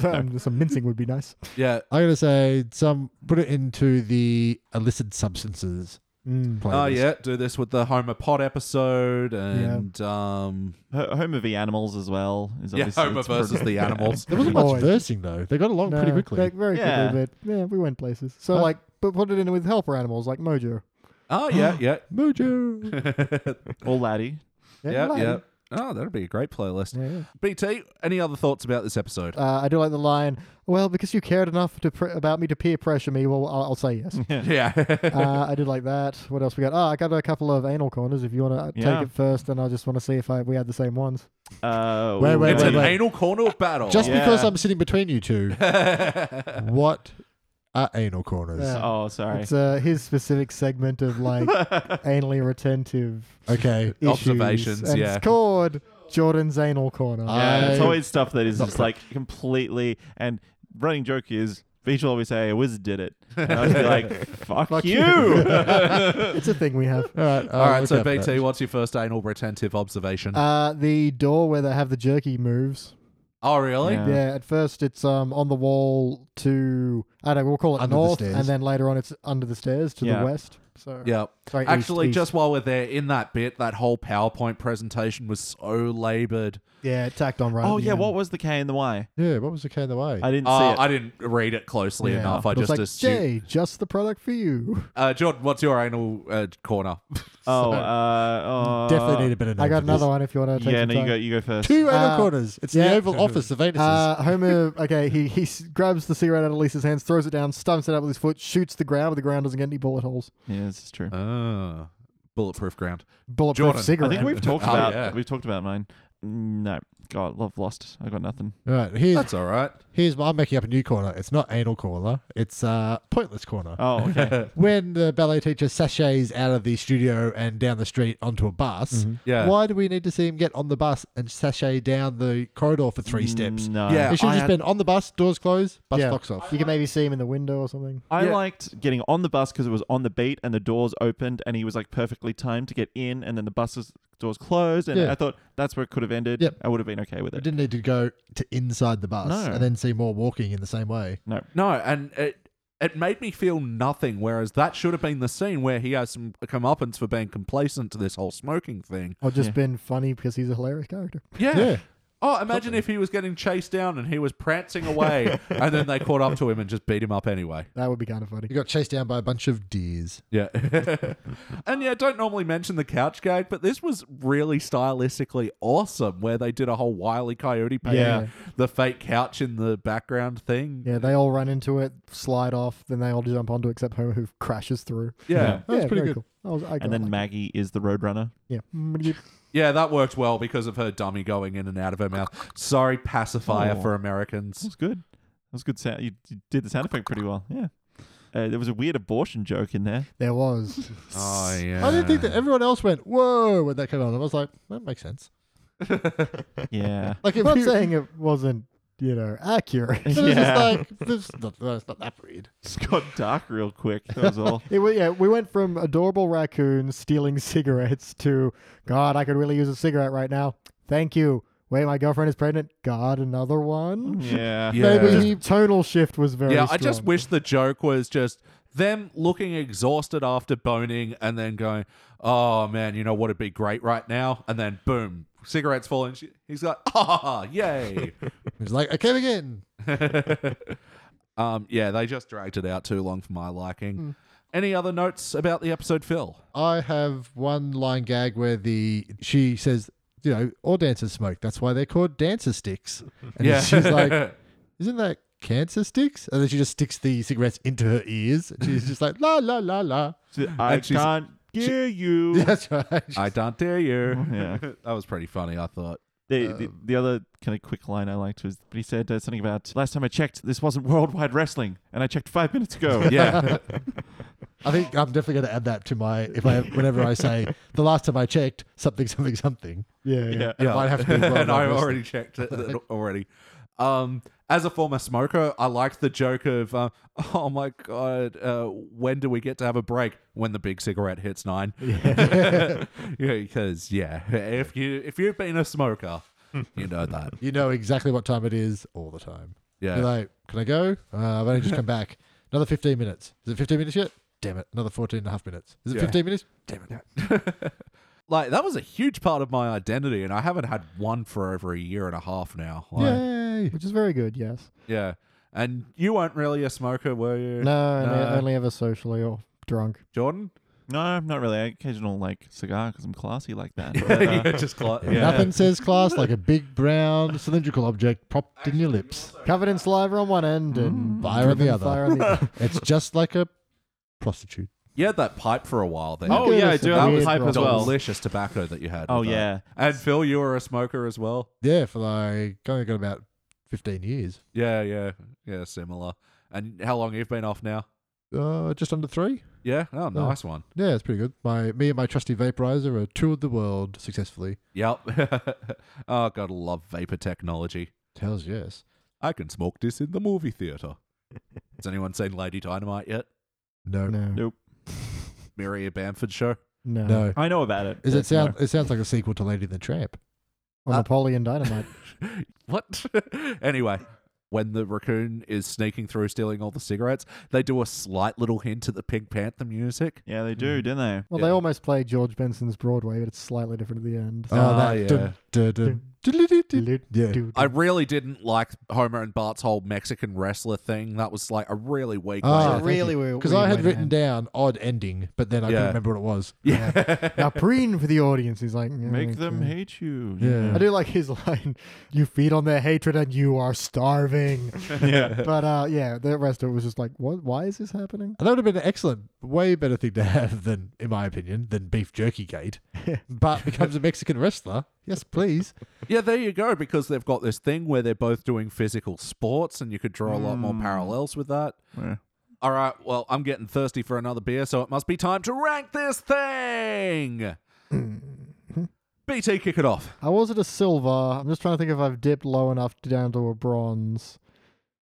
Speaker 3: Um, some mincing would be nice.
Speaker 1: Yeah,
Speaker 5: I'm going to say some put it into the illicit substances
Speaker 3: Mm.
Speaker 5: playlist.
Speaker 1: Oh yeah, do this with the Homer Pod episode and um
Speaker 2: Ho- Homer v Animals as well is
Speaker 1: yeah,
Speaker 2: obviously
Speaker 1: Homer
Speaker 2: it's pretty-
Speaker 1: versus the animals.
Speaker 5: There wasn't much
Speaker 3: Always.
Speaker 5: versing though. They got along
Speaker 3: No,
Speaker 5: Oh, pretty quickly.
Speaker 3: like, very
Speaker 2: Yeah.
Speaker 3: quickly, but yeah, we went places. So
Speaker 5: Huh?
Speaker 3: like, but put it in with helper animals like Mojo.
Speaker 1: oh yeah, yeah,
Speaker 5: Mojo.
Speaker 2: or Laddie.
Speaker 1: yeah,
Speaker 3: like-
Speaker 1: yeah. Oh, that'd be a great playlist.
Speaker 3: yeah, yeah.
Speaker 1: BT, any other thoughts about this episode?
Speaker 3: Uh, I do like the line. Well, because you cared enough to pre- about me to peer pressure me, well, I'll, I'll say yes.
Speaker 1: yeah.
Speaker 3: uh, I did like that. What else we got? Oh, I got a couple of anal corners. If you want to
Speaker 2: Yeah.
Speaker 3: take it first, and I just want to see if I, we had the same ones.
Speaker 2: Uh,
Speaker 5: Wait, wait,
Speaker 1: it's
Speaker 5: wait,
Speaker 1: an
Speaker 5: wait.
Speaker 1: anal corner of battle.
Speaker 5: Just
Speaker 2: Yeah.
Speaker 5: because I'm sitting between you two, what are anal corners?
Speaker 3: Yeah.
Speaker 2: Oh, sorry.
Speaker 3: It's uh, his specific segment of like anally retentive
Speaker 5: Okay.
Speaker 3: issues,
Speaker 1: Observations,
Speaker 3: and
Speaker 1: yeah.
Speaker 3: It's called Jordan's anal corner.
Speaker 2: Yeah, it's
Speaker 5: I-
Speaker 2: always stuff that is just like completely and running joke is Vishal always say a wizard did it. And I was like, fuck,
Speaker 3: Fuck
Speaker 2: you.
Speaker 3: it's a thing we have.
Speaker 5: All right.
Speaker 1: All right, so BT, what's your first anal retentive observation?
Speaker 3: Uh, the door where they have the jerky moves.
Speaker 1: oh, really?
Speaker 2: Yeah.
Speaker 3: Yeah, at first it's um on the wall to I don't know, we'll call it
Speaker 5: Under the
Speaker 3: north,
Speaker 5: stairs.
Speaker 3: and then later on it's under the stairs to
Speaker 2: Yeah.
Speaker 3: the west. So
Speaker 1: Yeah.
Speaker 3: Sorry, east,
Speaker 1: Actually,
Speaker 3: east.
Speaker 1: just while we're there, in that bit, that whole PowerPoint presentation was so labored.
Speaker 3: yeah, it tacked on right.
Speaker 2: oh
Speaker 3: at the
Speaker 2: yeah,
Speaker 3: end.
Speaker 2: what was the K and the Y?
Speaker 5: Yeah, what was the K in the way?
Speaker 2: I didn't
Speaker 1: Uh,
Speaker 2: see it.
Speaker 1: I didn't read it closely
Speaker 3: Yeah.
Speaker 1: enough. I
Speaker 3: It
Speaker 1: just
Speaker 3: was like,
Speaker 1: assumed.
Speaker 3: Jay, just the product for you.
Speaker 1: Uh, Jordan, what's your anal uh, corner?
Speaker 2: oh, uh, oh,
Speaker 5: Definitely need a better name.
Speaker 3: I got
Speaker 5: for this.
Speaker 3: another one if you want to take
Speaker 2: Yeah,
Speaker 3: some
Speaker 2: no,
Speaker 3: time.
Speaker 2: you go, you go first.
Speaker 5: Two anal
Speaker 3: Uh,
Speaker 5: corners. It's
Speaker 3: yeah.
Speaker 5: the Oval Office of anuses.
Speaker 3: Uh, Homer, okay, he, he s- grabs the cigarette out of Lisa's hands, throws it down, stumps it out with his foot, shoots the ground, but the ground doesn't get any bullet holes.
Speaker 2: Yeah, this is true.
Speaker 1: Ah, bulletproof ground.
Speaker 3: Bulletproof
Speaker 1: Jordan, I
Speaker 2: I
Speaker 3: cigarette.
Speaker 2: think we've talked
Speaker 1: Oh,
Speaker 2: about
Speaker 1: yeah.
Speaker 2: we've talked about mine. No, God, love lost. I got nothing.
Speaker 5: All right. Here's
Speaker 1: That's all right.
Speaker 5: here's I'm making up a new corner. It's not anal corner. It's uh pointless corner.
Speaker 2: Oh, okay.
Speaker 5: when the ballet teacher sachets out of the studio and down the street onto a bus,
Speaker 1: Yeah.
Speaker 5: why do we need to see him get on the bus and sachet down the corridor for three steps?
Speaker 2: No.
Speaker 1: Yeah.
Speaker 5: He should
Speaker 1: I
Speaker 5: have just
Speaker 1: had-
Speaker 5: been on the bus, doors closed, bus
Speaker 3: Yeah.
Speaker 5: locks off.
Speaker 3: You can maybe see him in the window or something.
Speaker 2: I
Speaker 1: Yeah.
Speaker 2: liked getting on the bus because it was on the beat and the doors opened and he was like perfectly timed to get in and then the bus's doors closed and
Speaker 5: Yeah.
Speaker 2: I thought that's where it could have ended.
Speaker 5: Yep.
Speaker 2: I would have been okay with
Speaker 5: You
Speaker 2: it.
Speaker 5: didn't need to go to inside the bus
Speaker 2: No.
Speaker 5: and then see more walking in the same way.
Speaker 1: No, and it it made me feel nothing. Whereas that should have been the scene where he has some comeuppance for being complacent to this whole smoking thing.
Speaker 3: Or just
Speaker 2: Yeah.
Speaker 3: been funny because he's a hilarious character.
Speaker 1: Yeah. Oh, imagine if he was getting chased down and he was prancing away, and then they caught up to him and just beat him up anyway.
Speaker 3: That would be kind of funny.
Speaker 5: He got chased down by a bunch of deers.
Speaker 1: Yeah. and yeah, don't normally mention the couch gag, but this was really stylistically awesome where they did a whole wily coyote painting,
Speaker 2: Yeah.
Speaker 1: the fake couch in the background thing.
Speaker 3: Yeah, they all run into it, slide off, then they all jump onto it, except Homer, who crashes through.
Speaker 1: Yeah.
Speaker 5: That was
Speaker 3: yeah,
Speaker 5: pretty
Speaker 3: very
Speaker 5: good.
Speaker 3: Cool. I was, I got
Speaker 2: And then
Speaker 3: like-
Speaker 2: Maggie is the Roadrunner.
Speaker 3: yeah.
Speaker 1: Yeah, that worked well because of her dummy going in and out of her mouth. Sorry, pacifier
Speaker 2: Oh.
Speaker 1: for
Speaker 2: That
Speaker 1: Americans.
Speaker 2: was good. That was good sound. You, you did the sound effect pretty well. Yeah. Uh, there was a weird abortion joke in there.
Speaker 3: There was.
Speaker 1: Oh, yeah.
Speaker 5: I didn't think that everyone else went, whoa, when that came on. I was like, that makes sense.
Speaker 2: Yeah.
Speaker 5: Like, if
Speaker 3: I'm not
Speaker 5: you-
Speaker 3: saying it wasn't, you know, accurate.
Speaker 5: It was
Speaker 2: Yeah.
Speaker 5: just like, this is not, that's not that weird.
Speaker 2: It's got dark real quick. That was all.
Speaker 3: It, wa- yeah, we went from adorable raccoons stealing cigarettes to God, I could really use a cigarette right now. Thank you. Wait, my girlfriend is pregnant. God, another one.
Speaker 2: Yeah.
Speaker 1: Mm, Yeah.
Speaker 5: Maybe
Speaker 3: The
Speaker 5: he
Speaker 3: tonal shift was very.
Speaker 1: yeah, I just
Speaker 3: strong.
Speaker 1: wish the joke was just them looking exhausted after boning and then going, oh man, you know what would be great right now? And then boom, cigarettes falling. She- He's like, ah, yay.
Speaker 5: was like, I came again.
Speaker 1: um, yeah, they just dragged it out too long for my liking.
Speaker 5: Hmm.
Speaker 1: Any other notes about the episode, Phil?
Speaker 5: I have one line gag where the she says, you know, all dancers smoke. That's why they're called dancer sticks. And
Speaker 1: Yeah.
Speaker 5: she's like, isn't that cancer sticks? And then she just sticks the cigarettes into her ears. And she's just like, la, la, la, la.
Speaker 2: So I
Speaker 1: And she's-
Speaker 2: can't hear you.
Speaker 5: That's right.
Speaker 1: I don't dare you.
Speaker 2: Yeah.
Speaker 1: that was pretty funny, I thought.
Speaker 2: The, the, the other kind of quick line I liked was but he said uh, something about last time I checked, this wasn't worldwide wrestling, and I checked five minutes ago.
Speaker 1: Yeah.
Speaker 5: I think I'm definitely going to add that to my, if I, whenever I say, the last time I checked, something, something, something.
Speaker 3: Yeah, yeah.
Speaker 5: It might have to be
Speaker 1: and I
Speaker 5: worldwide
Speaker 1: already checked it it already. Um, as a former smoker, I liked the joke of, uh, "Oh my god, uh, when do we get to have a break? When the big cigarette hits nine? Yeah, because yeah, if you if you've been a smoker, you know that.
Speaker 5: You know exactly what time it is all the time.
Speaker 1: Yeah,
Speaker 5: You're like, can I go? Uh, I've only just come back. Another 15 minutes. Is it 15 minutes yet? Damn it. Another 14 and a half minutes. Is it
Speaker 1: Yeah.
Speaker 5: 15 minutes? Damn it.
Speaker 1: like that was a huge part of my identity, and I haven't had one for over a year and a half now. Like,
Speaker 5: Yay.
Speaker 3: Which is very good, yes.
Speaker 1: yeah. And you weren't really a smoker, were you?
Speaker 3: No, no,
Speaker 1: No.
Speaker 3: only ever socially or drunk.
Speaker 1: Jordan.
Speaker 2: No, not really. I occasional like cigar because I'm classy like that. But, uh,
Speaker 1: yeah, just cla- yeah.
Speaker 5: Nothing says class like a big brown cylindrical object propped in your lips.
Speaker 3: Covered in saliva on one end
Speaker 1: Mm.
Speaker 3: and
Speaker 5: Fire on the
Speaker 3: driven
Speaker 5: other.
Speaker 3: Fire on the other.
Speaker 5: It's just like a prostitute.
Speaker 1: You had that pipe for a while there.
Speaker 2: Oh, yeah, I do have
Speaker 1: a
Speaker 2: pipe as well.
Speaker 1: delicious tobacco that you had.
Speaker 2: Oh
Speaker 1: with that.
Speaker 2: yeah.
Speaker 1: And Phil, you were a smoker as well.
Speaker 5: Yeah, for like only got about 15 years.
Speaker 1: Yeah, yeah, yeah, similar. And how long you've been off now?
Speaker 5: Uh, just under three.
Speaker 1: Yeah, oh, nice one.
Speaker 5: Yeah, it's pretty good. My me and my trusty vaporizer have toured the world successfully.
Speaker 1: Yep. oh, gotta love vapor technology.
Speaker 5: Tells yes.
Speaker 1: I can smoke this in the movie theater. Has anyone seen Lady Dynamite yet?
Speaker 5: No, no.
Speaker 3: No, no.
Speaker 2: Nope.
Speaker 1: Maria Bamford show.
Speaker 2: I know about it.
Speaker 5: Is
Speaker 2: but
Speaker 5: it sound?
Speaker 2: no.
Speaker 5: It sounds like a sequel to Lady and the Tramp.
Speaker 1: Uh,
Speaker 3: Or Napoleon Dynamite.
Speaker 1: What? anyway, when the raccoon is sneaking through, stealing all the cigarettes, they do a slight little hint at the Pink Panther music.
Speaker 2: Yeah, they do, don't they?
Speaker 3: Well,
Speaker 1: Yeah.
Speaker 3: they almost play George Benson's Broadway, but it's slightly different at the end.
Speaker 5: Oh,
Speaker 1: Ah, yeah.
Speaker 5: Uh, dun, dun, dun, dun, dun, dun. Yeah.
Speaker 1: I really didn't like Homer and Bart's whole Mexican wrestler thing. That was like a really weak.
Speaker 5: Ah,
Speaker 1: one.
Speaker 5: thank you.
Speaker 3: Oh, really weird-
Speaker 5: Because
Speaker 3: weird
Speaker 5: I
Speaker 3: way
Speaker 5: had
Speaker 3: to
Speaker 5: written
Speaker 3: end.
Speaker 5: down odd ending, but then I
Speaker 1: Yeah.
Speaker 5: couldn't remember what it was.
Speaker 1: yeah.
Speaker 3: Now, preen for the audience. He's like, yeah,
Speaker 2: Make them
Speaker 3: okay.
Speaker 2: hate you.
Speaker 5: Yeah.
Speaker 3: I do like his line, you feed on their hatred and you are starving.
Speaker 2: yeah.
Speaker 3: but uh, yeah, the rest of it was just like, what? Why is this happening?
Speaker 5: And that would have been an excellent, way better thing to have than, in my opinion, than beef jerky gate. Bart becomes a Mexican wrestler. Yes, please.
Speaker 1: yeah, there you go. Because they've got this thing where they're both doing physical sports, and you could draw a lot more
Speaker 3: Mm.
Speaker 1: parallels with that.
Speaker 2: Yeah.
Speaker 1: All right, well, I'm getting thirsty for another beer, so it must be time to rank this thing. BT, kick it off.
Speaker 3: I was at a silver. I'm just trying to think if I've dipped low enough to down to a bronze.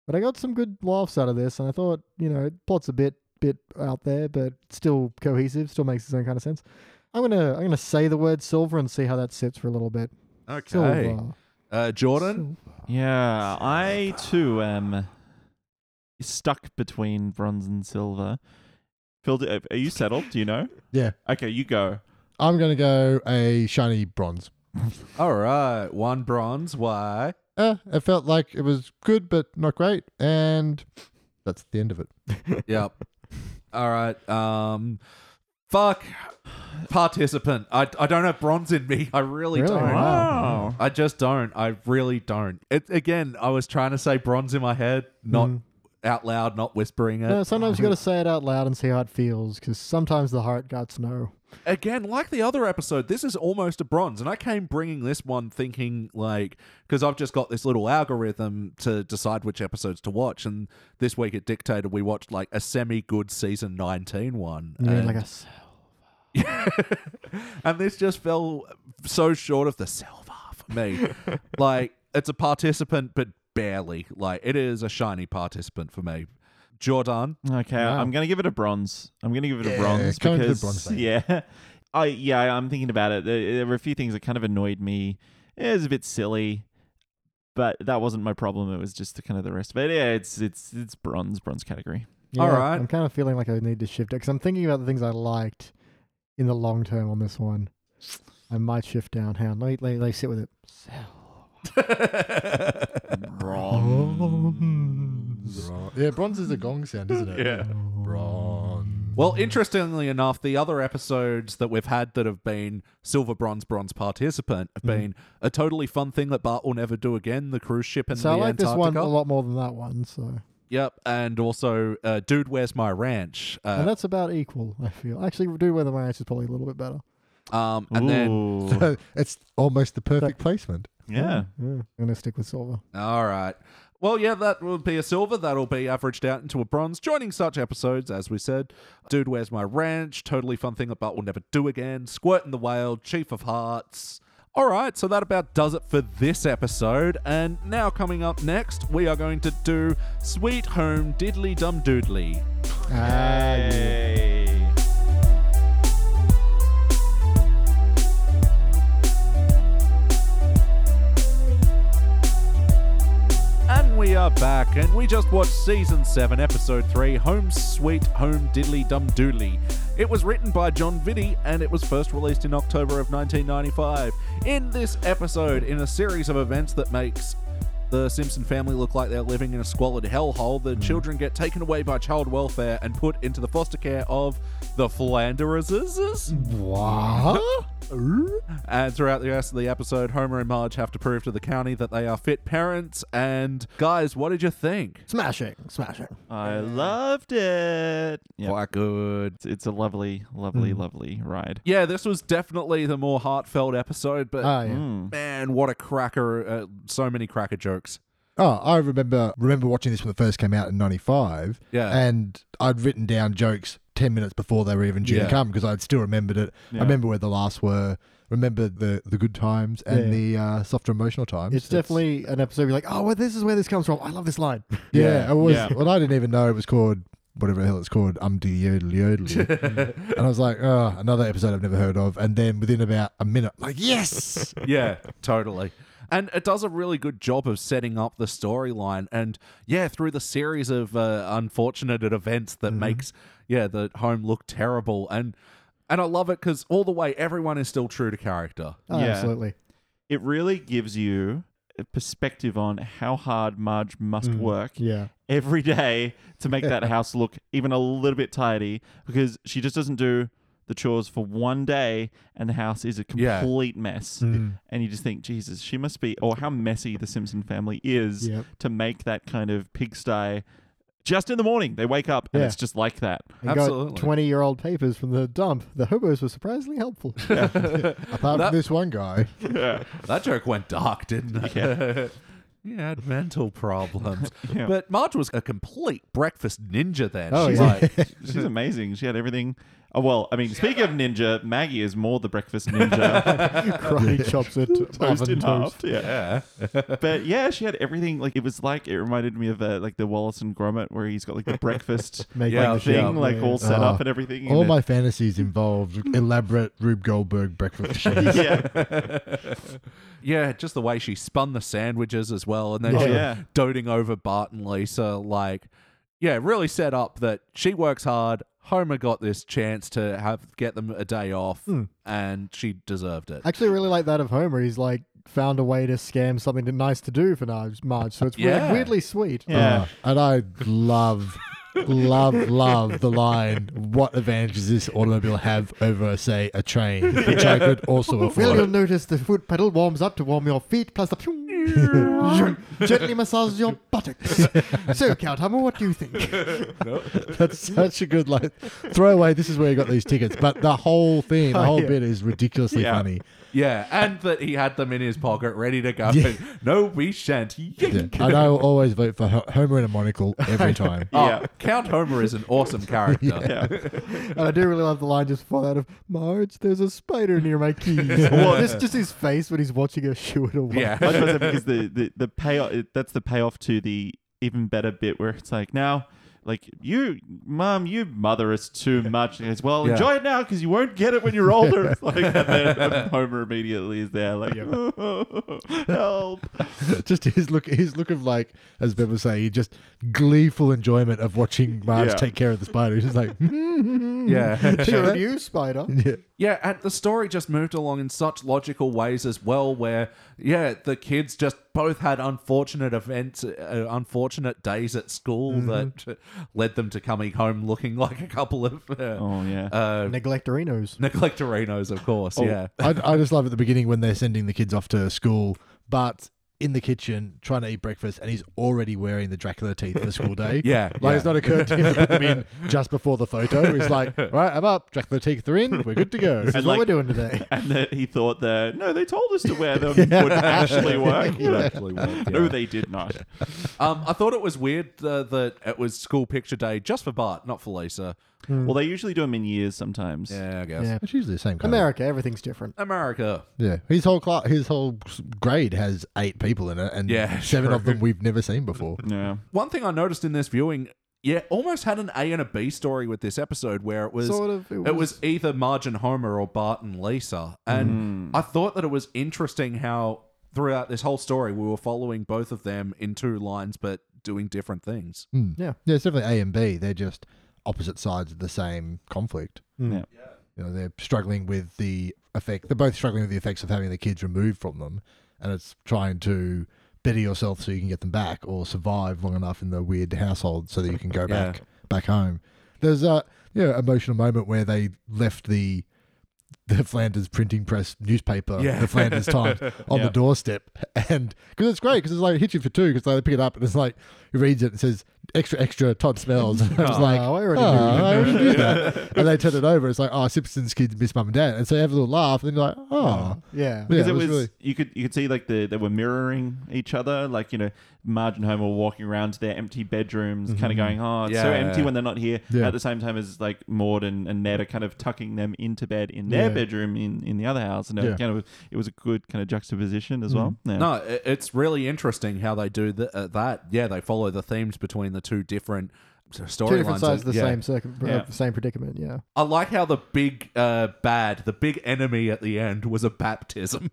Speaker 3: But I got some good laughs out of this, and I thought, you know, plot's a bit bit out there, but still cohesive, still makes its own kind of sense. I'm gonna I'm gonna say the word silver and see how that sits for a little bit.
Speaker 1: Okay,
Speaker 3: Silver.
Speaker 1: uh, Jordan.
Speaker 2: Yeah, I too am stuck between bronze and silver. Phil, uh, do- are you settled? Do you know?
Speaker 5: Yeah.
Speaker 2: Okay, you go.
Speaker 5: I'm going to go a shiny bronze.
Speaker 1: All right, one bronze. Why?
Speaker 5: Eh, it felt like it was good, but not great. And that's the end of it.
Speaker 1: Yep. All right. Um, fuck. Participant. I, I don't have bronze in me. I really,
Speaker 5: Really?
Speaker 1: don't.
Speaker 2: Wow.
Speaker 1: I just don't. I really don't. It, again, I was trying to say bronze in my head, not
Speaker 3: Mm.
Speaker 1: out loud, not whispering it.
Speaker 3: No, sometimes
Speaker 1: uh-huh.
Speaker 3: you got to say it out loud and see how it feels, because sometimes the heart guts know.
Speaker 1: again, like the other episode, this is almost a bronze. And I came bringing this one thinking, like, because I've just got this little algorithm to decide which episodes to watch. And this week it dictated we watched, like, a semi good season 19 one.
Speaker 3: You mean
Speaker 1: And-
Speaker 3: like a s-
Speaker 1: and this just fell so short of the silver for me. like it's a participant, but barely. Like it is a shiny participant for me. Jordan,
Speaker 2: Okay, I'm gonna give it a bronze. I'm gonna give it
Speaker 5: Yeah,
Speaker 2: a bronze
Speaker 5: come into the
Speaker 2: because
Speaker 5: bronze lane.
Speaker 2: yeah, I yeah, I'm thinking about it. There, there were a few things that kind of annoyed me. It was a bit silly, but that wasn't my problem. It was just the kind of the rest of it. Yeah, it's it's it's bronze bronze category.
Speaker 3: yeah,
Speaker 1: Alright.
Speaker 3: I'm kind of feeling like I need to shift it, because I'm thinking about the things I liked in the long term on this one. I might shift down. Hang on, let me, let me, let me sit with it.
Speaker 2: Bronze.
Speaker 5: Yeah, bronze is a gong sound, isn't it? Yeah. Bronze.
Speaker 1: Well, interestingly enough, the other episodes that we've had that have been silver, bronze, bronze participant have
Speaker 3: Mm.
Speaker 1: been a totally fun thing that Bart will never do again. The cruise ship and
Speaker 3: So I
Speaker 1: the
Speaker 3: like this
Speaker 1: Antarctica.
Speaker 3: one a lot more than that one. So,
Speaker 1: Yep, and also, uh, dude, where's my ranch?
Speaker 3: and
Speaker 1: Uh,
Speaker 3: that's about equal. I feel actually, do whether my answer is probably a little bit better.
Speaker 1: um, and then,
Speaker 2: Ooh.
Speaker 5: it's almost the perfect placement.
Speaker 2: yeah.
Speaker 3: I'm gonna stick with silver.
Speaker 1: All right. Well, yeah, that will be a silver. That'll be averaged out into a bronze. Joining such episodes, as we said, Dude, Where's My Ranch? Totally Fun Thing About We'll Never Do Again, Squirt in the Whale, Chief of Hearts. All right, so that about does it for this episode. And now, coming up next, we are going to do Sweet Home Diddly Dum Doodly.
Speaker 2: Hey.
Speaker 1: And we are back, and we just watched season 7, episode 3, Home Sweet Home Diddly Dum Doodly. It was written by John Vitti, and it was first released in October of 1995. In this episode, in a series of events that makes the Simpson family look like they're living in a squalid hellhole, the children get taken away by child welfare and put into the foster care of the Flanderses.
Speaker 3: Mm.
Speaker 5: What?
Speaker 1: And throughout the rest of the episode, Homer and Marge have to prove to the county that they are fit parents. And guys, what did you think?
Speaker 3: Smashing, smashing.
Speaker 2: I loved it. Yeah,
Speaker 1: Quite good.
Speaker 2: it's, it's a lovely,
Speaker 3: Mm.
Speaker 2: lovely, lovely ride.
Speaker 1: Yeah, this was definitely the more heartfelt episode, but hmm.
Speaker 3: Ah, yeah.
Speaker 2: Mm.
Speaker 1: man, what a cracker! Uh, so many cracker jokes.
Speaker 5: Oh, I remember remember watching this when it first came out in '95.
Speaker 1: Yeah.
Speaker 5: and I'd written down jokes ten minutes before they were even due
Speaker 1: Yeah.
Speaker 5: to come because I'd still remembered it.
Speaker 2: Yeah.
Speaker 5: I remember where the last were. Remember the the good times and
Speaker 3: Yeah.
Speaker 5: the uh, softer emotional times.
Speaker 3: It's definitely an episode. You're like, oh, well, this is where this comes from. I love this line.
Speaker 5: yeah.
Speaker 2: Yeah.
Speaker 5: It was.
Speaker 2: Yeah.
Speaker 5: Well, I didn't even know it was called whatever the hell it's called. Um, de yodel yodel. and I was like, oh, another episode I've never heard of. And then within about a minute, I'm like yes.
Speaker 1: yeah, totally. And it does a really good job of setting up the storyline, and yeah, through the series of uh, unfortunate events that makes yeah the home look terrible, and and I love it because all the way everyone is still true to character.
Speaker 3: Oh,
Speaker 2: Yeah.
Speaker 3: Absolutely.
Speaker 2: It really gives you a perspective on how hard Marge
Speaker 3: Mm.
Speaker 2: must work
Speaker 3: Yeah.
Speaker 2: every day to make that house look even a little bit tidy because she just doesn't do the chores for one day and the house is a
Speaker 1: Yeah.
Speaker 2: complete mess.
Speaker 3: Mm.
Speaker 2: And you just think, Jesus, she must be, or how messy the Simpson family is
Speaker 3: Yep.
Speaker 2: to make that kind of pigsty just in the morning. They wake up and
Speaker 3: Yeah.
Speaker 2: it's just like that.
Speaker 3: And
Speaker 1: Absolutely.
Speaker 3: got 20 year old papers from the dump. The hobos were surprisingly helpful.
Speaker 5: Apart
Speaker 1: That-
Speaker 5: from this one guy.
Speaker 1: That joke went dark, didn't it? Yeah. he had mental problems.
Speaker 2: Yeah.
Speaker 1: But Marge was a complete breakfast ninja then.
Speaker 3: Oh,
Speaker 1: She's
Speaker 3: yeah.
Speaker 1: like,
Speaker 2: She's amazing. She had everything. Oh, well, I mean, speaking of ninja, Maggie is more the breakfast ninja.
Speaker 3: Karate chops it.
Speaker 2: Toast
Speaker 3: oven
Speaker 2: in half.
Speaker 3: toast.
Speaker 2: Yeah.
Speaker 1: yeah.
Speaker 2: But yeah, she had everything. Like it was like it reminded me of uh, like the Wallace and Gromit where he's got like the breakfast
Speaker 3: Make
Speaker 1: Yeah,
Speaker 2: like,
Speaker 3: it
Speaker 2: thing,
Speaker 3: up,
Speaker 2: like
Speaker 3: yeah.
Speaker 2: all set up
Speaker 5: Oh,
Speaker 2: and everything.
Speaker 5: All
Speaker 2: and
Speaker 5: my fantasies involved elaborate Rube Goldberg breakfast. shows.
Speaker 2: it- yeah,
Speaker 1: Yeah, just the way she spun the sandwiches as well. And then
Speaker 3: Oh,
Speaker 1: she
Speaker 2: yeah.
Speaker 1: doting over Bart and Lisa. Like, yeah, really set up that she works hard. Homer got this chance to have get them a day off, and she deserved it.
Speaker 3: Actually, I really like that of Homer. He's like found a way to scam something to- nice to do for Marge, Marge so it's weird-
Speaker 1: Yeah.
Speaker 3: weirdly sweet. Uh,
Speaker 2: Yeah.
Speaker 5: Uh, and I love, love, love the line. What advantage does this automobile have over, say, a train, which I could also
Speaker 3: Well, you'll
Speaker 5: afford?
Speaker 3: notice the foot pedal warms up to warm your feet, plus the pew- gently massages your buttocks. so, Count Hummer, what do you think?
Speaker 5: That's such a good like throwaway. This is where you got these tickets, but the whole thing, the
Speaker 3: Oh,
Speaker 5: whole
Speaker 3: yeah.
Speaker 5: bit is ridiculously
Speaker 2: Yeah.
Speaker 5: funny.
Speaker 1: Yeah, and that he had them in his pocket, ready to go.
Speaker 5: Yeah.
Speaker 1: And, no, we shan't. Yink.
Speaker 5: Yeah. And I will always vote for Ho- Homer in a monocle every time.
Speaker 1: Oh,
Speaker 2: Yeah.
Speaker 1: Count Homer is an awesome character.
Speaker 3: And I do really love the line just before that of Marge, there's a spider near my keys. just, just his face when he's watching her shoo it away.
Speaker 1: Yeah.
Speaker 2: I suppose that because the, the, the payoff it- that's the payoff to the even better bit where it's like now like you mom you mother us too much and it's well
Speaker 1: Yeah.
Speaker 2: enjoy it now because you won't get it when you're older it's like and then Homer immediately is there like help
Speaker 5: just his look, his look of like, as Ben was saying, just gleeful enjoyment of watching Marge
Speaker 2: Yeah.
Speaker 5: take care of the spider. He's just like,
Speaker 1: yeah.
Speaker 3: Sure, you, spider.
Speaker 5: yeah.
Speaker 1: Yeah, and the story just moved along in such logical ways as well, where yeah, the kids just both had unfortunate events, uh, unfortunate days at school
Speaker 3: Mm-hmm.
Speaker 1: that led them to coming home looking like a couple of uh,
Speaker 2: oh yeah
Speaker 1: uh,
Speaker 3: Neglectorinos.
Speaker 1: neglectorinos, of course.
Speaker 3: Oh.
Speaker 1: Yeah,
Speaker 5: I, I just love at the beginning when they're sending the kids off to school, but in the kitchen trying to eat breakfast, and he's already wearing the Dracula teeth for the school day.
Speaker 1: Yeah,
Speaker 5: like
Speaker 1: yeah.
Speaker 5: it's not occurred to him to put them in just before the photo. He's like, "All right, I'm up. Dracula teeth are in. We're good to go."
Speaker 3: That's
Speaker 2: And
Speaker 3: what
Speaker 2: like-
Speaker 3: we're doing today.
Speaker 2: and that he thought that no they told us to wear them would actually work
Speaker 1: Would actually work,
Speaker 2: no
Speaker 1: yeah.
Speaker 2: they did not
Speaker 1: Um, I thought it was weird uh, that it was school picture day just for Bart, not for Lisa.
Speaker 2: well they usually do them in years sometimes
Speaker 1: Yeah, I guess.
Speaker 3: Yeah.
Speaker 5: It's usually the same kind.
Speaker 3: America, everything's different.
Speaker 1: America.
Speaker 5: Of, yeah, his whole class, his whole s- grade has eight people in it, and
Speaker 1: Yeah,
Speaker 5: seven
Speaker 1: true.
Speaker 5: of them we've never seen before.
Speaker 2: yeah
Speaker 1: One thing I noticed in this viewing, yeah, almost had an A and a B story with this episode where it was
Speaker 3: Sort of, it
Speaker 1: it was either Marge and Homer or Bart and Lisa,
Speaker 3: Hmm.
Speaker 1: and I thought that it was interesting how throughout this whole story we were following both of them in two lines but doing different things.
Speaker 3: Yeah.
Speaker 5: Yeah, it's definitely A and B. They're just opposite sides of the same conflict.
Speaker 2: yeah
Speaker 5: you know they're struggling with the effect they're both struggling with the effects of having the kids removed from them and it's trying to better yourself so you can get them back or survive long enough in the weird household so that you can go
Speaker 1: Yeah.
Speaker 5: back back home there's a you know emotional moment where they left the the Flanders printing press newspaper,
Speaker 1: Yeah.
Speaker 5: the Flanders Times, on
Speaker 2: Yeah.
Speaker 5: the doorstep, and because it's great because it's like it hits you for two because they pick it up and it's like he reads it and says extra extra Todd smells. And I was like,
Speaker 3: Oh, I already
Speaker 5: "Oh,
Speaker 3: knew
Speaker 5: I already knew that. And they turn it over. It's like, oh, Simpsons kids miss mum and dad. And so you have a little laugh, and then you're like, oh.
Speaker 3: Yeah.
Speaker 5: Yeah,
Speaker 2: Because
Speaker 5: it
Speaker 2: it
Speaker 5: was
Speaker 2: was,
Speaker 5: really-
Speaker 2: you could you could see like the they were mirroring each other, like you know Marge and Homer were walking around to their empty bedrooms, kind of going, "Oh, it's so
Speaker 1: Yeah.
Speaker 2: empty when they're not here."
Speaker 5: Mm-hmm. Yeah.
Speaker 2: At the same time as like Maud and, and Ned are kind of tucking them into bed in their
Speaker 5: Yeah.
Speaker 2: bedroom in, in the other house, and
Speaker 5: Yeah. Mm-hmm.
Speaker 2: it kind of it was a good kind of juxtaposition as well. Yeah.
Speaker 1: No, i- it's really interesting how they do th- uh, that. Yeah, they follow the themes between the two different s- storylines.
Speaker 3: Two different sides of the
Speaker 1: Yeah.
Speaker 3: same circum-
Speaker 2: Yeah.
Speaker 3: uh, same predicament, yeah.
Speaker 1: I like how the big uh, bad, the big enemy at the end was a baptism.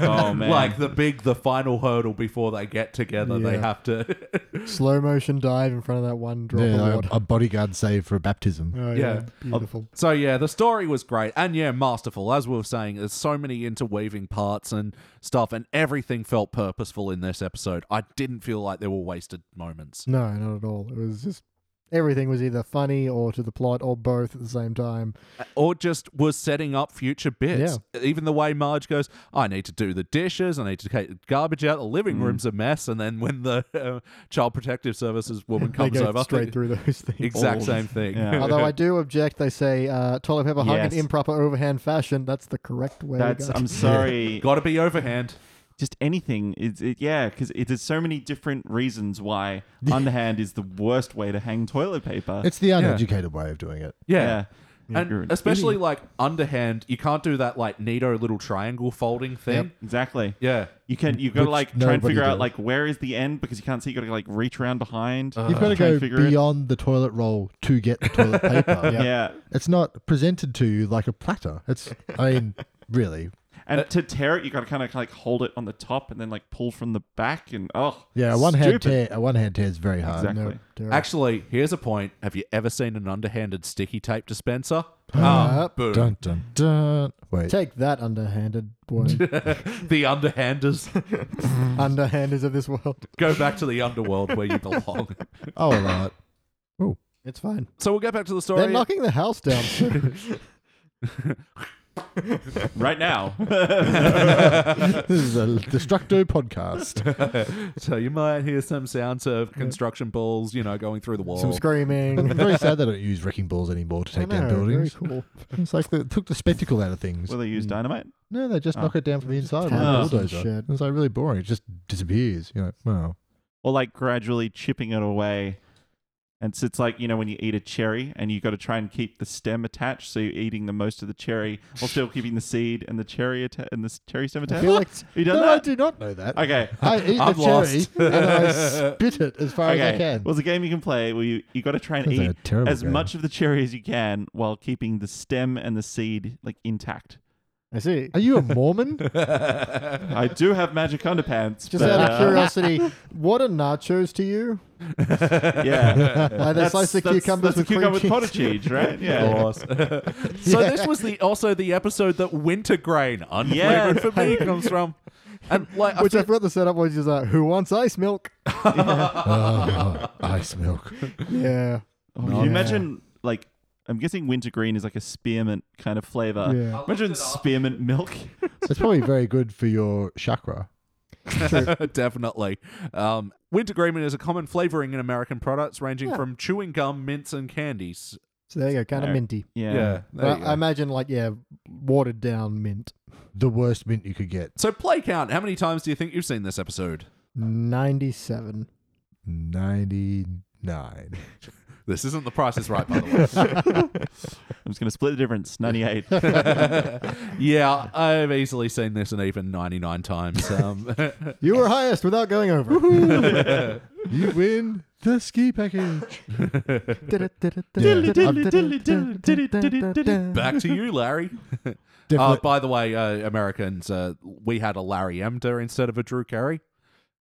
Speaker 2: oh man,
Speaker 1: like the big, the final hurdle before they get together, they
Speaker 3: Yeah.
Speaker 1: have to.
Speaker 3: Slow motion dive in front of that one drop
Speaker 5: Yeah,
Speaker 3: of
Speaker 5: like
Speaker 3: water.
Speaker 5: a bodyguard save for a baptism.
Speaker 3: Oh,
Speaker 1: Yeah.
Speaker 3: Beautiful.
Speaker 1: So yeah, the story was great, and yeah, masterful. As we were saying, there's so many interweaving parts and stuff, and everything felt purposeful in this episode. I didn't feel like there were wasted moments.
Speaker 3: No, not at all. It was just everything was either funny or to the plot or both at the same time.
Speaker 1: or just was setting up future bits. Even the way Marge goes, I need to do the dishes, I need to take the garbage out, the living
Speaker 3: Mm.
Speaker 1: room's a mess. And then when the uh, Child Protective Services woman
Speaker 3: They
Speaker 1: comes
Speaker 3: go
Speaker 1: over,
Speaker 3: straight
Speaker 1: they-
Speaker 3: through those things.
Speaker 1: exact
Speaker 2: All-
Speaker 1: same thing.
Speaker 2: Yeah.
Speaker 3: Although I do object, they say uh, toilet paper hung
Speaker 2: Yes.
Speaker 3: in improper overhand fashion. That's the correct way.
Speaker 2: that's
Speaker 3: to go.
Speaker 2: I'm sorry,
Speaker 1: Gotta be overhand.
Speaker 2: just anything. It's it, yeah, because it, there's so many different reasons why underhand is the worst way to hang toilet paper.
Speaker 5: It's the uneducated way of doing it.
Speaker 1: Yeah.
Speaker 2: yeah. You're an
Speaker 1: And especially like underhand, you can't do that like neato little triangle folding thing.
Speaker 2: Exactly.
Speaker 1: Yeah.
Speaker 2: You can you gotta
Speaker 5: Which
Speaker 2: like try and
Speaker 5: nobody
Speaker 2: figure out
Speaker 5: did.
Speaker 2: like where is the end because you can't see. You gotta like reach around behind.
Speaker 5: You've got to
Speaker 2: try
Speaker 5: Uh, go
Speaker 2: and figure it.
Speaker 5: beyond the toilet roll to get the toilet paper.
Speaker 2: Yeah.
Speaker 5: It's not presented to you like a platter. It's, I mean, really.
Speaker 2: And to tear it, you got to kind of like hold it on the top and then like pull from the back and oh
Speaker 5: Yeah, a one hand
Speaker 2: stupid.
Speaker 5: tear. A one hand tear is very hard.
Speaker 2: Exactly.
Speaker 3: No, terrible.
Speaker 1: Actually, here's a point. Have you ever seen an underhanded sticky tape dispenser?
Speaker 3: Ah,
Speaker 1: Ah, boom.
Speaker 5: Dun dun dun. Wait.
Speaker 3: Take that, underhanded word.
Speaker 1: the underhanders.
Speaker 3: underhanders of this world.
Speaker 1: Go back to the underworld where you belong.
Speaker 5: Oh, a lot.
Speaker 3: It's fine.
Speaker 1: So we'll get back to the
Speaker 3: They're
Speaker 1: story.
Speaker 3: knocking the house down.
Speaker 2: right now.
Speaker 5: this is a destructo podcast.
Speaker 1: so you might hear some sounds of construction balls, you know, going through the wall.
Speaker 3: Some
Speaker 5: I'm
Speaker 3: screaming.
Speaker 5: very sad they don't use wrecking balls anymore to
Speaker 3: I
Speaker 5: take down
Speaker 3: know, very
Speaker 5: buildings.
Speaker 3: cool.
Speaker 5: It's like they took the spectacle out of things.
Speaker 2: Will they use dynamite?
Speaker 5: no, they just
Speaker 2: Oh.
Speaker 5: knock it down from the inside with
Speaker 2: Oh.
Speaker 5: a bulldozer.
Speaker 3: Shit.
Speaker 5: It's like really boring. It just disappears. You're like, wow.
Speaker 2: Or like gradually chipping it away. And so it's like, you know, when you eat a cherry and you got to try and keep the stem attached. So you're eating the most of the cherry while still keeping the seed and the cherry atta- and the s- cherry stem
Speaker 5: I
Speaker 2: attached.
Speaker 5: feel like
Speaker 2: you
Speaker 5: no,
Speaker 2: done
Speaker 5: I
Speaker 2: that?
Speaker 5: do not know that.
Speaker 2: Okay.
Speaker 5: I eat
Speaker 1: I'm
Speaker 5: the
Speaker 1: lost.
Speaker 5: cherry and I spit it as far as I
Speaker 2: Okay.
Speaker 5: can.
Speaker 2: Well, it's a game you can play where you, you got to try and
Speaker 5: That's a
Speaker 2: eat
Speaker 5: terrible
Speaker 2: as
Speaker 5: game.
Speaker 2: much of the cherry as you can while keeping the stem and the seed like intact.
Speaker 3: I see.
Speaker 5: Are you a Mormon?
Speaker 2: I do have magic underpants.
Speaker 3: Just
Speaker 2: but,
Speaker 3: out
Speaker 2: uh,
Speaker 3: of curiosity, what are nachos to you?
Speaker 2: yeah.
Speaker 3: Like they slice the
Speaker 2: that's
Speaker 3: cucumbers
Speaker 2: a
Speaker 3: with
Speaker 2: cucumber
Speaker 3: cream
Speaker 2: with cottage
Speaker 3: cheese.
Speaker 2: cheese, right? Yeah.
Speaker 1: Of course. so this was the also the episode that Wintergrain unflavored
Speaker 2: Yeah.
Speaker 1: for me comes from, and like I
Speaker 3: Which I
Speaker 1: feel-
Speaker 3: forgot the setup was just like, who wants ice milk?
Speaker 5: oh, God. Ice milk.
Speaker 3: Yeah.
Speaker 2: Oh, you imagine like I'm guessing wintergreen is like a spearmint kind of flavor.
Speaker 3: Yeah. I
Speaker 2: Imagine spearmint milk.
Speaker 5: It's probably very good for your chakra.
Speaker 1: Definitely. Um, wintergreen is a common flavoring in American products, ranging from chewing gum, mints, and candies.
Speaker 3: So there you go, kind of
Speaker 2: Yeah.
Speaker 3: minty.
Speaker 2: Yeah.
Speaker 1: Yeah. there
Speaker 3: But
Speaker 1: you
Speaker 3: I
Speaker 1: go.
Speaker 3: imagine like yeah, watered down mint.
Speaker 5: The worst mint you could get.
Speaker 1: So play count. How many times do you think you've seen this episode?
Speaker 3: Ninety seven.
Speaker 5: 99.
Speaker 1: This isn't the Price Is Right, by the way.
Speaker 2: I'm just gonna split the difference. 98.
Speaker 1: yeah, I've easily seen this an even 99 times. Um,
Speaker 3: You were highest without going over.
Speaker 5: You win the ski package.
Speaker 1: back to you, Larry. Uh,
Speaker 5: Definitely.
Speaker 1: by the way, uh, Americans, uh, we had a Larry Emder instead of a Drew Carey.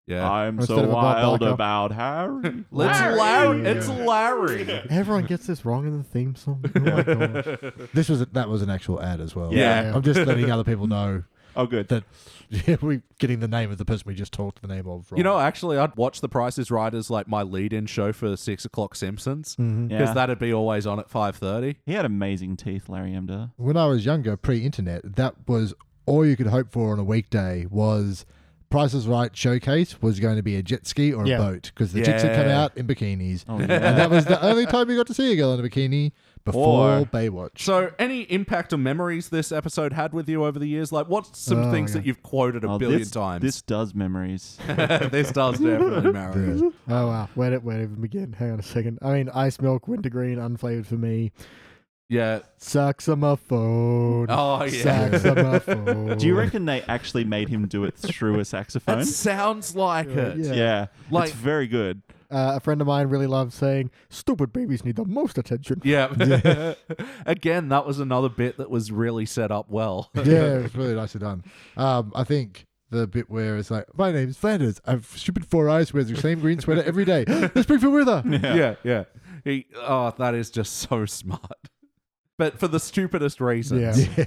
Speaker 1: Yeah.
Speaker 2: I'm
Speaker 3: Instead
Speaker 2: so
Speaker 3: of a Bob
Speaker 2: wild
Speaker 3: Barker.
Speaker 2: about Harry.
Speaker 1: Let's Uh, Larry. It's Larry.
Speaker 3: Everyone gets this wrong in the theme song. Oh my gosh.
Speaker 5: This was that was an actual ad as well.
Speaker 1: Yeah.
Speaker 5: I'm just letting other people know
Speaker 2: Oh, good.
Speaker 5: that yeah, we're getting the name of the person we just talked the name of. Wrong.
Speaker 1: You know, actually, I'd watch The Price Is Right as like my lead-in show for Six O'clock Simpsons because
Speaker 2: Yeah.
Speaker 1: that'd be always on at five thirty.
Speaker 2: he had amazing teeth, Larry Emder.
Speaker 5: when I was younger, pre-internet, that was all you could hope for on a weekday was. Price is Right showcase was going to be a jet ski or a
Speaker 3: Yeah.
Speaker 5: boat because the chicks had come
Speaker 1: Yeah.
Speaker 5: out in bikinis,
Speaker 2: Oh, yeah.
Speaker 5: and that was the only time you got to see a girl in a bikini before
Speaker 2: Or-
Speaker 5: Baywatch.
Speaker 1: So, any impact or memories this episode had with you over the years? Like, what's some
Speaker 3: Oh,
Speaker 1: things
Speaker 3: yeah.
Speaker 1: that you've quoted a
Speaker 2: Oh,
Speaker 1: billion
Speaker 2: this,
Speaker 1: times?
Speaker 2: This does memories.
Speaker 1: this does definitely matter.
Speaker 3: Oh wow. Where did where did we begin? Hang on a second. I mean ice milk, wintergreen, unflavored for me.
Speaker 1: Yeah.
Speaker 3: Saxophone.
Speaker 1: Oh yeah.
Speaker 3: Saxophone.
Speaker 2: Do you reckon they actually made him do it through a saxophone?
Speaker 1: That sounds like it.
Speaker 3: yeah.
Speaker 2: yeah.
Speaker 1: Like-
Speaker 2: it's very good.
Speaker 3: Uh, a friend of mine really loves saying, "Stupid babies need the most attention."
Speaker 1: Yeah. Again, that was another bit that was really set up well.
Speaker 5: yeah, it was really nicely done. Um, I think the bit where it's like, my name's Flanders. I have stupid four eyes, wears the same green sweater every day. Let's bring for weather.
Speaker 1: Yeah, yeah. He, oh, that is just so smart. But for the stupidest reasons.
Speaker 3: Yeah.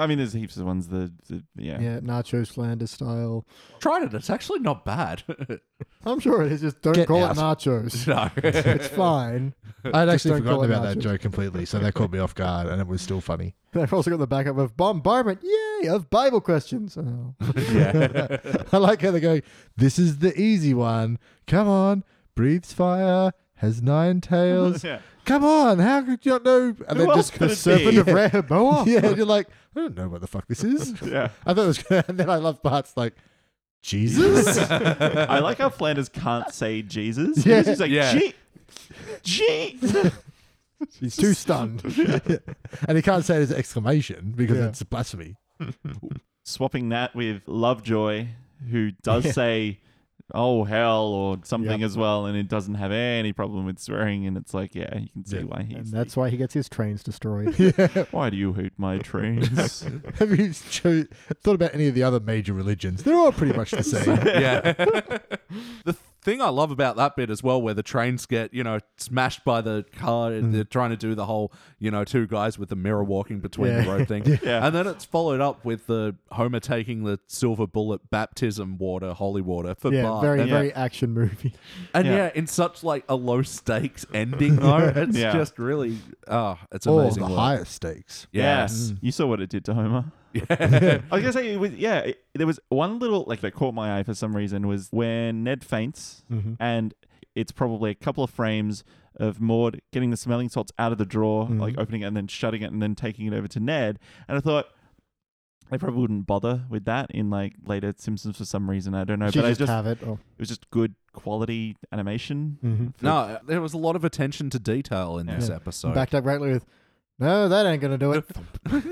Speaker 2: I mean, there's heaps of ones that, that- yeah.
Speaker 3: Yeah, Nacho Flanders style.
Speaker 1: Tried it. It's actually not bad.
Speaker 3: I'm sure it is. Just don't
Speaker 5: Get
Speaker 3: call
Speaker 5: out.
Speaker 3: it nachos.
Speaker 1: no.
Speaker 3: It's fine.
Speaker 5: I'd actually
Speaker 3: don't call
Speaker 5: forgotten
Speaker 3: it
Speaker 5: about that
Speaker 3: nachos.
Speaker 5: joke completely, so that caught me off guard, and it was still funny.
Speaker 3: They've also got the backup of bombardment. Yay! Of Bible questions. Oh.
Speaker 1: yeah.
Speaker 5: I like how they go, this is the easy one. Come on, breathes fire, has nine tails.
Speaker 2: Yeah.
Speaker 5: Come on, how could you not know? And
Speaker 2: Who
Speaker 5: then
Speaker 2: else
Speaker 5: just
Speaker 2: could
Speaker 5: the
Speaker 2: it be?
Speaker 5: serpent of
Speaker 3: Rehoboam.
Speaker 5: Yeah, and you're like, I don't know what the fuck this is.
Speaker 2: Yeah.
Speaker 5: I thought it was good. And then I love parts like, Jesus?
Speaker 2: I like how Flanders can't say Jesus.
Speaker 5: Yeah.
Speaker 2: He's like,
Speaker 1: Yeah.
Speaker 2: Gee. Gee.
Speaker 3: He's too stunned.
Speaker 5: and he can't say it as exclamation because
Speaker 3: Yeah.
Speaker 5: it's blasphemy.
Speaker 2: Swapping that with Lovejoy, who does say oh hell or something
Speaker 3: Yep.
Speaker 2: as well, and it doesn't have any problem with swearing, and it's like, yeah, you can see
Speaker 5: Yeah.
Speaker 2: why he's.
Speaker 3: And
Speaker 2: the-
Speaker 3: that's why he gets his trains destroyed.
Speaker 2: why do you hate my trains?
Speaker 5: Have you cho- thought about any of the other major religions? They're all pretty much the same.
Speaker 1: yeah. the thing I love about that bit as well, where the trains get, you know, smashed by the car,
Speaker 3: Mm.
Speaker 1: and they're trying to do the whole, you know, two guys with the mirror walking between the
Speaker 3: Yeah.
Speaker 1: road thing.
Speaker 2: Yeah.
Speaker 1: And then it's followed up with the Homer taking the silver bullet baptism water, holy water for
Speaker 3: yeah,
Speaker 1: Bart.
Speaker 3: very,
Speaker 1: and,
Speaker 3: very action movie.
Speaker 1: and yeah.
Speaker 2: yeah.
Speaker 1: in such like a low stakes ending though, it's
Speaker 2: Yeah.
Speaker 1: just really, oh, it's
Speaker 5: All
Speaker 1: amazing.
Speaker 5: the
Speaker 1: work.
Speaker 5: highest stakes.
Speaker 2: Yes,
Speaker 3: Mm.
Speaker 2: you saw what it did to Homer. Yeah. I was gonna say, it was, yeah, it- there was one little like that caught my eye for some reason was when Ned faints,
Speaker 3: Mm-hmm.
Speaker 2: and it's probably a couple of frames of Maud getting the smelling salts out of the drawer, like opening it and then shutting it and then taking it over to Ned, and I thought. They probably wouldn't bother with that in like later Simpsons for some reason. I don't know,
Speaker 3: She
Speaker 2: but
Speaker 3: just,
Speaker 2: I just
Speaker 3: have it. Oh.
Speaker 2: it was just good quality animation.
Speaker 3: Mhm.
Speaker 1: No, there was a lot of attention to detail in this
Speaker 3: Yeah.
Speaker 1: episode.
Speaker 3: Backed up rightly with, no, that ain't gonna do it.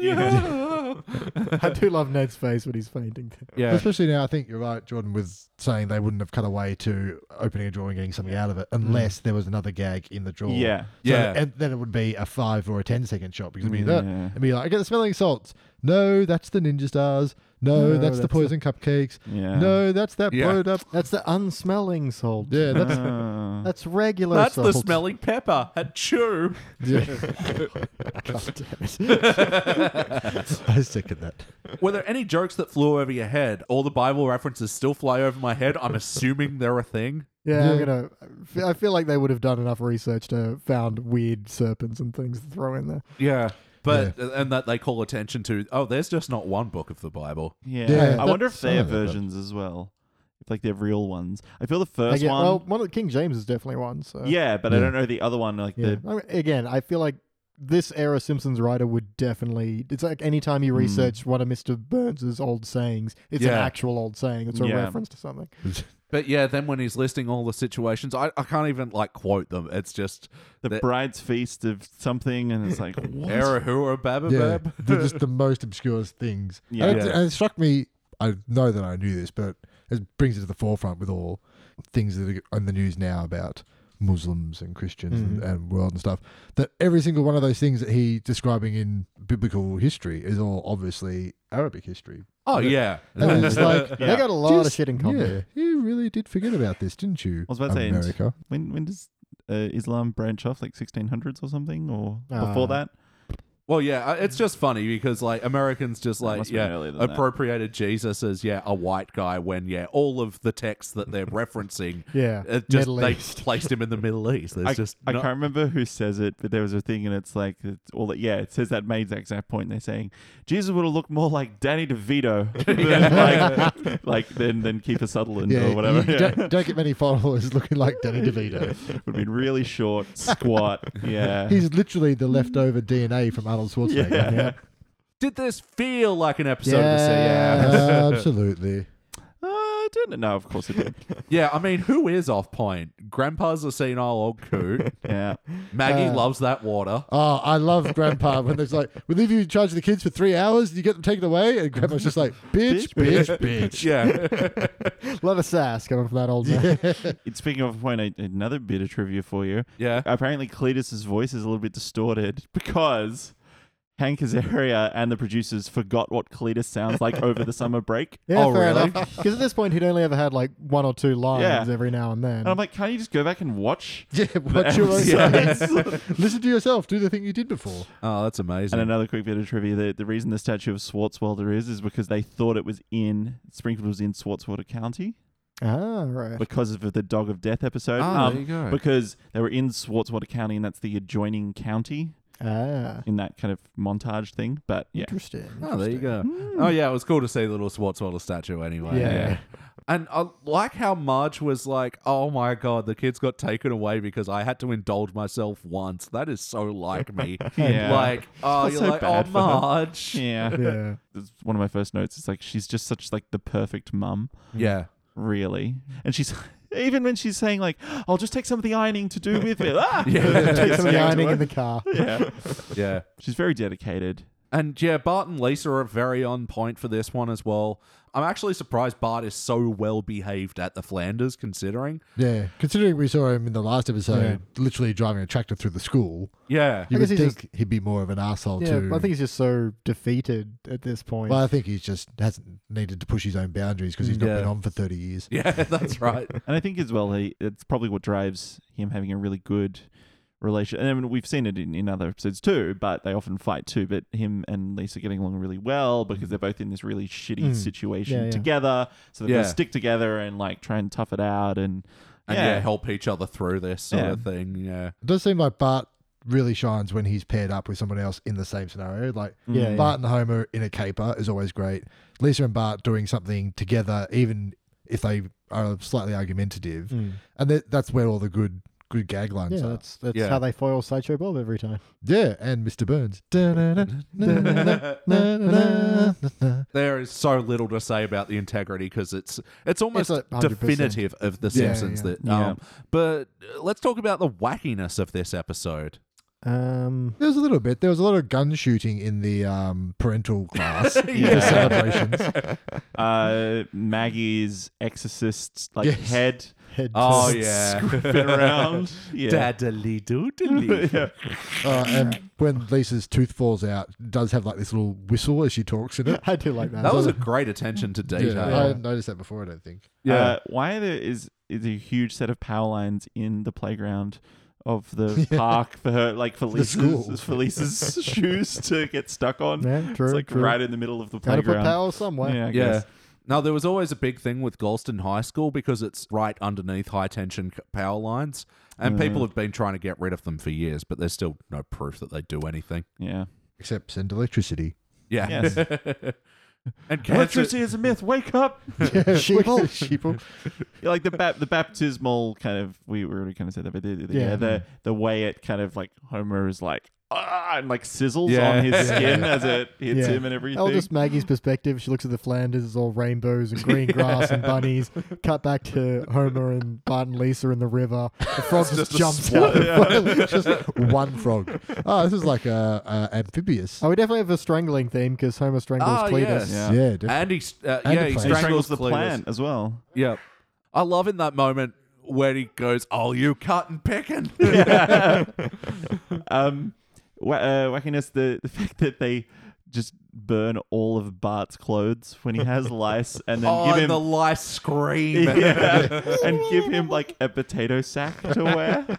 Speaker 1: yeah.
Speaker 3: I do love Ned's face when he's fainting.
Speaker 1: yeah.
Speaker 5: Especially now, I think you're right, Jordan, with saying they wouldn't have cut away to opening a drawer and getting something out of it unless there was another gag in the drawer.
Speaker 2: Yeah,
Speaker 5: So-
Speaker 1: Yeah.
Speaker 5: And then it would be a five or a ten second shot because it'd be that.
Speaker 2: Yeah.
Speaker 5: It'd be like, I get the smelling salts. No, that's the ninja stars. No,
Speaker 3: No,
Speaker 5: that's, the
Speaker 3: that's
Speaker 5: poison cupcakes.
Speaker 2: yeah.
Speaker 5: No, that's that
Speaker 1: Yeah.
Speaker 5: blowed up.
Speaker 3: That's the unsmelling salt.
Speaker 5: Yeah, that's
Speaker 2: Ah.
Speaker 3: That's regular
Speaker 1: That's
Speaker 3: salt.
Speaker 1: the smelling pepper. A chew.
Speaker 5: I second that.
Speaker 1: Were there any jokes that flew over your head? All the Bible references still fly over my head. I'm assuming they're a thing.
Speaker 3: Yeah, I'm
Speaker 5: Yeah.
Speaker 3: gonna. I feel- I feel like they would have done enough research to found weird serpents and things to throw in there.
Speaker 1: Yeah. But uh, and that they call attention to. Oh, there's just not one book of the Bible.
Speaker 2: Yeah.
Speaker 5: Yeah,
Speaker 2: I wonder if
Speaker 5: that's-
Speaker 2: they have
Speaker 5: some of it, but-
Speaker 2: versions as well. If like they're real ones. I feel the
Speaker 3: I
Speaker 2: first
Speaker 3: get-
Speaker 2: one.
Speaker 3: Well, one of the King James is definitely one. So
Speaker 2: yeah, but I don't know the other one. Like
Speaker 3: Yeah.
Speaker 2: the
Speaker 3: I mean, again, I feel like this era Simpsons writer would definitely. It's like any time you research one of Mr. Burns's old sayings, it's an
Speaker 1: Yeah.
Speaker 3: actual old saying. It's a
Speaker 2: Yeah.
Speaker 3: reference to something.
Speaker 1: But yeah, then when he's listing all the situations, I, I can't even like quote them. It's just
Speaker 2: the
Speaker 1: the-
Speaker 2: bride's feast of something, and it's like what?
Speaker 1: Erahua Baba
Speaker 5: Yeah,
Speaker 1: Bab.
Speaker 5: they're just the most obscure things.
Speaker 2: Yeah.
Speaker 5: And, it,
Speaker 1: Yeah.
Speaker 5: and it struck me, I know that I knew this, but it brings it to the forefront with all things that are on the news now about Muslims and Christians and,
Speaker 2: Mm-hmm.
Speaker 5: and world and stuff. That every single one of those things that he describing in biblical history is all obviously Arabic history.
Speaker 1: Oh yeah.
Speaker 5: And it's like,
Speaker 2: Yeah.
Speaker 3: They got a lot of
Speaker 5: just-
Speaker 3: shit in common.
Speaker 5: Yeah, you really did forget about this, didn't you?
Speaker 2: I was about to say, and-
Speaker 5: America.
Speaker 2: When when does uh, Islam branch off? Like 1600s or something, or
Speaker 3: Uh,
Speaker 2: before that?
Speaker 1: Well, yeah, I- it's just funny because like Americans just
Speaker 2: That
Speaker 1: like
Speaker 2: must have been
Speaker 1: yeah
Speaker 2: earlier than that.
Speaker 1: appropriated Jesus as yeah a white guy when yeah all of the texts that they're referencing
Speaker 3: Yeah,
Speaker 1: uh, just
Speaker 3: Middle
Speaker 1: they
Speaker 3: East.
Speaker 1: placed him in the Middle East. There's
Speaker 2: I,
Speaker 1: just
Speaker 2: I
Speaker 1: no-
Speaker 2: can't remember who says it, but there was a thing, and it's like it's all that. Yeah, it says that made the exact point. They're saying Jesus would have looked more like Danny DeVito than like, like than than Kiefer Sutherland
Speaker 5: Yeah,
Speaker 2: or whatever.
Speaker 5: you- you
Speaker 2: Yeah.
Speaker 5: Don't, don't get many followers looking like Danny DeVito.
Speaker 2: would have been really short, squat. Yeah.
Speaker 5: He's literally the leftover DNA from Arnold Schwarzenegger.
Speaker 2: yeah.
Speaker 1: Did this feel like an episode of the
Speaker 3: Yes.
Speaker 1: Yeah.
Speaker 5: Absolutely.
Speaker 2: Uh, I don't know. Of course it did.
Speaker 1: yeah, I mean, who is off point? Grandpa's a senile old coot.
Speaker 2: Yeah.
Speaker 1: Maggie
Speaker 3: Uh,
Speaker 1: loves that water.
Speaker 5: Oh, I love Grandpa when there's like, we leave you in charge of the kids for three hours, you get them taken away, and Grandpa's just like, bitch, bitch, bitch.
Speaker 1: Yeah.
Speaker 3: Love a sass coming from that old man.
Speaker 2: It's speaking of a point, I, another bit of trivia for you.
Speaker 1: Yeah.
Speaker 2: Apparently, Cletus's voice is a little bit distorted because Hank Azaria and the producers forgot what Cletus sounds like over the summer break.
Speaker 3: Yeah,
Speaker 1: Oh,
Speaker 3: fair
Speaker 1: really?
Speaker 3: enough. Because at this point, he'd only ever had like one or two lines
Speaker 2: Yeah.
Speaker 3: every now and then.
Speaker 2: And I'm like, can't you just go back and watch?
Speaker 5: Yeah,
Speaker 2: the
Speaker 5: watch your own
Speaker 2: episodes?"
Speaker 5: Listen to yourself, do the thing you did before.
Speaker 1: Oh, that's amazing.
Speaker 2: And another quick bit of trivia: the, the reason the statue of Swartzwelder is is because they thought it was in Springfield was in Swartzwelder County
Speaker 3: ah, right.
Speaker 2: because of the Dog of Death episode. Um,
Speaker 1: Ah, there you go.
Speaker 2: Because they were in Swartzwelder County, and that's the adjoining county.
Speaker 3: Ah,
Speaker 2: in that kind of montage thing. But yeah,
Speaker 3: interesting.
Speaker 1: Oh, there you go.
Speaker 2: Hmm.
Speaker 1: Oh, yeah, it was cool to see the little Swartzwelder statue anyway.
Speaker 3: Yeah.
Speaker 1: And I like how Marge was like, oh my God, the kids got taken away because I had to indulge myself once. That is so like me.
Speaker 2: Yeah.
Speaker 1: Like, oh,
Speaker 2: Felt
Speaker 1: you're
Speaker 2: so
Speaker 1: like, oh,
Speaker 2: bad for her."
Speaker 1: Marge.
Speaker 2: yeah.
Speaker 3: Yeah.
Speaker 2: It's one of my first notes. It's like she's just such like the perfect mum,
Speaker 1: Yeah.
Speaker 2: really. And she's even when she's saying like, "I'll just take some of the ironing to do with it." Ah!
Speaker 1: Yeah.
Speaker 3: Take some of the
Speaker 2: Yeah.
Speaker 3: ironing in the car.
Speaker 2: Yeah.
Speaker 1: Yeah.
Speaker 2: she's very dedicated.
Speaker 1: And yeah, Bart and Lisa are very on point for this one as well. I'm actually surprised Bart is so well behaved at the Flanders, considering.
Speaker 5: Yeah, considering we saw him in the last episode, literally driving a tractor through the school,
Speaker 1: Yeah.
Speaker 5: you
Speaker 3: I
Speaker 5: would
Speaker 3: guess
Speaker 5: think
Speaker 3: he's
Speaker 5: he'd be more of an asshole
Speaker 3: yeah,
Speaker 5: too.
Speaker 3: I think he's just so defeated at this point.
Speaker 5: well, I think he's just hasn't needed to push his own boundaries because he's not
Speaker 1: Yeah.
Speaker 5: been on for thirty years.
Speaker 1: Yeah, that's right.
Speaker 2: And I think as well, he, it's probably what drives him having a really good relation. And I mean, we've seen it in, in other episodes too, but they often fight too. But him and Lisa getting along really well because they're both in this really shitty
Speaker 5: Mm.
Speaker 2: situation
Speaker 3: Mm. Yeah, yeah.
Speaker 2: together. So they
Speaker 1: Yeah.
Speaker 2: yeah. stick together and like try and tough it out. And,
Speaker 1: And yeah.
Speaker 2: yeah,
Speaker 1: help each other through this sort
Speaker 2: Yeah.
Speaker 1: of thing. Yeah.
Speaker 5: It does seem like Bart really shines when he's paired up with someone else in the same scenario. Like
Speaker 3: Yeah,
Speaker 2: mm.
Speaker 3: yeah.
Speaker 5: Bart and Homer in a caper is always great. Lisa and Bart doing something together, even if they are slightly argumentative,
Speaker 3: Mm.
Speaker 5: and that, that's where all the good good gag lines
Speaker 3: yeah,
Speaker 5: are.
Speaker 3: that's that's
Speaker 1: Yeah.
Speaker 3: how they foil Sideshow Bob every time.
Speaker 5: Yeah, and Mr. Burns. Da-na-na, na-na-na, na-na-na, na-na.
Speaker 1: There is so little to say about the integrity because it's it's almost
Speaker 5: like 100%.
Speaker 1: definitive of the
Speaker 5: Yeah,
Speaker 1: Simpsons.
Speaker 5: yeah.
Speaker 1: That, um, but uh, let's talk about the wackiness of this episode.
Speaker 3: Um,
Speaker 5: There was a little bit. There was a lot of gun shooting in the um, parental class.
Speaker 1: Yeah.
Speaker 5: The celebrations.
Speaker 2: uh, Maggie's exorcist like
Speaker 5: Yes.
Speaker 2: head
Speaker 3: head
Speaker 1: Oh
Speaker 3: to-
Speaker 1: yeah,
Speaker 2: been around. Yeah.
Speaker 1: Daddly doodly.
Speaker 2: yeah.
Speaker 5: Uh, and when Lisa's tooth falls out, it does have like this little whistle as she talks in it.
Speaker 3: I do like that.
Speaker 1: That was a great attention to detail.
Speaker 5: Yeah, I hadn't noticed that before, I don't think.
Speaker 1: Yeah.
Speaker 2: Uh, why there is is a huge set of power lines in the playground of the
Speaker 5: Yeah.
Speaker 2: park for her, like for
Speaker 5: school.
Speaker 2: Lisa's, for Lisa's shoes to get stuck on.
Speaker 3: yeah, true,
Speaker 2: it's like
Speaker 3: true.
Speaker 2: right in the middle of the
Speaker 3: Gotta put
Speaker 2: playground.
Speaker 3: power somewhere.
Speaker 2: Yeah, I
Speaker 1: Yeah.
Speaker 2: guess.
Speaker 1: Now there was always a big thing with Galston High School because it's right underneath high tension c- power lines, and people have been trying to get rid of them for years, but there's still no proof that they do anything.
Speaker 2: Yeah.
Speaker 5: Except send electricity.
Speaker 1: Yeah.
Speaker 2: Yes.
Speaker 1: and cancer.
Speaker 2: Electricity is a myth. Wake up!
Speaker 3: Sheeple.
Speaker 5: Sheeple.
Speaker 2: Yeah, like the bap- the baptismal kind of. We were already kind of said that, but the, the, yeah.
Speaker 3: Yeah.
Speaker 2: the the way it kind of like Homer is like ah and like sizzles
Speaker 1: Yeah.
Speaker 2: on his
Speaker 1: Yeah.
Speaker 2: skin as it hits
Speaker 3: Yeah.
Speaker 2: him and everything.
Speaker 3: I'll just Maggie's perspective. She looks at the Flanders, it's all rainbows and green grass and bunnies. Cut back to Homer and Bart and Lisa in the river. The frog just,
Speaker 1: just a
Speaker 3: jumps
Speaker 1: swat,
Speaker 3: out.
Speaker 5: Just one frog. Oh, this is like a, a amphibious.
Speaker 3: Oh, we definitely have a strangling theme because Homer strangles
Speaker 1: Ah,
Speaker 3: Cletus.
Speaker 1: yes.
Speaker 2: Yeah.
Speaker 5: Yeah, definitely.
Speaker 1: And he, st- uh,
Speaker 5: And
Speaker 1: yeah,
Speaker 5: the
Speaker 1: he
Speaker 5: plant.
Speaker 2: And
Speaker 1: strangles,
Speaker 2: he strangles the
Speaker 1: Cletus.
Speaker 2: plant as well.
Speaker 1: Yep. I love in that moment where he goes, "Oh, you cutting picking."
Speaker 2: um, wa- uh, wackiness the, the fact that they just burn all of Bart's clothes when he has lice, and then
Speaker 1: oh,
Speaker 2: give
Speaker 1: and
Speaker 2: him
Speaker 1: the lice scream.
Speaker 2: yeah, and give him like a potato sack to wear.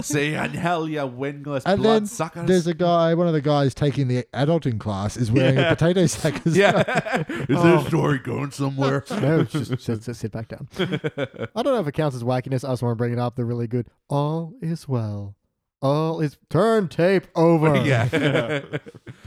Speaker 1: See, and hell, you wingless
Speaker 5: And then
Speaker 1: bloodsuckers.
Speaker 5: there's a guy, one of the guys taking the adulting class is wearing a potato sack. as well.
Speaker 1: yeah. Is
Speaker 5: Oh.
Speaker 1: this story going somewhere?
Speaker 3: No, it's just, just, just sit back down. I don't know if it counts as wackiness. I just want to bring it up. They're really good. All is well. All is turn tape over.
Speaker 1: yeah.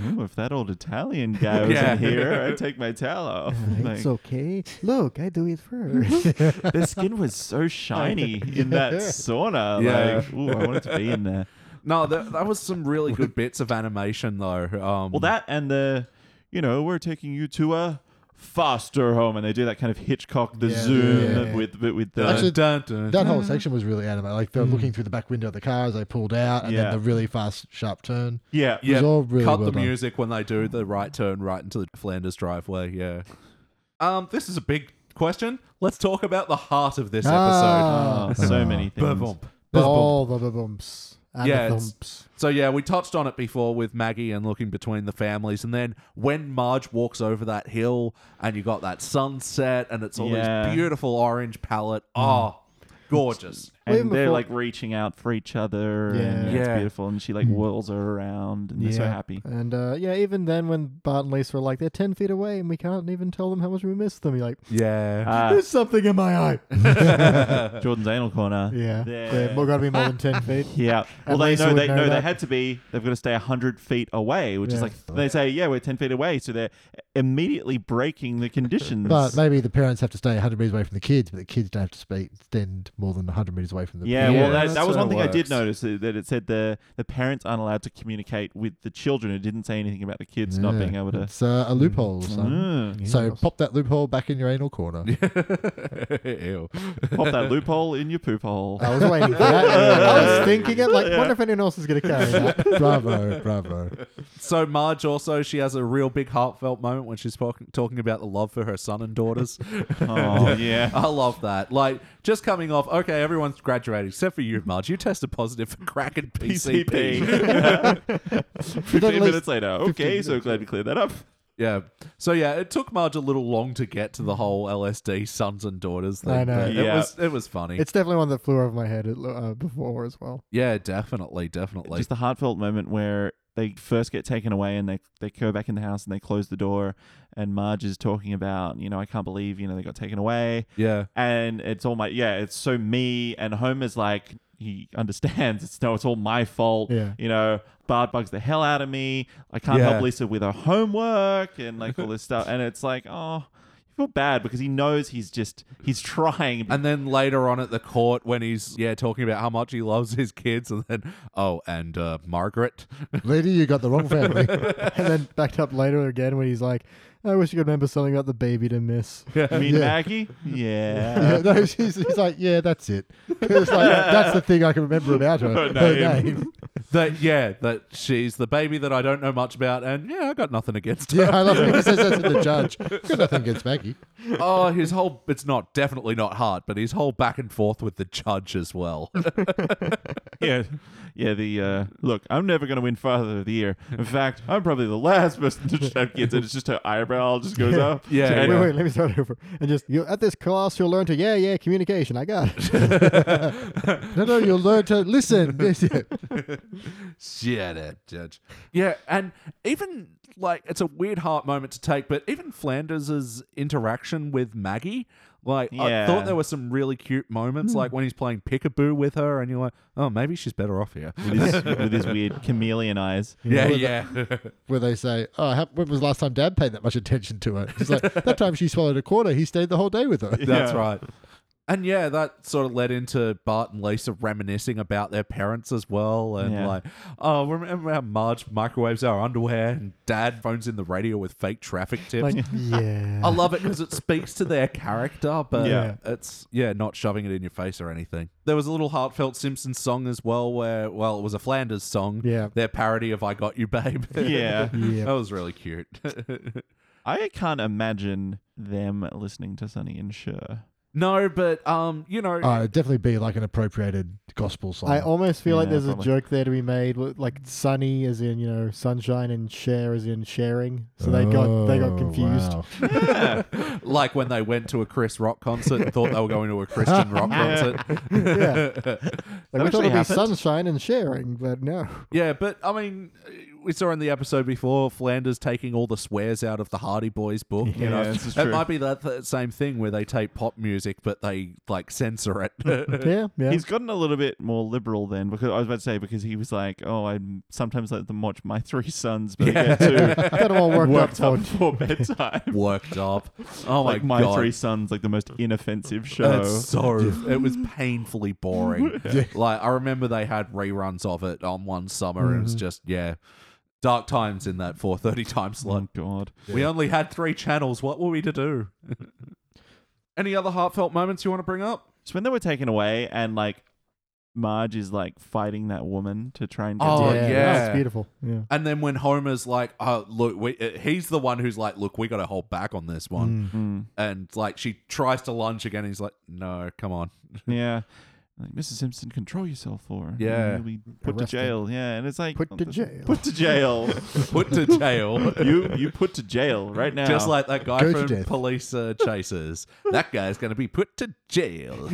Speaker 2: Ooh, if that old Italian guy was
Speaker 1: Yeah.
Speaker 2: in here, I'd take my towel off. Like,
Speaker 3: It's okay. Look, I do it first.
Speaker 2: their skin was so shiny in that sauna.
Speaker 1: Yeah.
Speaker 2: Like, ooh, I wanted to be in there.
Speaker 1: No, that, that was some really good bits of animation, though. Um,
Speaker 2: Well, that and the, you know, we're taking you to a foster home, and they do that kind of Hitchcock the
Speaker 5: Yeah.
Speaker 2: zoom
Speaker 5: Yeah.
Speaker 2: with with the
Speaker 5: Actually,
Speaker 1: Dun, dun,
Speaker 5: that whole section was really animated. Like they're looking through the back window of the car as they pulled out, and
Speaker 2: Yeah.
Speaker 5: then the really fast, sharp turn.
Speaker 2: yeah
Speaker 5: It
Speaker 1: Yeah,
Speaker 5: was all really
Speaker 1: cut
Speaker 5: well
Speaker 1: the
Speaker 5: done.
Speaker 1: music when they do the right turn right into the Flanders driveway. Yeah. Um, this is a big question. Let's talk about the heart of this
Speaker 3: Ah.
Speaker 2: Oh, so many
Speaker 1: episode.
Speaker 2: things.
Speaker 1: Ba-bump.
Speaker 3: All the bumps. And
Speaker 1: Yeah,
Speaker 3: the
Speaker 1: it's-
Speaker 3: thumps.
Speaker 1: So yeah, we touched on it before with Maggie and looking between the families, and then when Marge walks over that hill, and you got that sunset, and it's all
Speaker 2: Yeah.
Speaker 1: this beautiful orange palette. Oh, gorgeous!
Speaker 3: Well,
Speaker 2: And
Speaker 3: even
Speaker 2: they're
Speaker 3: before-
Speaker 2: like reaching out for each other, and
Speaker 1: Yeah.
Speaker 2: it's
Speaker 1: Yeah.
Speaker 2: beautiful. And she like whirls her around, and they're so
Speaker 3: Hmm. Yeah.
Speaker 2: happy.
Speaker 3: And uh, yeah, even then when Bart and Lisa are like, they're 10 feet away and we can't even tell them how much we miss them, you're like,
Speaker 1: Yeah,
Speaker 2: Uh,
Speaker 3: there's something in my eye.
Speaker 2: Jordan's anal corner.
Speaker 3: yeah.
Speaker 2: There.
Speaker 3: They're, we got to be more than 10 feet.
Speaker 2: Yeah. Well,
Speaker 3: At
Speaker 2: they
Speaker 3: least you
Speaker 2: know
Speaker 3: would
Speaker 2: they
Speaker 3: know
Speaker 2: know they
Speaker 3: that.
Speaker 2: had to be. They've got to stay hundred feet away, which is
Speaker 3: Yeah.
Speaker 2: like they say. Yeah, we're ten feet away, so they're immediately breaking the conditions.
Speaker 5: But maybe the parents have to stay 100 meters away from the kids, but the kids don't have to spe- stand more than 100 meters away away from the.
Speaker 2: Yeah,
Speaker 1: Yeah,
Speaker 2: well, that,
Speaker 1: that's
Speaker 2: that was
Speaker 1: how
Speaker 2: one
Speaker 1: it
Speaker 2: thing I did
Speaker 1: works.
Speaker 2: notice uh, that it said the the parents aren't allowed to communicate with the children. It didn't say anything about the kids not
Speaker 5: Yeah.
Speaker 2: being able to.
Speaker 5: It's uh, a loophole, son.
Speaker 2: Mm.
Speaker 5: So pop that loophole back in your anal corner.
Speaker 1: Ew.
Speaker 2: Pop that loophole in your poop hole.
Speaker 3: I was waiting for that. I was thinking it like, wonder if anyone else is going to carry that.
Speaker 5: bravo, bravo.
Speaker 1: So Marge also she has a real big heartfelt moment when she's talk- talking about the love for her son and daughters.
Speaker 2: Oh yeah.
Speaker 1: I love that. Like just coming off. Okay, everyone's graduating except for you, Marge. You tested positive for crack and PCP.
Speaker 2: Fifteen minutes later.
Speaker 5: 15
Speaker 2: Okay, so
Speaker 5: minutes
Speaker 2: glad we cleared that up.
Speaker 1: Yeah. So yeah, it took Marge a little long to get to the whole LSD sons and daughters thing.
Speaker 3: I know.
Speaker 1: but It
Speaker 2: Yeah.
Speaker 1: was it was funny.
Speaker 3: It's definitely one that flew over my head uh, before as well.
Speaker 1: yeah, definitely, definitely.
Speaker 2: Just the heartfelt moment where they first get taken away and they, they go back in the house and they close the door and Marge is talking about, you know, I can't believe, you know, they got taken away.
Speaker 1: yeah.
Speaker 2: And it's all my yeah, it's so me and Homer's like he understands it's no, it's all my fault.
Speaker 3: Yeah.
Speaker 2: You know, Bart bugs the hell out of me. I can't
Speaker 1: Yeah.
Speaker 2: help Lisa with her homework and like all this stuff. And it's like, oh, you feel bad because he knows he's just he's trying.
Speaker 1: And then later on at the court, when he's yeah talking about how much he loves his kids, and then oh, and uh, Margaret,
Speaker 5: Lady, you got the wrong family.
Speaker 3: And then backed up later again when he's like, I wish you could remember something about the baby to miss.
Speaker 2: you mean
Speaker 5: Yeah.
Speaker 2: Maggie? Yeah.
Speaker 5: yeah, no, she's, he's like, yeah, that's it. It's like, that's the thing I can remember about her.
Speaker 2: Her
Speaker 5: Her
Speaker 2: name.
Speaker 5: name.
Speaker 1: that yeah, that she's the baby that I don't know much about, and yeah, I got nothing against her.
Speaker 5: Yeah, I love it. He says that to the judge. Got nothing against Maggie.
Speaker 1: oh, his whole it's not definitely not hard, but his whole back and forth with the judge as well.
Speaker 2: yeah, yeah. The uh, look, I'm never going to win Father of the Year. In fact, I'm probably the last person to just have kids, and it's just her eyebrow just goes up.
Speaker 1: Yeah,
Speaker 2: And-
Speaker 3: Wait, wait, let me start over. And just, you at this class, you'll learn to, yeah, yeah, communication. I got it.
Speaker 5: No, no, you'll learn to listen. Yes, yeah.
Speaker 1: Shut up, eh, Judge. Yeah, and even like it's a weird heart moment to take, but even Flanders's interaction with Maggie, like I
Speaker 2: Yeah.
Speaker 1: thought there were some really cute moments, like when he's playing peekaboo with her, and you're like, oh, maybe she's better off here.
Speaker 2: with, his, with his weird chameleon eyes.
Speaker 1: Yeah, yeah,
Speaker 5: Where they say, oh, how, when was the last time dad paid that much attention to her? She's like, that time she swallowed a quarter, he stayed the whole day with her.
Speaker 1: that's
Speaker 2: Yeah.
Speaker 1: right. And yeah, that sort of led into Bart and Lisa reminiscing about their parents as well, and
Speaker 2: Yeah.
Speaker 1: like, oh, remember how Marge microwaves our underwear, and Dad phones in the radio with fake traffic tips.
Speaker 3: Like, yeah.
Speaker 1: I love it because it speaks to their character, but
Speaker 2: Yeah.
Speaker 1: it's yeah, not shoving it in your face or anything. There was a little heartfelt Simpsons song as well, where well, it was a Flanders song.
Speaker 3: Yeah.
Speaker 1: their parody of "I Got You, Babe."
Speaker 2: Yeah.
Speaker 3: Yeah.
Speaker 1: that was really cute.
Speaker 2: I can't imagine them listening to Sonny and Cher.
Speaker 1: no, but um, you
Speaker 2: Oh,
Speaker 1: know,
Speaker 5: Uh, it'd definitely be like an appropriated gospel song.
Speaker 3: I almost feel like
Speaker 2: Yeah,
Speaker 3: there's
Speaker 2: probably.
Speaker 3: a joke there to be made, with, like sunny as in you know sunshine and share as in sharing. So they got they got
Speaker 5: Oh,
Speaker 3: confused.
Speaker 5: wow.
Speaker 1: like when they went to a Chris Rock concert and thought they were going to a Christian rock concert.
Speaker 3: yeah, like, we thought
Speaker 2: actually
Speaker 3: it'd be
Speaker 2: happened.
Speaker 3: sunshine and sharing, but no.
Speaker 1: Yeah, but I mean, we saw in the episode before Flanders taking all the swears out of the Hardy Boys book. you
Speaker 2: Yeah,
Speaker 1: know,
Speaker 2: this is
Speaker 1: it
Speaker 2: true.
Speaker 1: might be that th- same thing where they take pop music but they like censor it.
Speaker 3: Yeah, yeah.
Speaker 2: He's gotten a little bit more liberal then, because I was about to say because he was like, "Oh, I sometimes let them watch my three sons, but I get too
Speaker 3: got 'em all worked,
Speaker 2: worked
Speaker 3: up.
Speaker 2: up before bedtime."
Speaker 1: Worked up. Oh
Speaker 2: like
Speaker 1: my
Speaker 2: my
Speaker 1: god.
Speaker 2: three sons, like the most inoffensive show.
Speaker 1: That's so. It was painfully boring. Like I remember they had reruns of it on one summer, and it
Speaker 2: Mm-hmm.
Speaker 1: was just yeah, dark times in that four thirty time slot.
Speaker 2: oh God.
Speaker 1: We only had three channels. What were we to do? Any other heartfelt moments you want to bring up?
Speaker 2: It's when they were taken away and like Marge is like fighting that woman to try and get
Speaker 1: Oh,
Speaker 2: to
Speaker 1: yeah.
Speaker 2: her.
Speaker 3: It's beautiful. Yeah.
Speaker 1: And then when Homer's like, "Oh, look, we, uh, he's the one who's like, look, we got to hold back on this one,"
Speaker 2: Mm,
Speaker 1: and like she tries to lunge again, he's like, "No, come on."
Speaker 2: yeah. Like, Mrs. Simpson, control yourself for.
Speaker 1: Yeah.
Speaker 2: You'll be put to
Speaker 3: Arrested.
Speaker 2: jail. Yeah. And it's like
Speaker 3: Put to jail.
Speaker 2: Put to jail.
Speaker 1: Put to jail,
Speaker 2: you you put to jail right now.
Speaker 1: just like that guy
Speaker 5: Go to
Speaker 1: from
Speaker 5: death.
Speaker 1: Police uh, Chasers. that guy's going to be put to jail.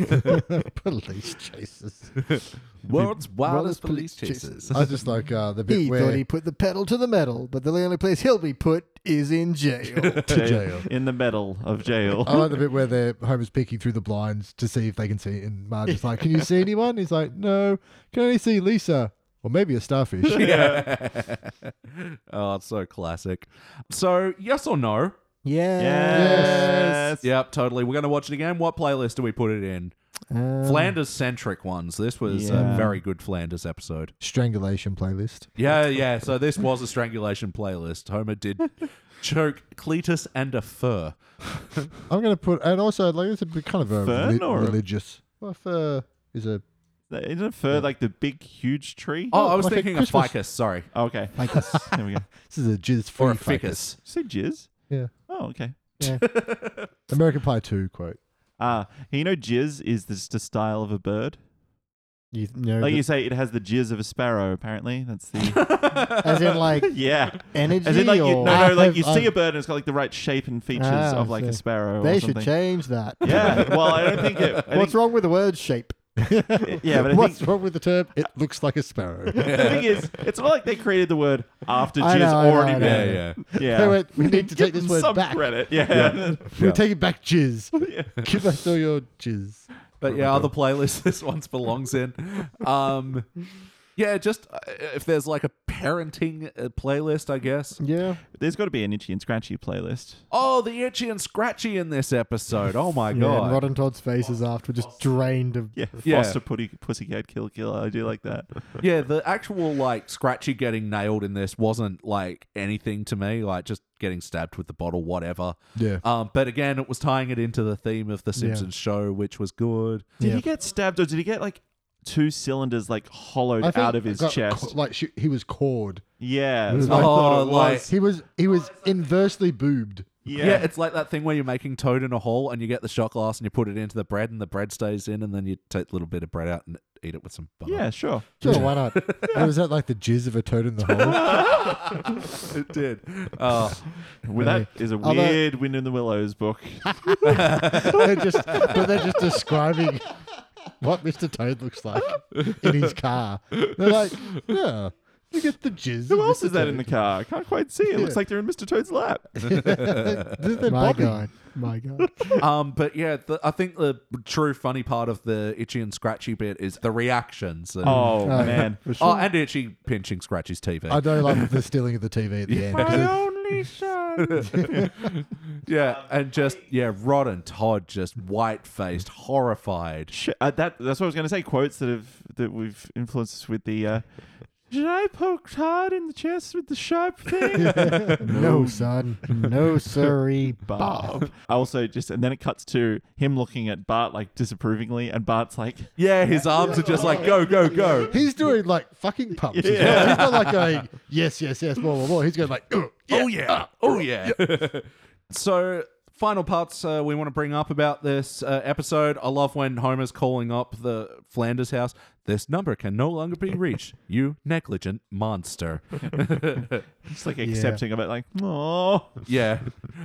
Speaker 5: Police chases.
Speaker 1: World's wildest
Speaker 3: Wildest
Speaker 1: police
Speaker 3: police
Speaker 1: chasers.
Speaker 5: I just like uh, the bit
Speaker 3: He
Speaker 5: where
Speaker 3: thought he put the pedal to the metal, but the only place he'll be put is in jail.
Speaker 5: to jail. Oh,
Speaker 2: in the metal of jail.
Speaker 5: I like the bit where they're Homer's peeking through the blinds to see if they can see, and Marge is like, "Can you see anyone?" He's like, "No, can only see Lisa, or maybe a starfish."
Speaker 1: Yeah. oh, it's so classic. So, yes or no?
Speaker 3: yeah.
Speaker 2: yes.
Speaker 1: Yep, totally. We're going to watch it again. What playlist do we put it in?
Speaker 3: Um,
Speaker 1: Flanders centric ones. This was a
Speaker 2: Yeah.
Speaker 1: very good Flanders episode.
Speaker 5: Strangulation playlist.
Speaker 1: Yeah, yeah. So this was a strangulation playlist. Homer did choke Cletus and a fur.
Speaker 5: I'm going to put, and also, like, it's a bit kind of a
Speaker 2: Fern
Speaker 5: reli-
Speaker 2: or-
Speaker 5: religious. Well, fur is a.
Speaker 2: Isn't it fur like the big, huge tree?
Speaker 1: Oh, I was
Speaker 5: like a
Speaker 1: thinking of
Speaker 5: Christmas-
Speaker 1: ficus. Sorry,
Speaker 2: Oh, okay.
Speaker 5: Ficus.
Speaker 2: there we go.
Speaker 5: this is a jizz free
Speaker 1: or a ficus.
Speaker 2: Say jizz.
Speaker 5: Yeah.
Speaker 2: Oh, okay.
Speaker 5: American Pie 2 quote.
Speaker 2: Ah, you know, jizz is just a style of a bird.
Speaker 3: you know,
Speaker 2: Like
Speaker 3: the-
Speaker 2: you say, it has the jizz of a sparrow. Apparently, that's the
Speaker 3: as in like
Speaker 2: yeah.
Speaker 3: energy
Speaker 2: As in, like you, no,
Speaker 3: or
Speaker 2: no, like
Speaker 5: I've-
Speaker 2: you see
Speaker 5: I've-
Speaker 2: a bird and it's got like the right shape and features
Speaker 3: Ah,
Speaker 2: of like
Speaker 3: so
Speaker 2: a sparrow.
Speaker 3: they
Speaker 2: or
Speaker 3: should
Speaker 2: something.
Speaker 3: change that.
Speaker 2: Yeah. Well, I don't think it. I
Speaker 3: What's
Speaker 2: think,
Speaker 3: wrong with the word shape?
Speaker 2: Yeah, but I
Speaker 5: What's
Speaker 2: think-
Speaker 5: wrong with the term? It looks like a sparrow.
Speaker 2: The thing is, it's not like they created the word after
Speaker 3: I
Speaker 2: jizz
Speaker 3: know, I know,
Speaker 2: already
Speaker 3: I know.
Speaker 1: Yeah,
Speaker 2: been.
Speaker 1: yeah.
Speaker 2: Yeah.
Speaker 5: They went, we need to
Speaker 2: Give
Speaker 5: take this
Speaker 2: them
Speaker 5: word
Speaker 2: some
Speaker 5: back.
Speaker 2: credit. Yeah.
Speaker 5: We're
Speaker 1: Yeah.
Speaker 5: taking back jizz.
Speaker 2: Yeah.
Speaker 5: Give us all your jizz.
Speaker 1: But yeah, other playlists this one's belongs in. Um, yeah, just uh, if there's like a parenting uh, playlist, I guess.
Speaker 3: Yeah.
Speaker 2: There's got to be an itchy and scratchy playlist.
Speaker 1: Oh, the itchy and scratchy in this episode. Oh my
Speaker 3: Yeah, and
Speaker 1: god.
Speaker 3: Rod and Todd's faces after just drained of.
Speaker 2: Yeah.
Speaker 1: Yeah.
Speaker 2: Foster putty, pussycat kill killer. I do like that.
Speaker 1: Yeah, the actual like scratchy getting nailed in this wasn't like anything to me, like just getting stabbed with the bottle, whatever.
Speaker 5: Yeah.
Speaker 1: Um, but again, it was tying it into the theme of the Simpsons show, which was good.
Speaker 2: Did
Speaker 3: Yeah.
Speaker 2: he get stabbed or did he get like two cylinders like hollowed
Speaker 5: I think
Speaker 2: out of his
Speaker 5: got
Speaker 2: chest?
Speaker 5: co- like she, he was cored.
Speaker 2: yeah. that's
Speaker 5: Oh,
Speaker 2: what I thought it
Speaker 1: like-
Speaker 2: was.
Speaker 5: He was he was inversely boobed.
Speaker 1: Yeah.
Speaker 2: Yeah.
Speaker 1: it's like that thing where you're making toad in a hole and you get the shot glass and you put it into the bread and the bread stays in and then you take a little bit of bread out and eat it with some butter.
Speaker 2: yeah, sure.
Speaker 5: Sure,
Speaker 3: Yeah.
Speaker 5: why not? Was that like the jizz of a toad in the hole?
Speaker 1: it did. Oh,
Speaker 2: Well, that is a
Speaker 5: Although-
Speaker 2: weird Wind in the Willows book.
Speaker 5: they're just, but they're just describing what Mr. Toad looks like in his car. They're like, yeah, look at the jizz.
Speaker 2: Who else is that in the car? I can't quite see. It looks like they're in Mr. Toad's lap.
Speaker 5: the
Speaker 3: My
Speaker 5: Bobby.
Speaker 3: God. My God.
Speaker 1: um, but yeah, the, I think the true funny part of the itchy and scratchy bit is the reactions. And,
Speaker 2: Oh,
Speaker 3: yeah.
Speaker 2: man.
Speaker 3: For sure.
Speaker 1: Oh, and itchy pinching scratches TV.
Speaker 5: I don't like the stealing of the TV at the end. 'cause it-
Speaker 2: only son.
Speaker 1: yeah, and just yeah, Rod and Todd just white faced, horrified.
Speaker 2: Sh- uh, that that's what I was going to say. Quotes that have that we've influenced us with the. Uh, Did I poke Todd in the chest with the sharp thing?
Speaker 3: no, son. No, sorry, Bob.
Speaker 2: Bob. I also just and then it cuts to him looking at Bart like disapprovingly, and Bart's like,
Speaker 1: Yeah, his arms are just like go, go, go.
Speaker 5: He's doing like fucking pumps. as well. He's not like going, yes, yes, yes, more, more, more. He's going like, "Ugh,
Speaker 1: Oh yeah. Oh yeah. so final parts uh, we want to bring up about this uh, episode. I love when Homer's calling up the Flanders house. This number can no longer be reached. You negligent monster.
Speaker 2: just like accepting of it, like, oh,
Speaker 1: yeah.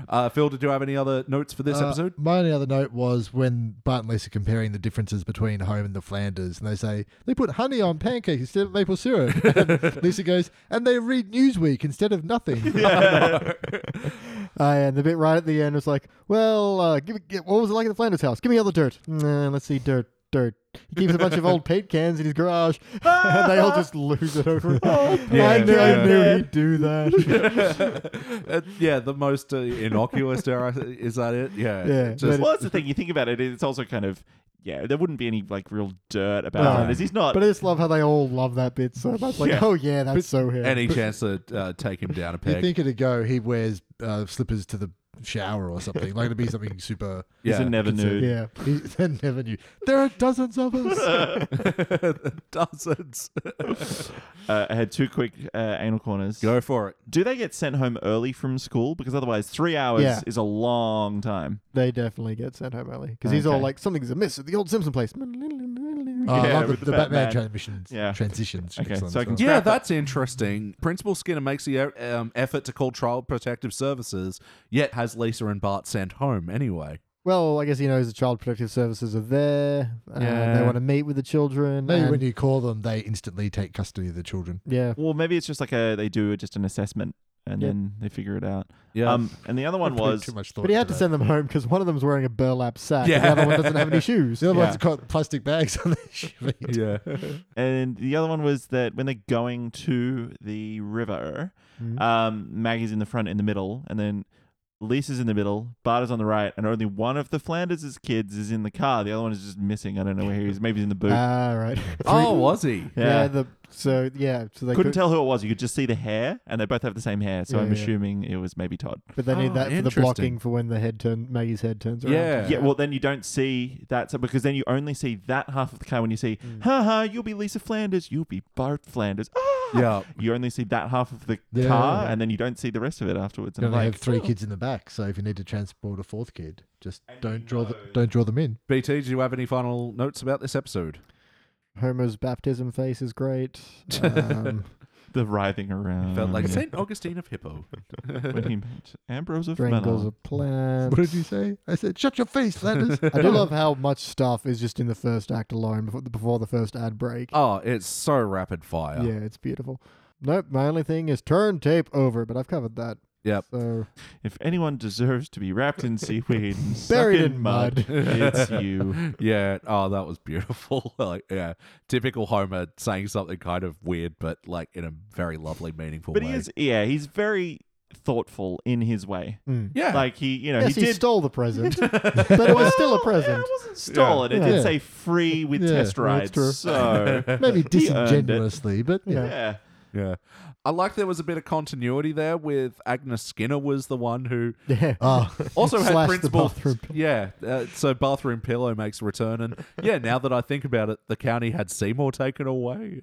Speaker 1: Uh, Phil, did you have any other notes for this
Speaker 5: Uh,
Speaker 1: episode?
Speaker 5: My only other note was when Bart and Lisa are comparing the differences between home and the Flanders, and they say they put honey on pancakes instead of maple syrup. And Lisa goes, and they read Newsweek instead of nothing.
Speaker 3: Uh, and the bit right at the end was like, well, uh, give, me- give, what was it like at the Flanders house? Give me all the dirt. Nah, let's see, dirt, dirt. He keeps a bunch of old paint cans in his garage, and they all just lose it over it. I
Speaker 1: paint
Speaker 3: knew, I
Speaker 1: can.
Speaker 3: knew he'd do that.
Speaker 1: Uh, yeah, the most uh, innocuous error is that it. Yeah.
Speaker 3: Yeah,
Speaker 1: Just-
Speaker 2: well, that's the thing. You think about it, it's also kind of yeah. There wouldn't be any like real dirt about
Speaker 3: No.
Speaker 2: Flanders. He's not.
Speaker 3: But I just love how they all love that bit so much. Like,
Speaker 2: Yeah.
Speaker 3: oh yeah, that's so him.
Speaker 1: any chance to uh, take him down a
Speaker 5: You
Speaker 1: peg?
Speaker 5: think it'd go, he wears uh, slippers to the shower or something. Like it'd be something super.
Speaker 2: he's
Speaker 1: yeah.
Speaker 2: a never nude.
Speaker 3: yeah.
Speaker 5: He then never knew. There are dozens of us. Oh,
Speaker 1: Dozens.
Speaker 2: Uh, I had two quick uh, anal corners.
Speaker 1: Go for it.
Speaker 2: Do they get sent home early from school? Because otherwise, three hours
Speaker 3: Yeah.
Speaker 2: is a long time.
Speaker 3: They definitely get sent home early because he's all
Speaker 2: Okay.
Speaker 3: like, something's amiss at the old Simpson place.
Speaker 5: Oh, I
Speaker 2: Yeah,
Speaker 5: love the,
Speaker 2: with
Speaker 5: the
Speaker 2: the
Speaker 5: Batman,
Speaker 2: Batman.
Speaker 5: transmissions.
Speaker 2: Yeah.
Speaker 5: Transitions.
Speaker 2: Okay,
Speaker 5: Excellent
Speaker 2: so I
Speaker 5: as
Speaker 2: can-
Speaker 5: well.
Speaker 1: Yeah,
Speaker 2: Wrap up.
Speaker 1: that's interesting. Principal Skinner makes the um, effort to call Child Protective Services, yet has Lisa and Bart sent home anyway.
Speaker 3: Well, I guess he knows the child protective services are there. Uh, They
Speaker 2: Yeah.
Speaker 3: want to meet with the children.
Speaker 5: Maybe
Speaker 3: and-
Speaker 5: when you call them, they instantly take custody of the children.
Speaker 3: yeah.
Speaker 2: Well, maybe it's just like a they do just an assessment and
Speaker 3: Yeah.
Speaker 2: then they figure it out.
Speaker 1: Yeah,
Speaker 2: Um, and the other one
Speaker 5: Put
Speaker 2: was
Speaker 5: too much thought.
Speaker 3: But he had to
Speaker 5: that.
Speaker 3: send them home because one of them's wearing a burlap sack. and
Speaker 1: Yeah.
Speaker 3: the other one doesn't have any shoes.
Speaker 5: The other
Speaker 2: Yeah.
Speaker 5: one's got plastic bags on their shoes.
Speaker 1: yeah.
Speaker 2: and the other one was that when they're going to the river,
Speaker 3: Mhm.
Speaker 2: um, Maggie's in the front in the middle, and then Lisa's in the middle, Bart is on the right, and only one of the Flanders' kids is in the car. The other one is just missing. I don't know where he is. Maybe he's in the boot.
Speaker 3: Ah, right.
Speaker 1: Oh, was he?
Speaker 3: yeah. the, so yeah, so they
Speaker 2: couldn't
Speaker 3: could,
Speaker 2: tell who it was. You could just see the hair, and they both have the same hair. So
Speaker 3: Yeah,
Speaker 2: I'm
Speaker 3: yeah.
Speaker 2: assuming it was maybe Todd.
Speaker 3: but they need
Speaker 1: Oh,
Speaker 3: that for the
Speaker 1: interesting.
Speaker 3: blocking for when the head turn Maggie's head turns around.
Speaker 1: Yeah.
Speaker 2: Yeah, well, then you don't see that. So because then you only see that half of the car when you see, ha ha, you'll be Lisa Flanders, you'll be Bart Flanders. Ah!
Speaker 1: Yeah.
Speaker 2: You only see that half of the
Speaker 5: Yeah.
Speaker 2: car, and then you don't see the rest of it afterwards. And
Speaker 5: You
Speaker 2: I'm
Speaker 5: only
Speaker 2: like,
Speaker 5: have three
Speaker 2: oh.
Speaker 5: kids in the back, so if you need to transport a fourth kid, just don't draw the, don't draw them in.
Speaker 1: BT, do you have any final notes about this episode?
Speaker 3: Homer's baptism face is great. Um,
Speaker 2: the writhing around.
Speaker 1: Felt like St. Augustine of Hippo.
Speaker 2: when he met Ambrose of
Speaker 3: Drangel's
Speaker 2: Manor.
Speaker 3: a plant.
Speaker 5: What did you say? I said, shut your face, Landers.
Speaker 3: I do love how much stuff is just in the first act alone before, before the first ad break.
Speaker 1: Oh, it's so rapid fire.
Speaker 3: yeah, it's beautiful. Nope, my only thing is turn tape over, but I've covered that.
Speaker 1: Yep.
Speaker 3: So
Speaker 2: If anyone deserves to be wrapped in seaweed and sucked
Speaker 3: Buried
Speaker 2: in,
Speaker 3: in
Speaker 2: mud, it's you.
Speaker 1: Yeah. Oh, that was beautiful. like, yeah, typical Homer saying something kind of weird, but like in a very lovely, meaningful
Speaker 2: But
Speaker 1: way.
Speaker 2: he is, yeah, he's very thoughtful in his way.
Speaker 3: mm.
Speaker 1: yeah,
Speaker 2: Like he, you know,
Speaker 3: yes,
Speaker 2: he
Speaker 3: he,
Speaker 2: did
Speaker 3: stole the present, but it was still a present.
Speaker 2: stole it. It
Speaker 3: Yeah.
Speaker 2: did say free with
Speaker 5: Yeah,
Speaker 2: test
Speaker 3: well,
Speaker 2: rides.
Speaker 3: that's true.
Speaker 2: So
Speaker 5: Maybe
Speaker 2: He earned it.
Speaker 5: disingenuously, but yeah.
Speaker 3: Yeah.
Speaker 2: yeah.
Speaker 1: yeah. I like there was a bit of continuity there with Agnes Skinner was the one who
Speaker 3: Yeah.
Speaker 5: Oh,
Speaker 1: also had
Speaker 3: Slash the
Speaker 1: principal.
Speaker 3: bathroom pillow.
Speaker 1: Yeah, uh, so bathroom pillow makes a return, and yeah, now that I think about it, the county had Seymour taken away.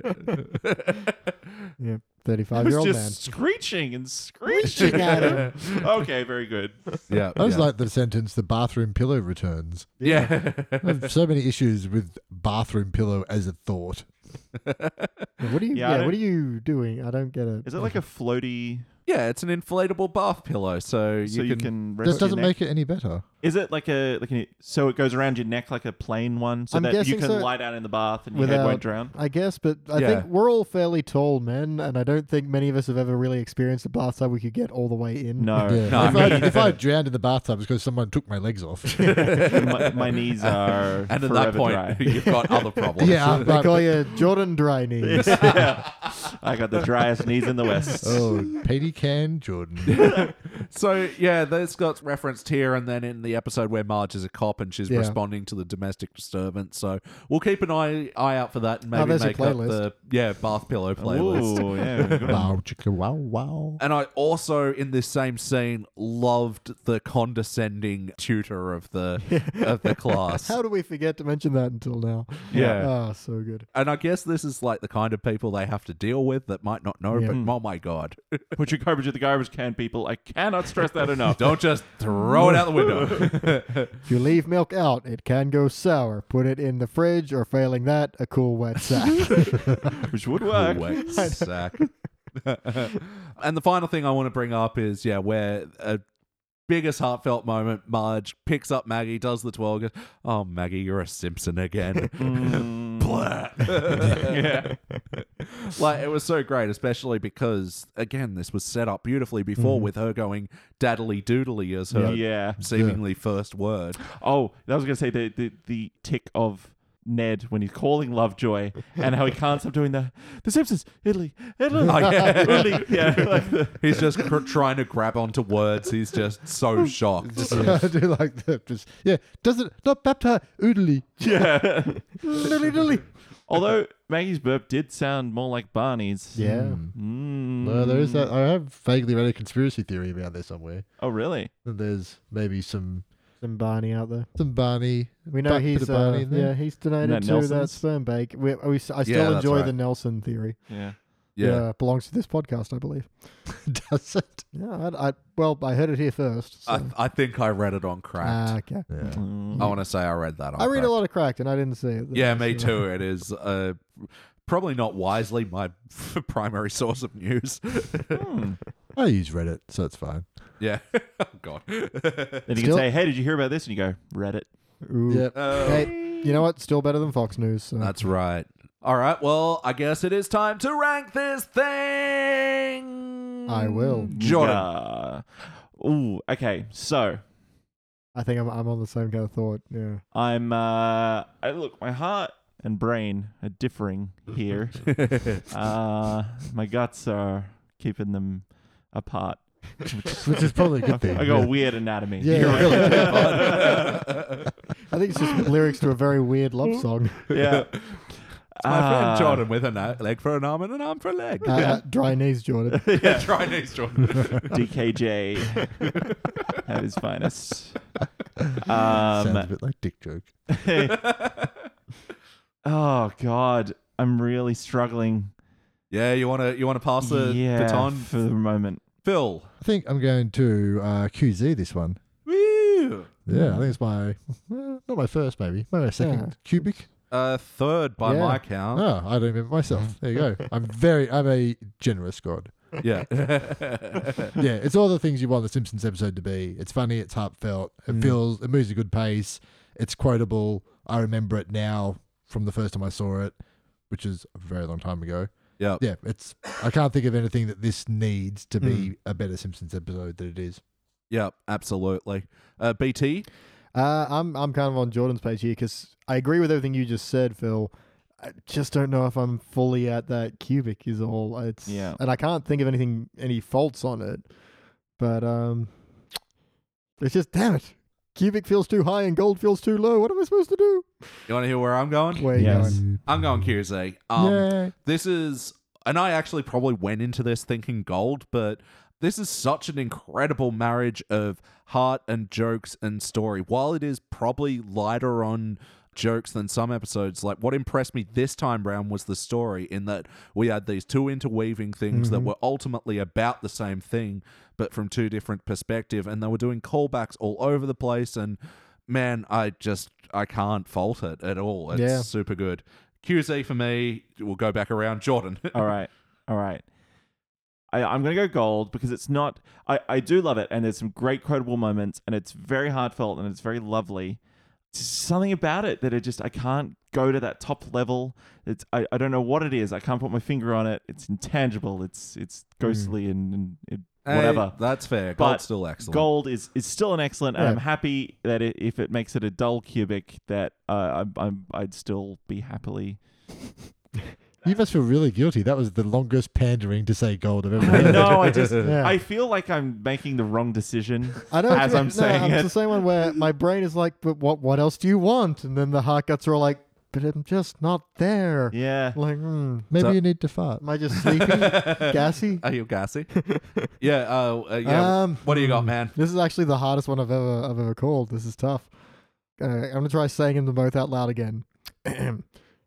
Speaker 3: Yeah.
Speaker 2: It
Speaker 3: Thirty-five
Speaker 2: was
Speaker 3: year old
Speaker 2: just
Speaker 3: man.
Speaker 2: screeching and screeching.
Speaker 3: at
Speaker 2: okay, very good.
Speaker 1: yeah,
Speaker 5: I just
Speaker 1: yeah.
Speaker 5: like the sentence, the bathroom pillow returns.
Speaker 1: yeah.
Speaker 5: I have so many issues with bathroom pillow as a thought.
Speaker 3: What are you?
Speaker 2: Yeah, I
Speaker 3: Yeah,
Speaker 2: don't-
Speaker 3: what are you doing? I don't get it.
Speaker 2: Is it like a floaty
Speaker 1: Yeah, it's an inflatable bath pillow, so you
Speaker 2: so you
Speaker 1: can.
Speaker 2: can rest
Speaker 5: This
Speaker 2: your
Speaker 5: doesn't
Speaker 2: neck?
Speaker 5: make it any better.
Speaker 2: Is it like a like a, so it goes around your neck like a plain one so
Speaker 3: I'm
Speaker 2: that you
Speaker 3: guessing
Speaker 2: can
Speaker 3: so.
Speaker 2: lie down in the bath and your head
Speaker 3: Without-
Speaker 2: won't drown?
Speaker 3: I guess, but I
Speaker 1: Yeah.
Speaker 3: think we're all fairly tall men, and I don't think many of us have ever really experienced a bathtub we could get all the way in.
Speaker 2: No.
Speaker 5: Yeah.
Speaker 1: No,
Speaker 5: if,
Speaker 1: I
Speaker 5: I,
Speaker 1: mean-
Speaker 5: if I drowned in the bathtub, it's because someone took my legs off.
Speaker 2: my, my knees are
Speaker 1: and at
Speaker 2: forever
Speaker 1: that point,
Speaker 2: dry.
Speaker 1: you've got other problems.
Speaker 5: yeah,
Speaker 3: They
Speaker 5: but-
Speaker 3: call you Jordan Dry Knees.
Speaker 2: Yeah. I got the driest knees in the west.
Speaker 5: oh, Petey Can Jordan.
Speaker 1: So yeah, this got referenced here, and then in the episode where Marge is a cop and she's
Speaker 3: Yeah.
Speaker 1: responding to the domestic disturbance. So we'll keep an eye eye out for that, and
Speaker 3: Oh,
Speaker 1: maybe
Speaker 3: there's a
Speaker 1: make up
Speaker 3: playlist.
Speaker 1: the yeah bath pillow playlist.
Speaker 2: Ooh, yeah, good.
Speaker 5: wow, chicka, wow, wow.
Speaker 1: And I also, in this same scene, loved the condescending tutor of the of the class.
Speaker 3: How do we forget to mention that until now?
Speaker 1: Yeah.
Speaker 3: Ah, so good.
Speaker 1: and I guess this is like the kind of people they have to deal with that might not know, but oh my god,
Speaker 2: Put your garbage in the garbage can, people. I cannot stress that enough.
Speaker 1: don't just throw it out the window.
Speaker 3: If you leave milk out, it can go sour. Put it in the fridge, or failing that, a cool wet sack.
Speaker 2: Which would work.
Speaker 1: Wet sack. and the final thing I want to bring up is yeah, where a biggest heartfelt moment, Marge picks up Maggie, does the twirl, goes, "Oh Maggie, you're a Simpson again."
Speaker 2: Mm.
Speaker 1: yeah. Like it was so great, especially because again, this was set up beautifully before with her going daddly doodly as her
Speaker 2: Yeah.
Speaker 1: seemingly first word.
Speaker 2: Oh, I was gonna say the the, the tick of Ned when he's calling Lovejoy and how he can't stop doing the the Simpsons Italy Italy
Speaker 1: Oh, yeah.
Speaker 2: Italy yeah like the,
Speaker 1: He's just cr- trying to grab onto words. He's just so shocked.
Speaker 5: I do like that. Just, yeah, doesn't not baptize oodly.
Speaker 2: yeah.
Speaker 5: Dilly, dilly.
Speaker 2: Although Maggie's burp did sound more like Barney's.
Speaker 3: yeah.
Speaker 2: Mm.
Speaker 5: Hmm. Well, there is that. I have vaguely read a conspiracy theory about there somewhere.
Speaker 2: Oh, really?
Speaker 5: That there's maybe some
Speaker 3: Some Barney out there.
Speaker 5: some Barney.
Speaker 3: We know
Speaker 5: Back to
Speaker 3: he's
Speaker 5: the Barney
Speaker 3: uh,
Speaker 5: then.
Speaker 3: yeah he's donated
Speaker 2: Isn't that
Speaker 3: to that
Speaker 2: Nelson's?
Speaker 3: sperm bank. We, we, I still
Speaker 1: Yeah, that's
Speaker 3: enjoy
Speaker 1: right.
Speaker 3: the Nelson theory.
Speaker 2: Yeah.
Speaker 1: Yeah.
Speaker 3: Uh, belongs to this podcast, I believe.
Speaker 5: Does it?
Speaker 3: Yeah, I, I well, I heard it here first. So.
Speaker 1: I, I think I read it on Cracked.
Speaker 3: Ah, okay.
Speaker 5: Yeah.
Speaker 1: I want to say I read that on
Speaker 3: I read
Speaker 1: Cracked.
Speaker 3: a lot of cracked, and I didn't see it.
Speaker 1: Yeah, me
Speaker 3: So-
Speaker 1: too. It is uh, probably not wisely my primary source of news.
Speaker 2: Hmm.
Speaker 5: I use Reddit, so it's fine.
Speaker 1: yeah. oh, God.
Speaker 2: Then you
Speaker 3: Still-
Speaker 2: can say, "Hey, did you hear about this?" And you go, "Reddit."
Speaker 3: Ooh.
Speaker 5: Yep.
Speaker 3: Hey, you know uh, what? Still better than Fox News. So.
Speaker 1: Um, That's right. All right. Well, I guess it is time to rank this thing.
Speaker 3: I will.
Speaker 1: Jordan.
Speaker 2: Yeah. Ooh. Okay. So
Speaker 3: I think I'm, I'm on the same kind of thought. Yeah.
Speaker 2: I'm. Uh, I, look, my heart and brain are differing here. uh, my guts are keeping them apart.
Speaker 5: which is probably a good thing.
Speaker 2: I got
Speaker 5: yeah.
Speaker 2: weird anatomy.
Speaker 3: Yeah,
Speaker 2: You're right.
Speaker 3: I think it's just lyrics to a very weird love song.
Speaker 2: yeah.
Speaker 1: My
Speaker 2: Ah.
Speaker 1: friend Jordan with a na- leg for an arm and an arm for a leg.
Speaker 3: Uh, uh, dry knees, Jordan.
Speaker 1: yeah, Chinese Jordan.
Speaker 2: DKJ at his finest.
Speaker 5: Sounds a
Speaker 2: Um,
Speaker 5: bit like dick joke.
Speaker 2: oh God, I'm really struggling.
Speaker 1: yeah, you wanna you wanna pass the
Speaker 2: yeah,
Speaker 1: baton,
Speaker 2: for the moment.
Speaker 1: Phil?
Speaker 5: I think I'm going to uh, QZ this one.
Speaker 1: Woo!
Speaker 5: Yeah, I think it's my well, not my first, maybe maybe my second
Speaker 3: Yeah.
Speaker 5: cubic.
Speaker 1: Uh, third by
Speaker 3: Yeah.
Speaker 1: my count.
Speaker 5: Oh, I don't remember myself. There you go. I'm very, I'm a generous god.
Speaker 1: Yeah.
Speaker 5: Yeah, it's all the things you want the Simpsons episode to be. It's funny, it's heartfelt, it feels, it moves at a good pace, it's quotable. I remember it now from the first time I saw it, which is a very long time ago.
Speaker 1: yeah.
Speaker 5: Yeah, it's. I can't think of anything that this needs to be a better Simpsons episode than it is.
Speaker 1: Yeah. Absolutely. Uh, BT.
Speaker 3: Uh, I'm I'm kind of on Jordan's page here because I agree with everything you just said, Phil. I just don't know if I'm fully at that cubic is all. It's
Speaker 2: Yeah.
Speaker 3: and I can't think of anything any faults on it, but um, it's just damn it. Cubic feels too high and gold feels too low. What am I supposed to do?
Speaker 1: You want to hear where I'm going?
Speaker 3: Where are you
Speaker 2: Yes.
Speaker 3: going?
Speaker 1: I'm going QZ. Um,
Speaker 5: Yay.
Speaker 1: this is and i actually probably went into this thinking gold but this is such an incredible marriage of heart and jokes and story while it is probably lighter on jokes than some episodes like what impressed me this time round was the story in that we had these two interweaving things that were ultimately about the same thing but from two different perspective and they were doing callbacks all over the place and man i just i can't fault it at all it's
Speaker 3: Yeah.
Speaker 1: super good QZ for me. We'll go back around. Jordan.
Speaker 2: All right. All right. I, I'm going to go gold because it's not. I, I do love it, and there's some great quotable moments, and it's very heartfelt and it's very lovely. It's just something about it that I just I can't go to that top level. It's I, I don't know what it is. I can't put my finger on it. It's intangible. It's it's ghostly and, and, and
Speaker 1: Hmm. Hey,
Speaker 2: whatever.
Speaker 1: that's fair.
Speaker 2: But
Speaker 1: Gold's still excellent.
Speaker 2: Gold is is still an excellent, and
Speaker 3: Yeah.
Speaker 2: I'm happy that it, if it makes it a dull cubic, that uh, I, I'm I'd still be happily
Speaker 5: You must feel really guilty. That was the longest pandering to say gold I've ever
Speaker 2: I
Speaker 5: heard.
Speaker 2: know. I just.
Speaker 3: Yeah.
Speaker 2: I feel like I'm making the wrong decision.
Speaker 3: I know
Speaker 2: As
Speaker 3: it's-
Speaker 2: I'm
Speaker 3: no,
Speaker 2: saying
Speaker 3: I'm
Speaker 2: it.
Speaker 3: it's the same one where my brain is like, but what what else do you want? And then the heart guts are all like, but I'm just not there.
Speaker 2: Yeah.
Speaker 3: Like, hmm,
Speaker 5: Maybe
Speaker 2: So-
Speaker 5: you need to fart.
Speaker 3: am I just sleepy, gassy?
Speaker 1: Are you gassy? yeah. Uh, uh, yeah.
Speaker 3: Um,
Speaker 1: what do you got, man?
Speaker 3: This is actually the hardest one I've ever I've ever called. This is tough. Uh, I'm gonna try saying them both out loud again.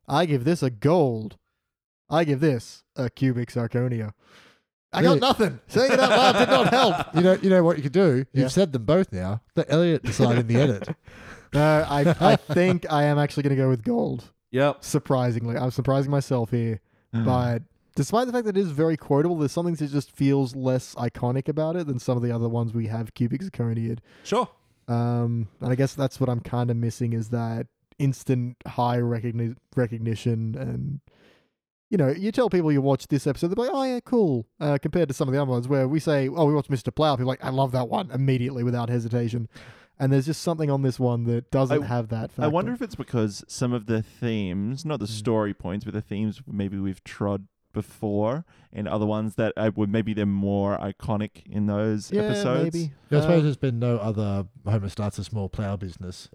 Speaker 3: I give this a gold. I give this a cubic zirconia. I got
Speaker 5: Really?
Speaker 3: nothing. Saying it out loud did not help.
Speaker 5: You know, you know what you could do. You've
Speaker 3: Yeah.
Speaker 5: said them both now. Let Elliot decide in the edit.
Speaker 3: No, I I think I am actually gonna go with gold.
Speaker 1: Yep.
Speaker 3: Surprisingly, I'm surprising myself here.
Speaker 1: Hmm.
Speaker 2: Mm.
Speaker 3: But despite the fact that it is very quotable, there's something that just feels less iconic about it than some of the other ones we have cubic zirconia.
Speaker 1: Sure.
Speaker 3: Um, and I guess that's what I'm kind of missing is that instant high recogni- recognition and you know, you tell people you watch this episode, they're like, "Oh yeah, cool." Uh, compared to some of the other ones where we say, "Oh, we watched Mr. Plow," people are like, "I love that one" immediately without hesitation. And there's just something on this one that doesn't
Speaker 2: I-
Speaker 3: have that. Factor.
Speaker 2: I wonder if it's because some of the themes, not the
Speaker 3: Mm.
Speaker 2: story points, but the themes maybe we've trod before, and other ones that I would maybe they're more iconic in those
Speaker 3: yeah,
Speaker 2: episodes.
Speaker 3: maybe.
Speaker 5: I suppose
Speaker 3: Um,
Speaker 5: there's been no other Homer starts a small plow business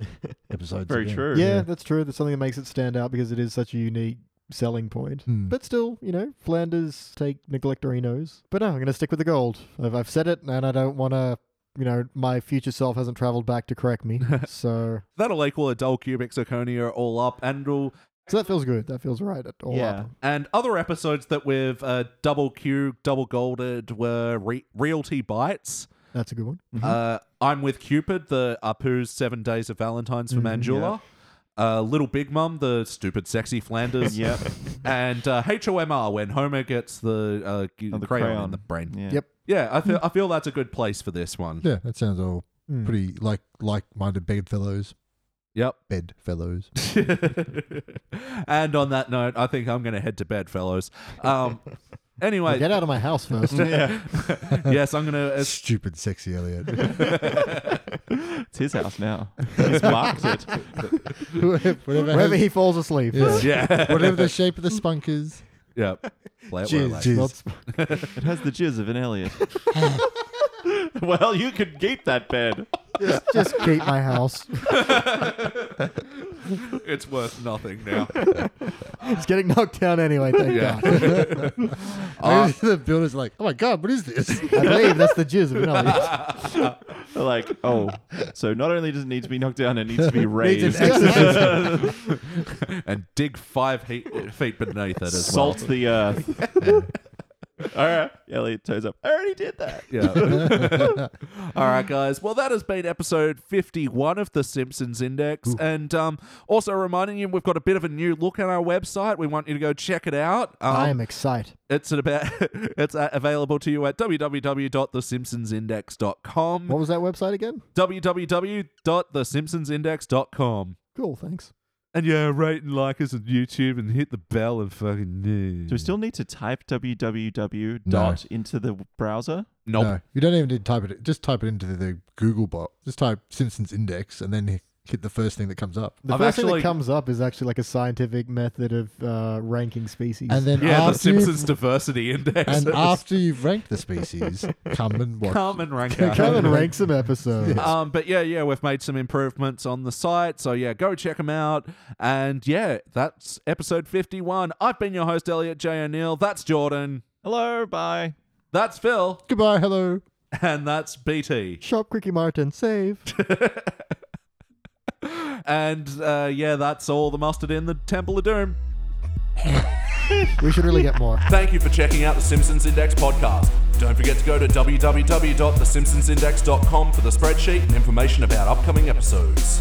Speaker 5: episodes.
Speaker 2: Very
Speaker 5: again.
Speaker 2: true.
Speaker 3: yeah, that's true. That's something that makes it stand out because it is such a unique selling point.
Speaker 5: Hmm.
Speaker 3: But still, you know, Flanders take neglectorinos. But no, I'm going to stick with the gold. I've, I've said it, and I don't want to, you know, my future self hasn't traveled back to correct me. so,
Speaker 1: That'll equal a dull cubic zirconia all up, and all
Speaker 3: so that feels good. That feels right. At all
Speaker 2: Yeah.
Speaker 3: up.
Speaker 1: and other episodes that we've uh, double Q, double golded were Re- Realty Bites.
Speaker 3: That's a good one.
Speaker 2: Mm-hmm.
Speaker 1: Uh, I'm with Cupid, the Apu's Seven Days of Valentine's for
Speaker 2: Mm-hmm,
Speaker 1: Manjula. Uh, Little Big Mum, the stupid sexy Flanders.
Speaker 2: Yep.
Speaker 1: and uh, HOMR when Homer gets the, uh, g-
Speaker 2: Oh, the
Speaker 1: crayon,
Speaker 2: crayon.
Speaker 1: in the brain. Yeah,
Speaker 2: Yeah.
Speaker 3: Yep.
Speaker 1: I feel I feel that's a good place for this one.
Speaker 5: Yeah, that sounds all
Speaker 3: Hmm.
Speaker 5: pretty like like-minded bedfellows.
Speaker 1: Yep.
Speaker 5: Bedfellows.
Speaker 1: and on that note, I think I'm going to head to bed, fellows. Um,
Speaker 3: Now
Speaker 1: anyway,
Speaker 3: Get out of my house first.
Speaker 1: yes, I'm uh, going to.
Speaker 5: Stupid, sexy Elliot.
Speaker 2: It's his house now. He's marked it.
Speaker 5: whatever,
Speaker 3: Wherever
Speaker 5: has-
Speaker 3: he falls asleep.
Speaker 5: Yeah.
Speaker 1: Yeah.
Speaker 5: whatever the shape of the spunk is.
Speaker 1: Yep. Play it well,
Speaker 5: Jizz,
Speaker 1: like.
Speaker 5: jizz.
Speaker 3: Not-
Speaker 2: It has the jizz of an Elliot. well, you could keep that bed.
Speaker 3: Just, just keep my house.
Speaker 1: It's worth nothing now.
Speaker 3: It's getting knocked down anyway, thank
Speaker 1: Yeah.
Speaker 3: God.
Speaker 1: Uh,
Speaker 5: the builder's like, oh my god, what is this? Uh-huh.
Speaker 3: I believe that's the jizz of knowledge.
Speaker 2: Like, oh, so not only does it need to be knocked down, it needs to be
Speaker 5: Needs an
Speaker 2: raised.
Speaker 5: exorcism.
Speaker 1: and dig five he- feet beneath it as
Speaker 2: Salt
Speaker 1: well.
Speaker 2: the earth. All right, Elliot turns up. I already did that.
Speaker 1: Yeah. All right, guys. Well, that has been episode 51 of The Simpsons Index. And um, also reminding you, we've got a bit of a new look at our website. We want you to go check it out. Um,
Speaker 3: I am excited.
Speaker 1: It's at about it's uh, available to you at
Speaker 3: What
Speaker 1: www.thesimpsonsindex.com.
Speaker 3: was that website again?
Speaker 1: www.thesimpsonsindex.com.
Speaker 3: Cool, thanks.
Speaker 1: And yeah, rate and like us on YouTube and hit the bell and fucking
Speaker 2: Do we still need to type www
Speaker 5: No.
Speaker 2: dot into the browser?
Speaker 1: Nope.
Speaker 5: No, you don't even need to type it. Just type it into the Google bot. Just type Simpsons Index and then hit the first thing that comes up.
Speaker 3: The
Speaker 1: I've
Speaker 3: first thing
Speaker 1: actually-
Speaker 3: that comes up is actually like a scientific method of uh, ranking species.
Speaker 5: And then
Speaker 1: Yeah, the
Speaker 5: after you've-
Speaker 1: Simpsons Diversity Index.
Speaker 5: and after you've ranked the species, come and watch.
Speaker 1: Come and rank
Speaker 3: They
Speaker 1: out.
Speaker 3: come and rank some episodes.
Speaker 1: Um, but yeah, yeah, we've made some improvements on the site. So yeah, go check them out. And yeah, that's episode 51. I've been your host, Elliot J. O'Neill. That's Jordan.
Speaker 2: Hello, bye.
Speaker 1: That's Phil.
Speaker 5: Goodbye, hello.
Speaker 1: And that's BT.
Speaker 3: Shop Cricky Martin, save.
Speaker 1: And uh, yeah, that's all the mustard in the Temple of Doom.
Speaker 3: we should really get more.
Speaker 1: Thank you for checking out the Simpsons Index podcast. Don't forget to go to www.thesimpsonsindex.com for the spreadsheet and information about upcoming episodes.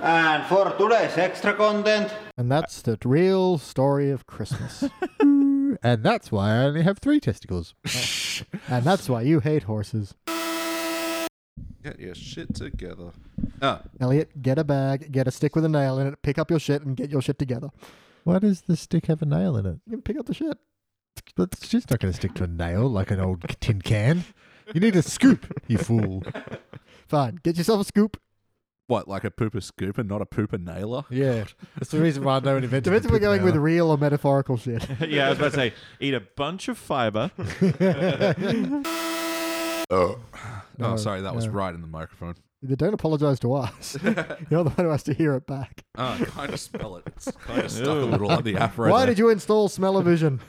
Speaker 4: And for today's extra content,
Speaker 3: And that's the real story of Christmas.
Speaker 5: And that's why I only have three testicles.
Speaker 3: and that's why you hate horses.
Speaker 1: Get your shit together. Ah,
Speaker 3: Elliot, get a bag, get a stick with a nail in it, pick up your shit, and get your shit together.
Speaker 5: Why does the stick have a nail in it?
Speaker 3: You can pick up the shit.
Speaker 5: But it's just not going to stick to a nail like an old tin can. You need a scoop, you fool.
Speaker 3: Fine. Get yourself a scoop.
Speaker 1: what, like a pooper scooper, not a pooper nailer?
Speaker 5: Yeah, that's the reason why no one invented.
Speaker 3: Depends if we're going with real or metaphorical shit.
Speaker 2: yeah, I was about to say, eat a bunch of fiber.
Speaker 1: oh, sorry, that was
Speaker 3: no.
Speaker 1: right in the microphone.
Speaker 3: They don't apologize to us. You're the one who has to hear it back.
Speaker 1: Oh, I kind of spell it. It's kind of stuck a little on the afro.
Speaker 3: Why
Speaker 1: there.
Speaker 3: did you install smell-o-vision?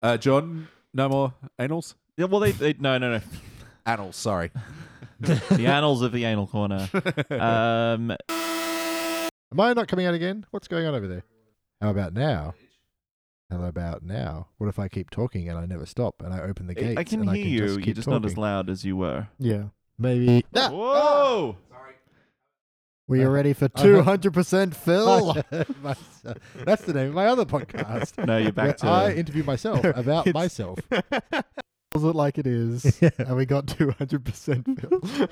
Speaker 1: Uh, John, no more anals?
Speaker 2: Yeah, well, they, they no, no, no.
Speaker 1: Anals, sorry.
Speaker 2: The annals of the anal corner. Um,
Speaker 5: Am I not coming out again? What's going on over there? How about now? How about now? What if I keep talking and I never stop and I open the
Speaker 2: I
Speaker 5: gates?
Speaker 2: I can
Speaker 5: and
Speaker 2: hear
Speaker 5: I can
Speaker 2: you.
Speaker 5: Just
Speaker 2: You're
Speaker 5: keep
Speaker 2: just
Speaker 5: talking. Ah,
Speaker 2: not as loud as you were.
Speaker 3: yeah.
Speaker 5: Maybe.
Speaker 2: Whoa!
Speaker 3: We are ready for
Speaker 5: I-
Speaker 3: 200% Phil.
Speaker 5: That's the name of my other podcast.
Speaker 2: No, you're back to.
Speaker 5: where I interview myself about
Speaker 3: It's-
Speaker 5: myself.
Speaker 3: Tells it like it is. And we got 200% Phil.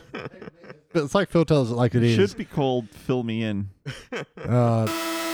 Speaker 5: But it's like Phil tells it like it
Speaker 2: it
Speaker 5: is.
Speaker 2: should be called "Fill Me In."
Speaker 5: Uh,